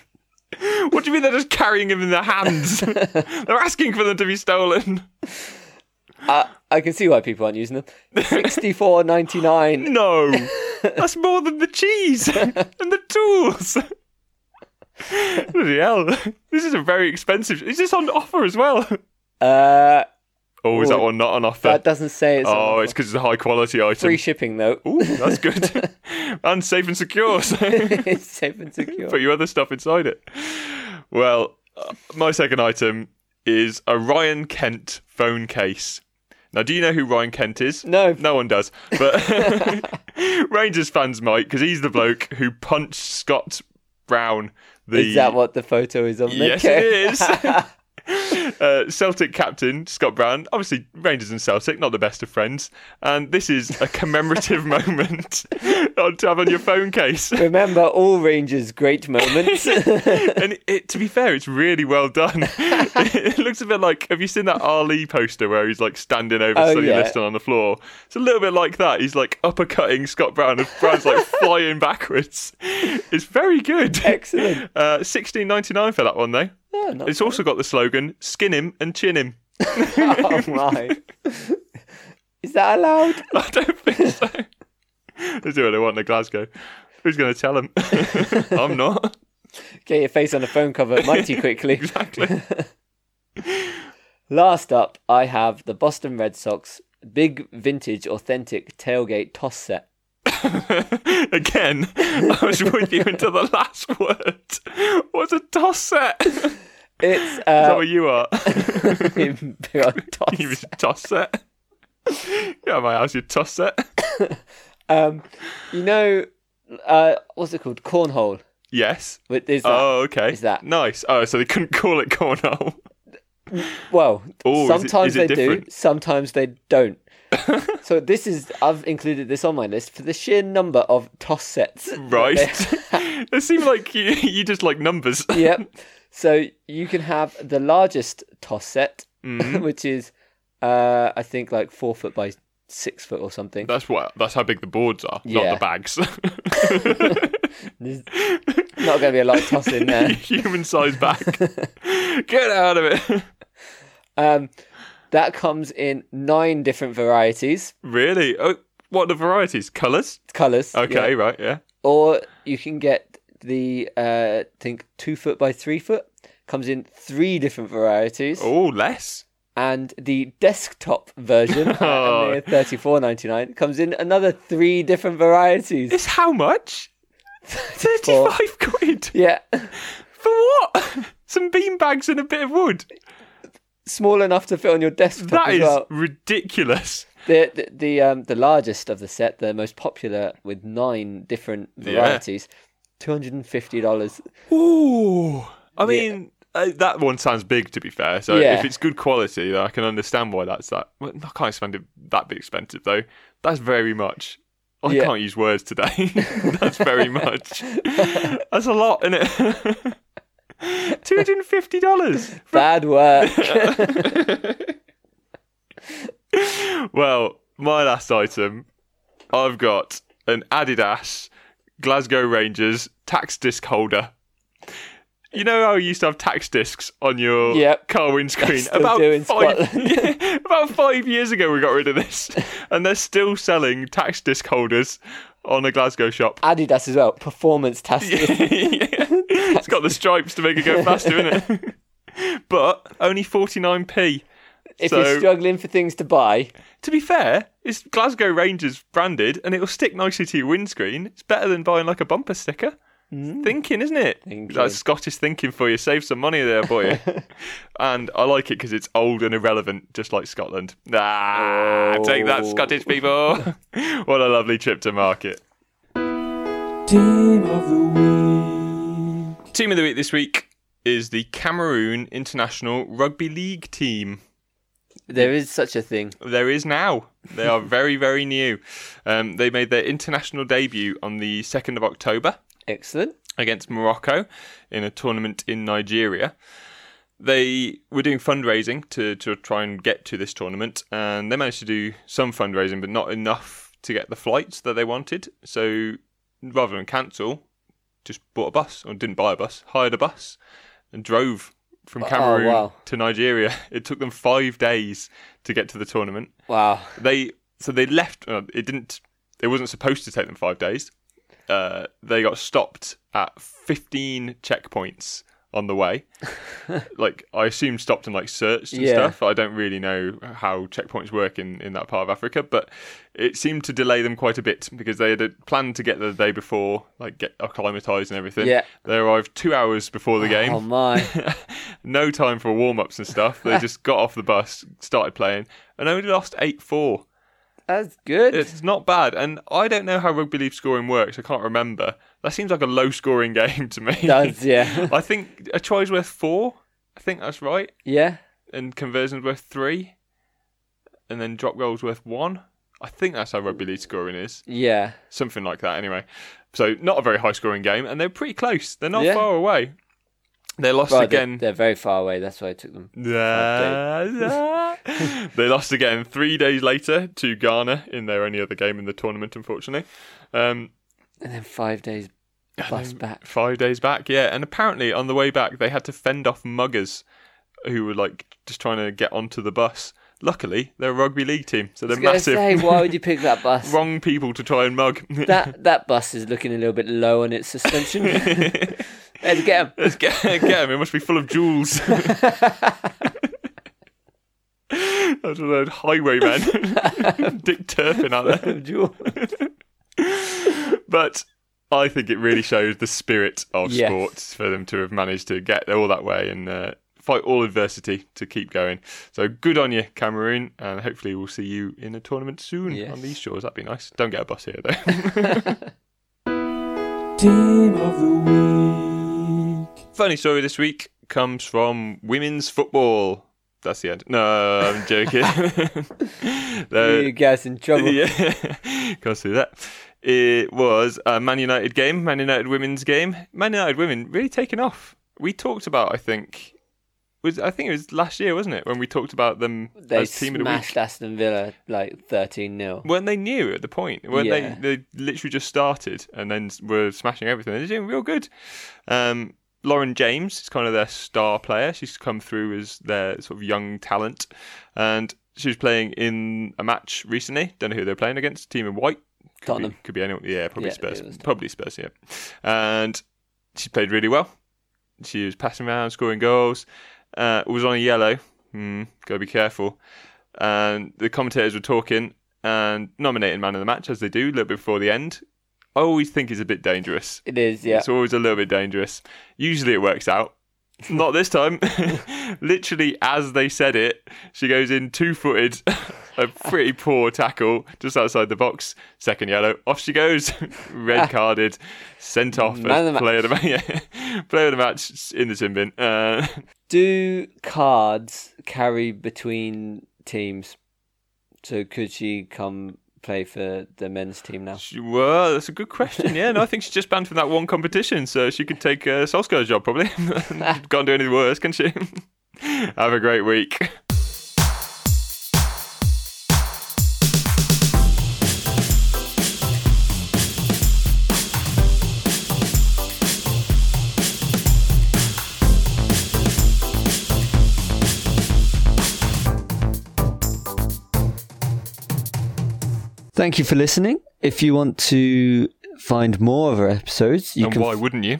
Speaker 1: what do you mean they're just carrying them in their hands? they're asking for them to be stolen.
Speaker 2: I, I can see why people aren't using them. Sixty-four ninety-nine.
Speaker 1: No, that's more than the cheese and the tools. Bloody hell, this is a very expensive. Is this on offer as well?
Speaker 2: Uh,
Speaker 1: Oh, is
Speaker 2: Ooh,
Speaker 1: that one not on offer?
Speaker 2: that doesn't say it's.
Speaker 1: oh, it's because it's a high quality item.
Speaker 2: free shipping though.
Speaker 1: Ooh, that's good and safe and secure. So
Speaker 2: it's safe and secure.
Speaker 1: put your other stuff inside it. Well, uh, my second item is a Ryan Kent phone case. Now, do you know who Ryan Kent is?
Speaker 2: No.
Speaker 1: No one does. But Rangers fans might, because he's the bloke who punched Scott Brown. The...
Speaker 2: Is that what the photo is on?
Speaker 1: Yes,
Speaker 2: there?
Speaker 1: it is. Uh, Celtic captain Scott Brown, obviously Rangers and Celtic, not the best of friends, and this is a commemorative moment on to have on your phone case.
Speaker 2: Remember all Rangers' great moments.
Speaker 1: and it, it, to be fair, it's really well done. it looks a bit like have you seen that Ali poster where he's like standing over
Speaker 2: Oh,
Speaker 1: Sonny
Speaker 2: yeah.
Speaker 1: Liston on the floor? It's a little bit like that. He's like uppercutting Scott Brown, and Brown's like flying backwards. It's very good.
Speaker 2: Excellent.
Speaker 1: Uh, Sixteen ninety nine for that one though.
Speaker 2: Oh, not-
Speaker 1: It's also got the slogan "Skin him and chin him."
Speaker 2: oh my. Is that allowed?
Speaker 1: I don't think so. They do what they want in Glasgow. Who's going to tell them? I'm not.
Speaker 2: Get your face on the phone cover mighty quickly.
Speaker 1: Exactly.
Speaker 2: Last up, I have the Boston Red Sox big vintage authentic tailgate toss set.
Speaker 1: Again, I was with you until the last word. What's a toss set?
Speaker 2: It's
Speaker 1: Is that
Speaker 2: uh,
Speaker 1: where you are?
Speaker 2: in Beyond Toss.
Speaker 1: you was toss set. yeah, my house, you toss set.
Speaker 2: Um, you know, uh, what's it called? Cornhole.
Speaker 1: Yes.
Speaker 2: But there's that.
Speaker 1: Oh, okay.
Speaker 2: is that-
Speaker 1: nice? Oh, so they couldn't call it cornhole.
Speaker 2: well,
Speaker 1: Oh, is it- is
Speaker 2: sometimes
Speaker 1: it
Speaker 2: they do,
Speaker 1: different?
Speaker 2: sometimes they don't. so this is I've included this on my list for the sheer number of toss sets. that
Speaker 1: Right.
Speaker 2: they-
Speaker 1: it seemed like you, you just like numbers.
Speaker 2: yep. So you can have the largest toss set,
Speaker 1: Mm-hmm.
Speaker 2: which is uh, I think like four foot by six foot or something.
Speaker 1: That's what. That's how big the boards are,
Speaker 2: Yeah.
Speaker 1: not the bags.
Speaker 2: There's not going to be a lot of toss in there.
Speaker 1: Human sized bag. Get out of it.
Speaker 2: Um, that comes in nine different varieties,
Speaker 1: Really? Oh, what are the varieties? Colors?
Speaker 2: colors.
Speaker 1: Okay, right, yeah.
Speaker 2: or you can get the uh think two foot by three foot comes in three different varieties
Speaker 1: Oh, less.
Speaker 2: and the desktop version at
Speaker 1: Oh.
Speaker 2: a mere 34.99 comes in another three different varieties
Speaker 1: It's how much? Thirty-five quid
Speaker 2: yeah
Speaker 1: for what? Some bean bags and a bit of wood.
Speaker 2: small enough to fit on your desktop
Speaker 1: That
Speaker 2: as
Speaker 1: is
Speaker 2: well
Speaker 1: ridiculous.
Speaker 2: the, the the um the largest of the set the most popular with nine different varieties $250
Speaker 1: Ooh. I mean, uh, that one sounds big to be fair. So
Speaker 2: Yeah.
Speaker 1: if it's good quality, then I can understand why that's that. Well, I can't spend it that bit expensive though. That's very much. I
Speaker 2: Yeah.
Speaker 1: can't use words today. that's very much. that's a lot, isn't it? Two hundred and fifty dollars.
Speaker 2: bad work
Speaker 1: Well, my last item, I've got an Adidas Glasgow Rangers tax disc holder. You know how you used to have tax discs on your
Speaker 2: Yep.
Speaker 1: car windscreen?
Speaker 2: still
Speaker 1: About
Speaker 2: do in
Speaker 1: five, about five years ago, we got rid of this, and they're still selling tax disc holders on a Glasgow shop.
Speaker 2: adidas as well performance tastic
Speaker 1: it's got the stripes to make it go faster, isn't it? But only 49p.
Speaker 2: if
Speaker 1: So-
Speaker 2: you're struggling for things to buy
Speaker 1: To be fair, it's Glasgow Rangers branded and it'll stick nicely to your windscreen. It's better than buying like a bumper sticker.
Speaker 3: Hmm.
Speaker 1: Thinking, isn't it?
Speaker 2: Thinking.
Speaker 1: That's Scottish thinking for you. Save some money there, boy. and I like it because it's old and irrelevant, just like Scotland. Ah, take that,
Speaker 2: Oh.
Speaker 1: Scottish people. what a lovely trip to market.
Speaker 3: Team of the week.
Speaker 1: Team of the week this week is the Cameroon International Rugby League team.
Speaker 2: There is such a thing.
Speaker 1: There is now. They are very, very new. Um, they made their international debut on the 2nd of October
Speaker 2: Excellent.
Speaker 1: against Morocco in a tournament in Nigeria. They were doing fundraising to, to try and get to this tournament, and they managed to do some fundraising, but not enough to get the flights that they wanted. So rather than cancel, just bought a bus, or didn't buy a bus, hired a bus, and drove from Cameroon
Speaker 2: wow.
Speaker 1: to Nigeria. It took them five days to get to the tournament
Speaker 2: Wow.
Speaker 1: they so they left. Uh, it didn't. It wasn't supposed to take them five days. Uh, they got stopped at fifteen checkpoints on the way. like I assume stopped and like searched and
Speaker 2: Yeah.
Speaker 1: stuff. I don't really know how checkpoints work in in that part of Africa, but it seemed to delay them quite a bit because they had uh, planned to get there the day before, like get acclimatized and everything.
Speaker 2: Yeah.
Speaker 1: They arrived two hours before the game
Speaker 2: Oh my.
Speaker 1: no time for warm ups and stuff. They just got off the bus, started playing, and only lost 8 4.
Speaker 2: That's good.
Speaker 1: It's not bad. And I don't know how rugby league scoring works. I can't remember. That seems like a low scoring game to me.
Speaker 2: Does yeah.
Speaker 1: I think a try's worth four. I think that's right.
Speaker 2: yeah.
Speaker 1: And conversions worth three. And then drop goals worth one. I think that's how rugby league scoring is.
Speaker 2: Yeah.
Speaker 1: Something like that, anyway. So, not a very high scoring game. And they're pretty close. They're not
Speaker 2: Yeah.
Speaker 1: far away. They lost
Speaker 2: Right, they're,
Speaker 1: again.
Speaker 2: they're very far away. That's why I took them.
Speaker 1: they lost again three days later to Ghana in their only other game in the tournament, unfortunately. Um,
Speaker 2: And then five days bus back.
Speaker 1: five days back, yeah. And apparently, on the way back, they had to fend off muggers who were like just trying to get onto the bus. Luckily, they're a rugby league team, so
Speaker 2: I
Speaker 1: they're
Speaker 2: was gonna
Speaker 1: massive.
Speaker 2: say, why would you pick that bus?
Speaker 1: Wrong people to try and mug.
Speaker 2: That that bus is looking a little bit low on its suspension. Let's get 'em.
Speaker 1: Let's get, get him. It must be full of jewels. I don't know, highwayman. Dick Turpin out there. but I think it really shows the spirit of
Speaker 2: Yes.
Speaker 1: sports for them to have managed to get all that way and uh, fight all adversity to keep going. So good on you, Cameroon, and hopefully we'll see you in a tournament soon
Speaker 2: Yes.
Speaker 1: on these shores. That'd be nice. Don't get a bus here though.
Speaker 3: Team of the week.
Speaker 1: Funny story this week comes from women's football. That's the end. No, I'm joking. The-
Speaker 2: you guys in trouble.
Speaker 1: Uh, Yeah, can't see that. It was a Man United game, Man United women's game. Man United women really taken off. We talked about, I think, was I think it was last year, wasn't it, when we talked about them
Speaker 2: They
Speaker 1: as team of the week?
Speaker 2: smashed Aston Villa like 13 0.
Speaker 1: Weren't they new at the point? Weren't
Speaker 2: Yeah.
Speaker 1: they? They literally just started and then s- were smashing everything. They're doing real good. Um, Lauren James is kind of their star player. She's come through as their sort of young talent, and she was playing in a match recently. Don't know who they're playing against. Team in white. Could
Speaker 2: Tottenham.
Speaker 1: Be, could be anyone. Yeah, probably
Speaker 2: Yeah,
Speaker 1: Spurs.
Speaker 2: it was Tottenham.
Speaker 1: Probably Spurs. Yeah, and she played really well. She was passing around, scoring goals. Uh, was on a yellow. Mm, gotta be careful. And the commentators were talking and nominating man of the match as they do a little bit before the end. I always think it's a bit dangerous.
Speaker 2: It is, yeah.
Speaker 1: It's always a little bit dangerous. Usually it works out. Not this time. Literally, as they said it, she goes in two footed, a pretty poor tackle just outside the box. Second yellow, off she goes. Red carded, sent off
Speaker 2: Ah. Man of
Speaker 1: as
Speaker 2: the
Speaker 1: player of the match. Yeah. Player of the match in the tin bin. Uh,
Speaker 2: Do cards carry between teams? So could she come play for the men's team now?
Speaker 1: she- well, that's a good question. Yeah, no, I think she's just banned from that one competition, so she could take uh, Solskjaer's job probably. Can't do anything worse, can she? Have a great week.
Speaker 2: Thank you for listening. If you want to find more of our episodes, you
Speaker 1: and
Speaker 2: can.
Speaker 1: why wouldn't you?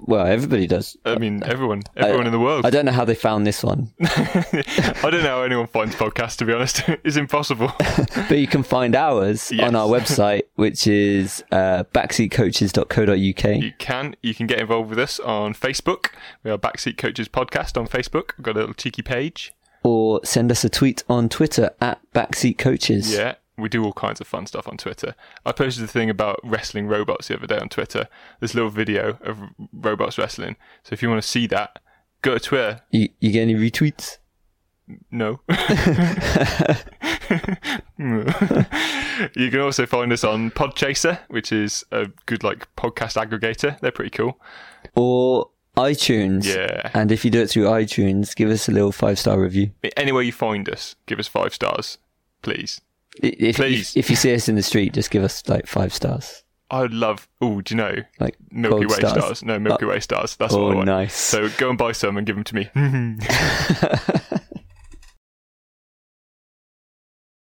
Speaker 2: Well, everybody does.
Speaker 1: I mean, everyone, everyone in the world.
Speaker 2: I don't know how they found this one,
Speaker 1: I don't know how anyone finds podcasts. To be honest, it's impossible.
Speaker 2: but you can find ours on our website, which is uh, backseatcoaches.co.uk.
Speaker 1: You can you can get involved with us on Facebook. We are Backseat Coaches Podcast on Facebook. We've got a little cheeky page.
Speaker 2: or send us a tweet on Twitter at Backseat Coaches.
Speaker 1: Yeah, we do all kinds of fun stuff on Twitter. I posted a thing about wrestling robots the other day on Twitter. This little video of r- robots wrestling. So if you want to see that, go to Twitter.
Speaker 2: You, you get any retweets?
Speaker 1: No. you can also find us on Podchaser, which is a good like podcast aggregator. They're pretty cool.
Speaker 2: Or iTunes?
Speaker 1: Yeah.
Speaker 2: And if you do it through iTunes, give us a little five star review.
Speaker 1: anywhere you find us, give us five stars, please.
Speaker 2: I- If,
Speaker 1: Please.
Speaker 2: If, if you see us in the street, just give us like five stars.
Speaker 1: I would love. Oh, do you know
Speaker 2: Like
Speaker 1: Milky
Speaker 2: gold Uh,
Speaker 1: Way stars. No, Milky Way stars. That's what I
Speaker 2: Oh,
Speaker 1: want.
Speaker 2: nice.
Speaker 1: So go and buy some and give them to me.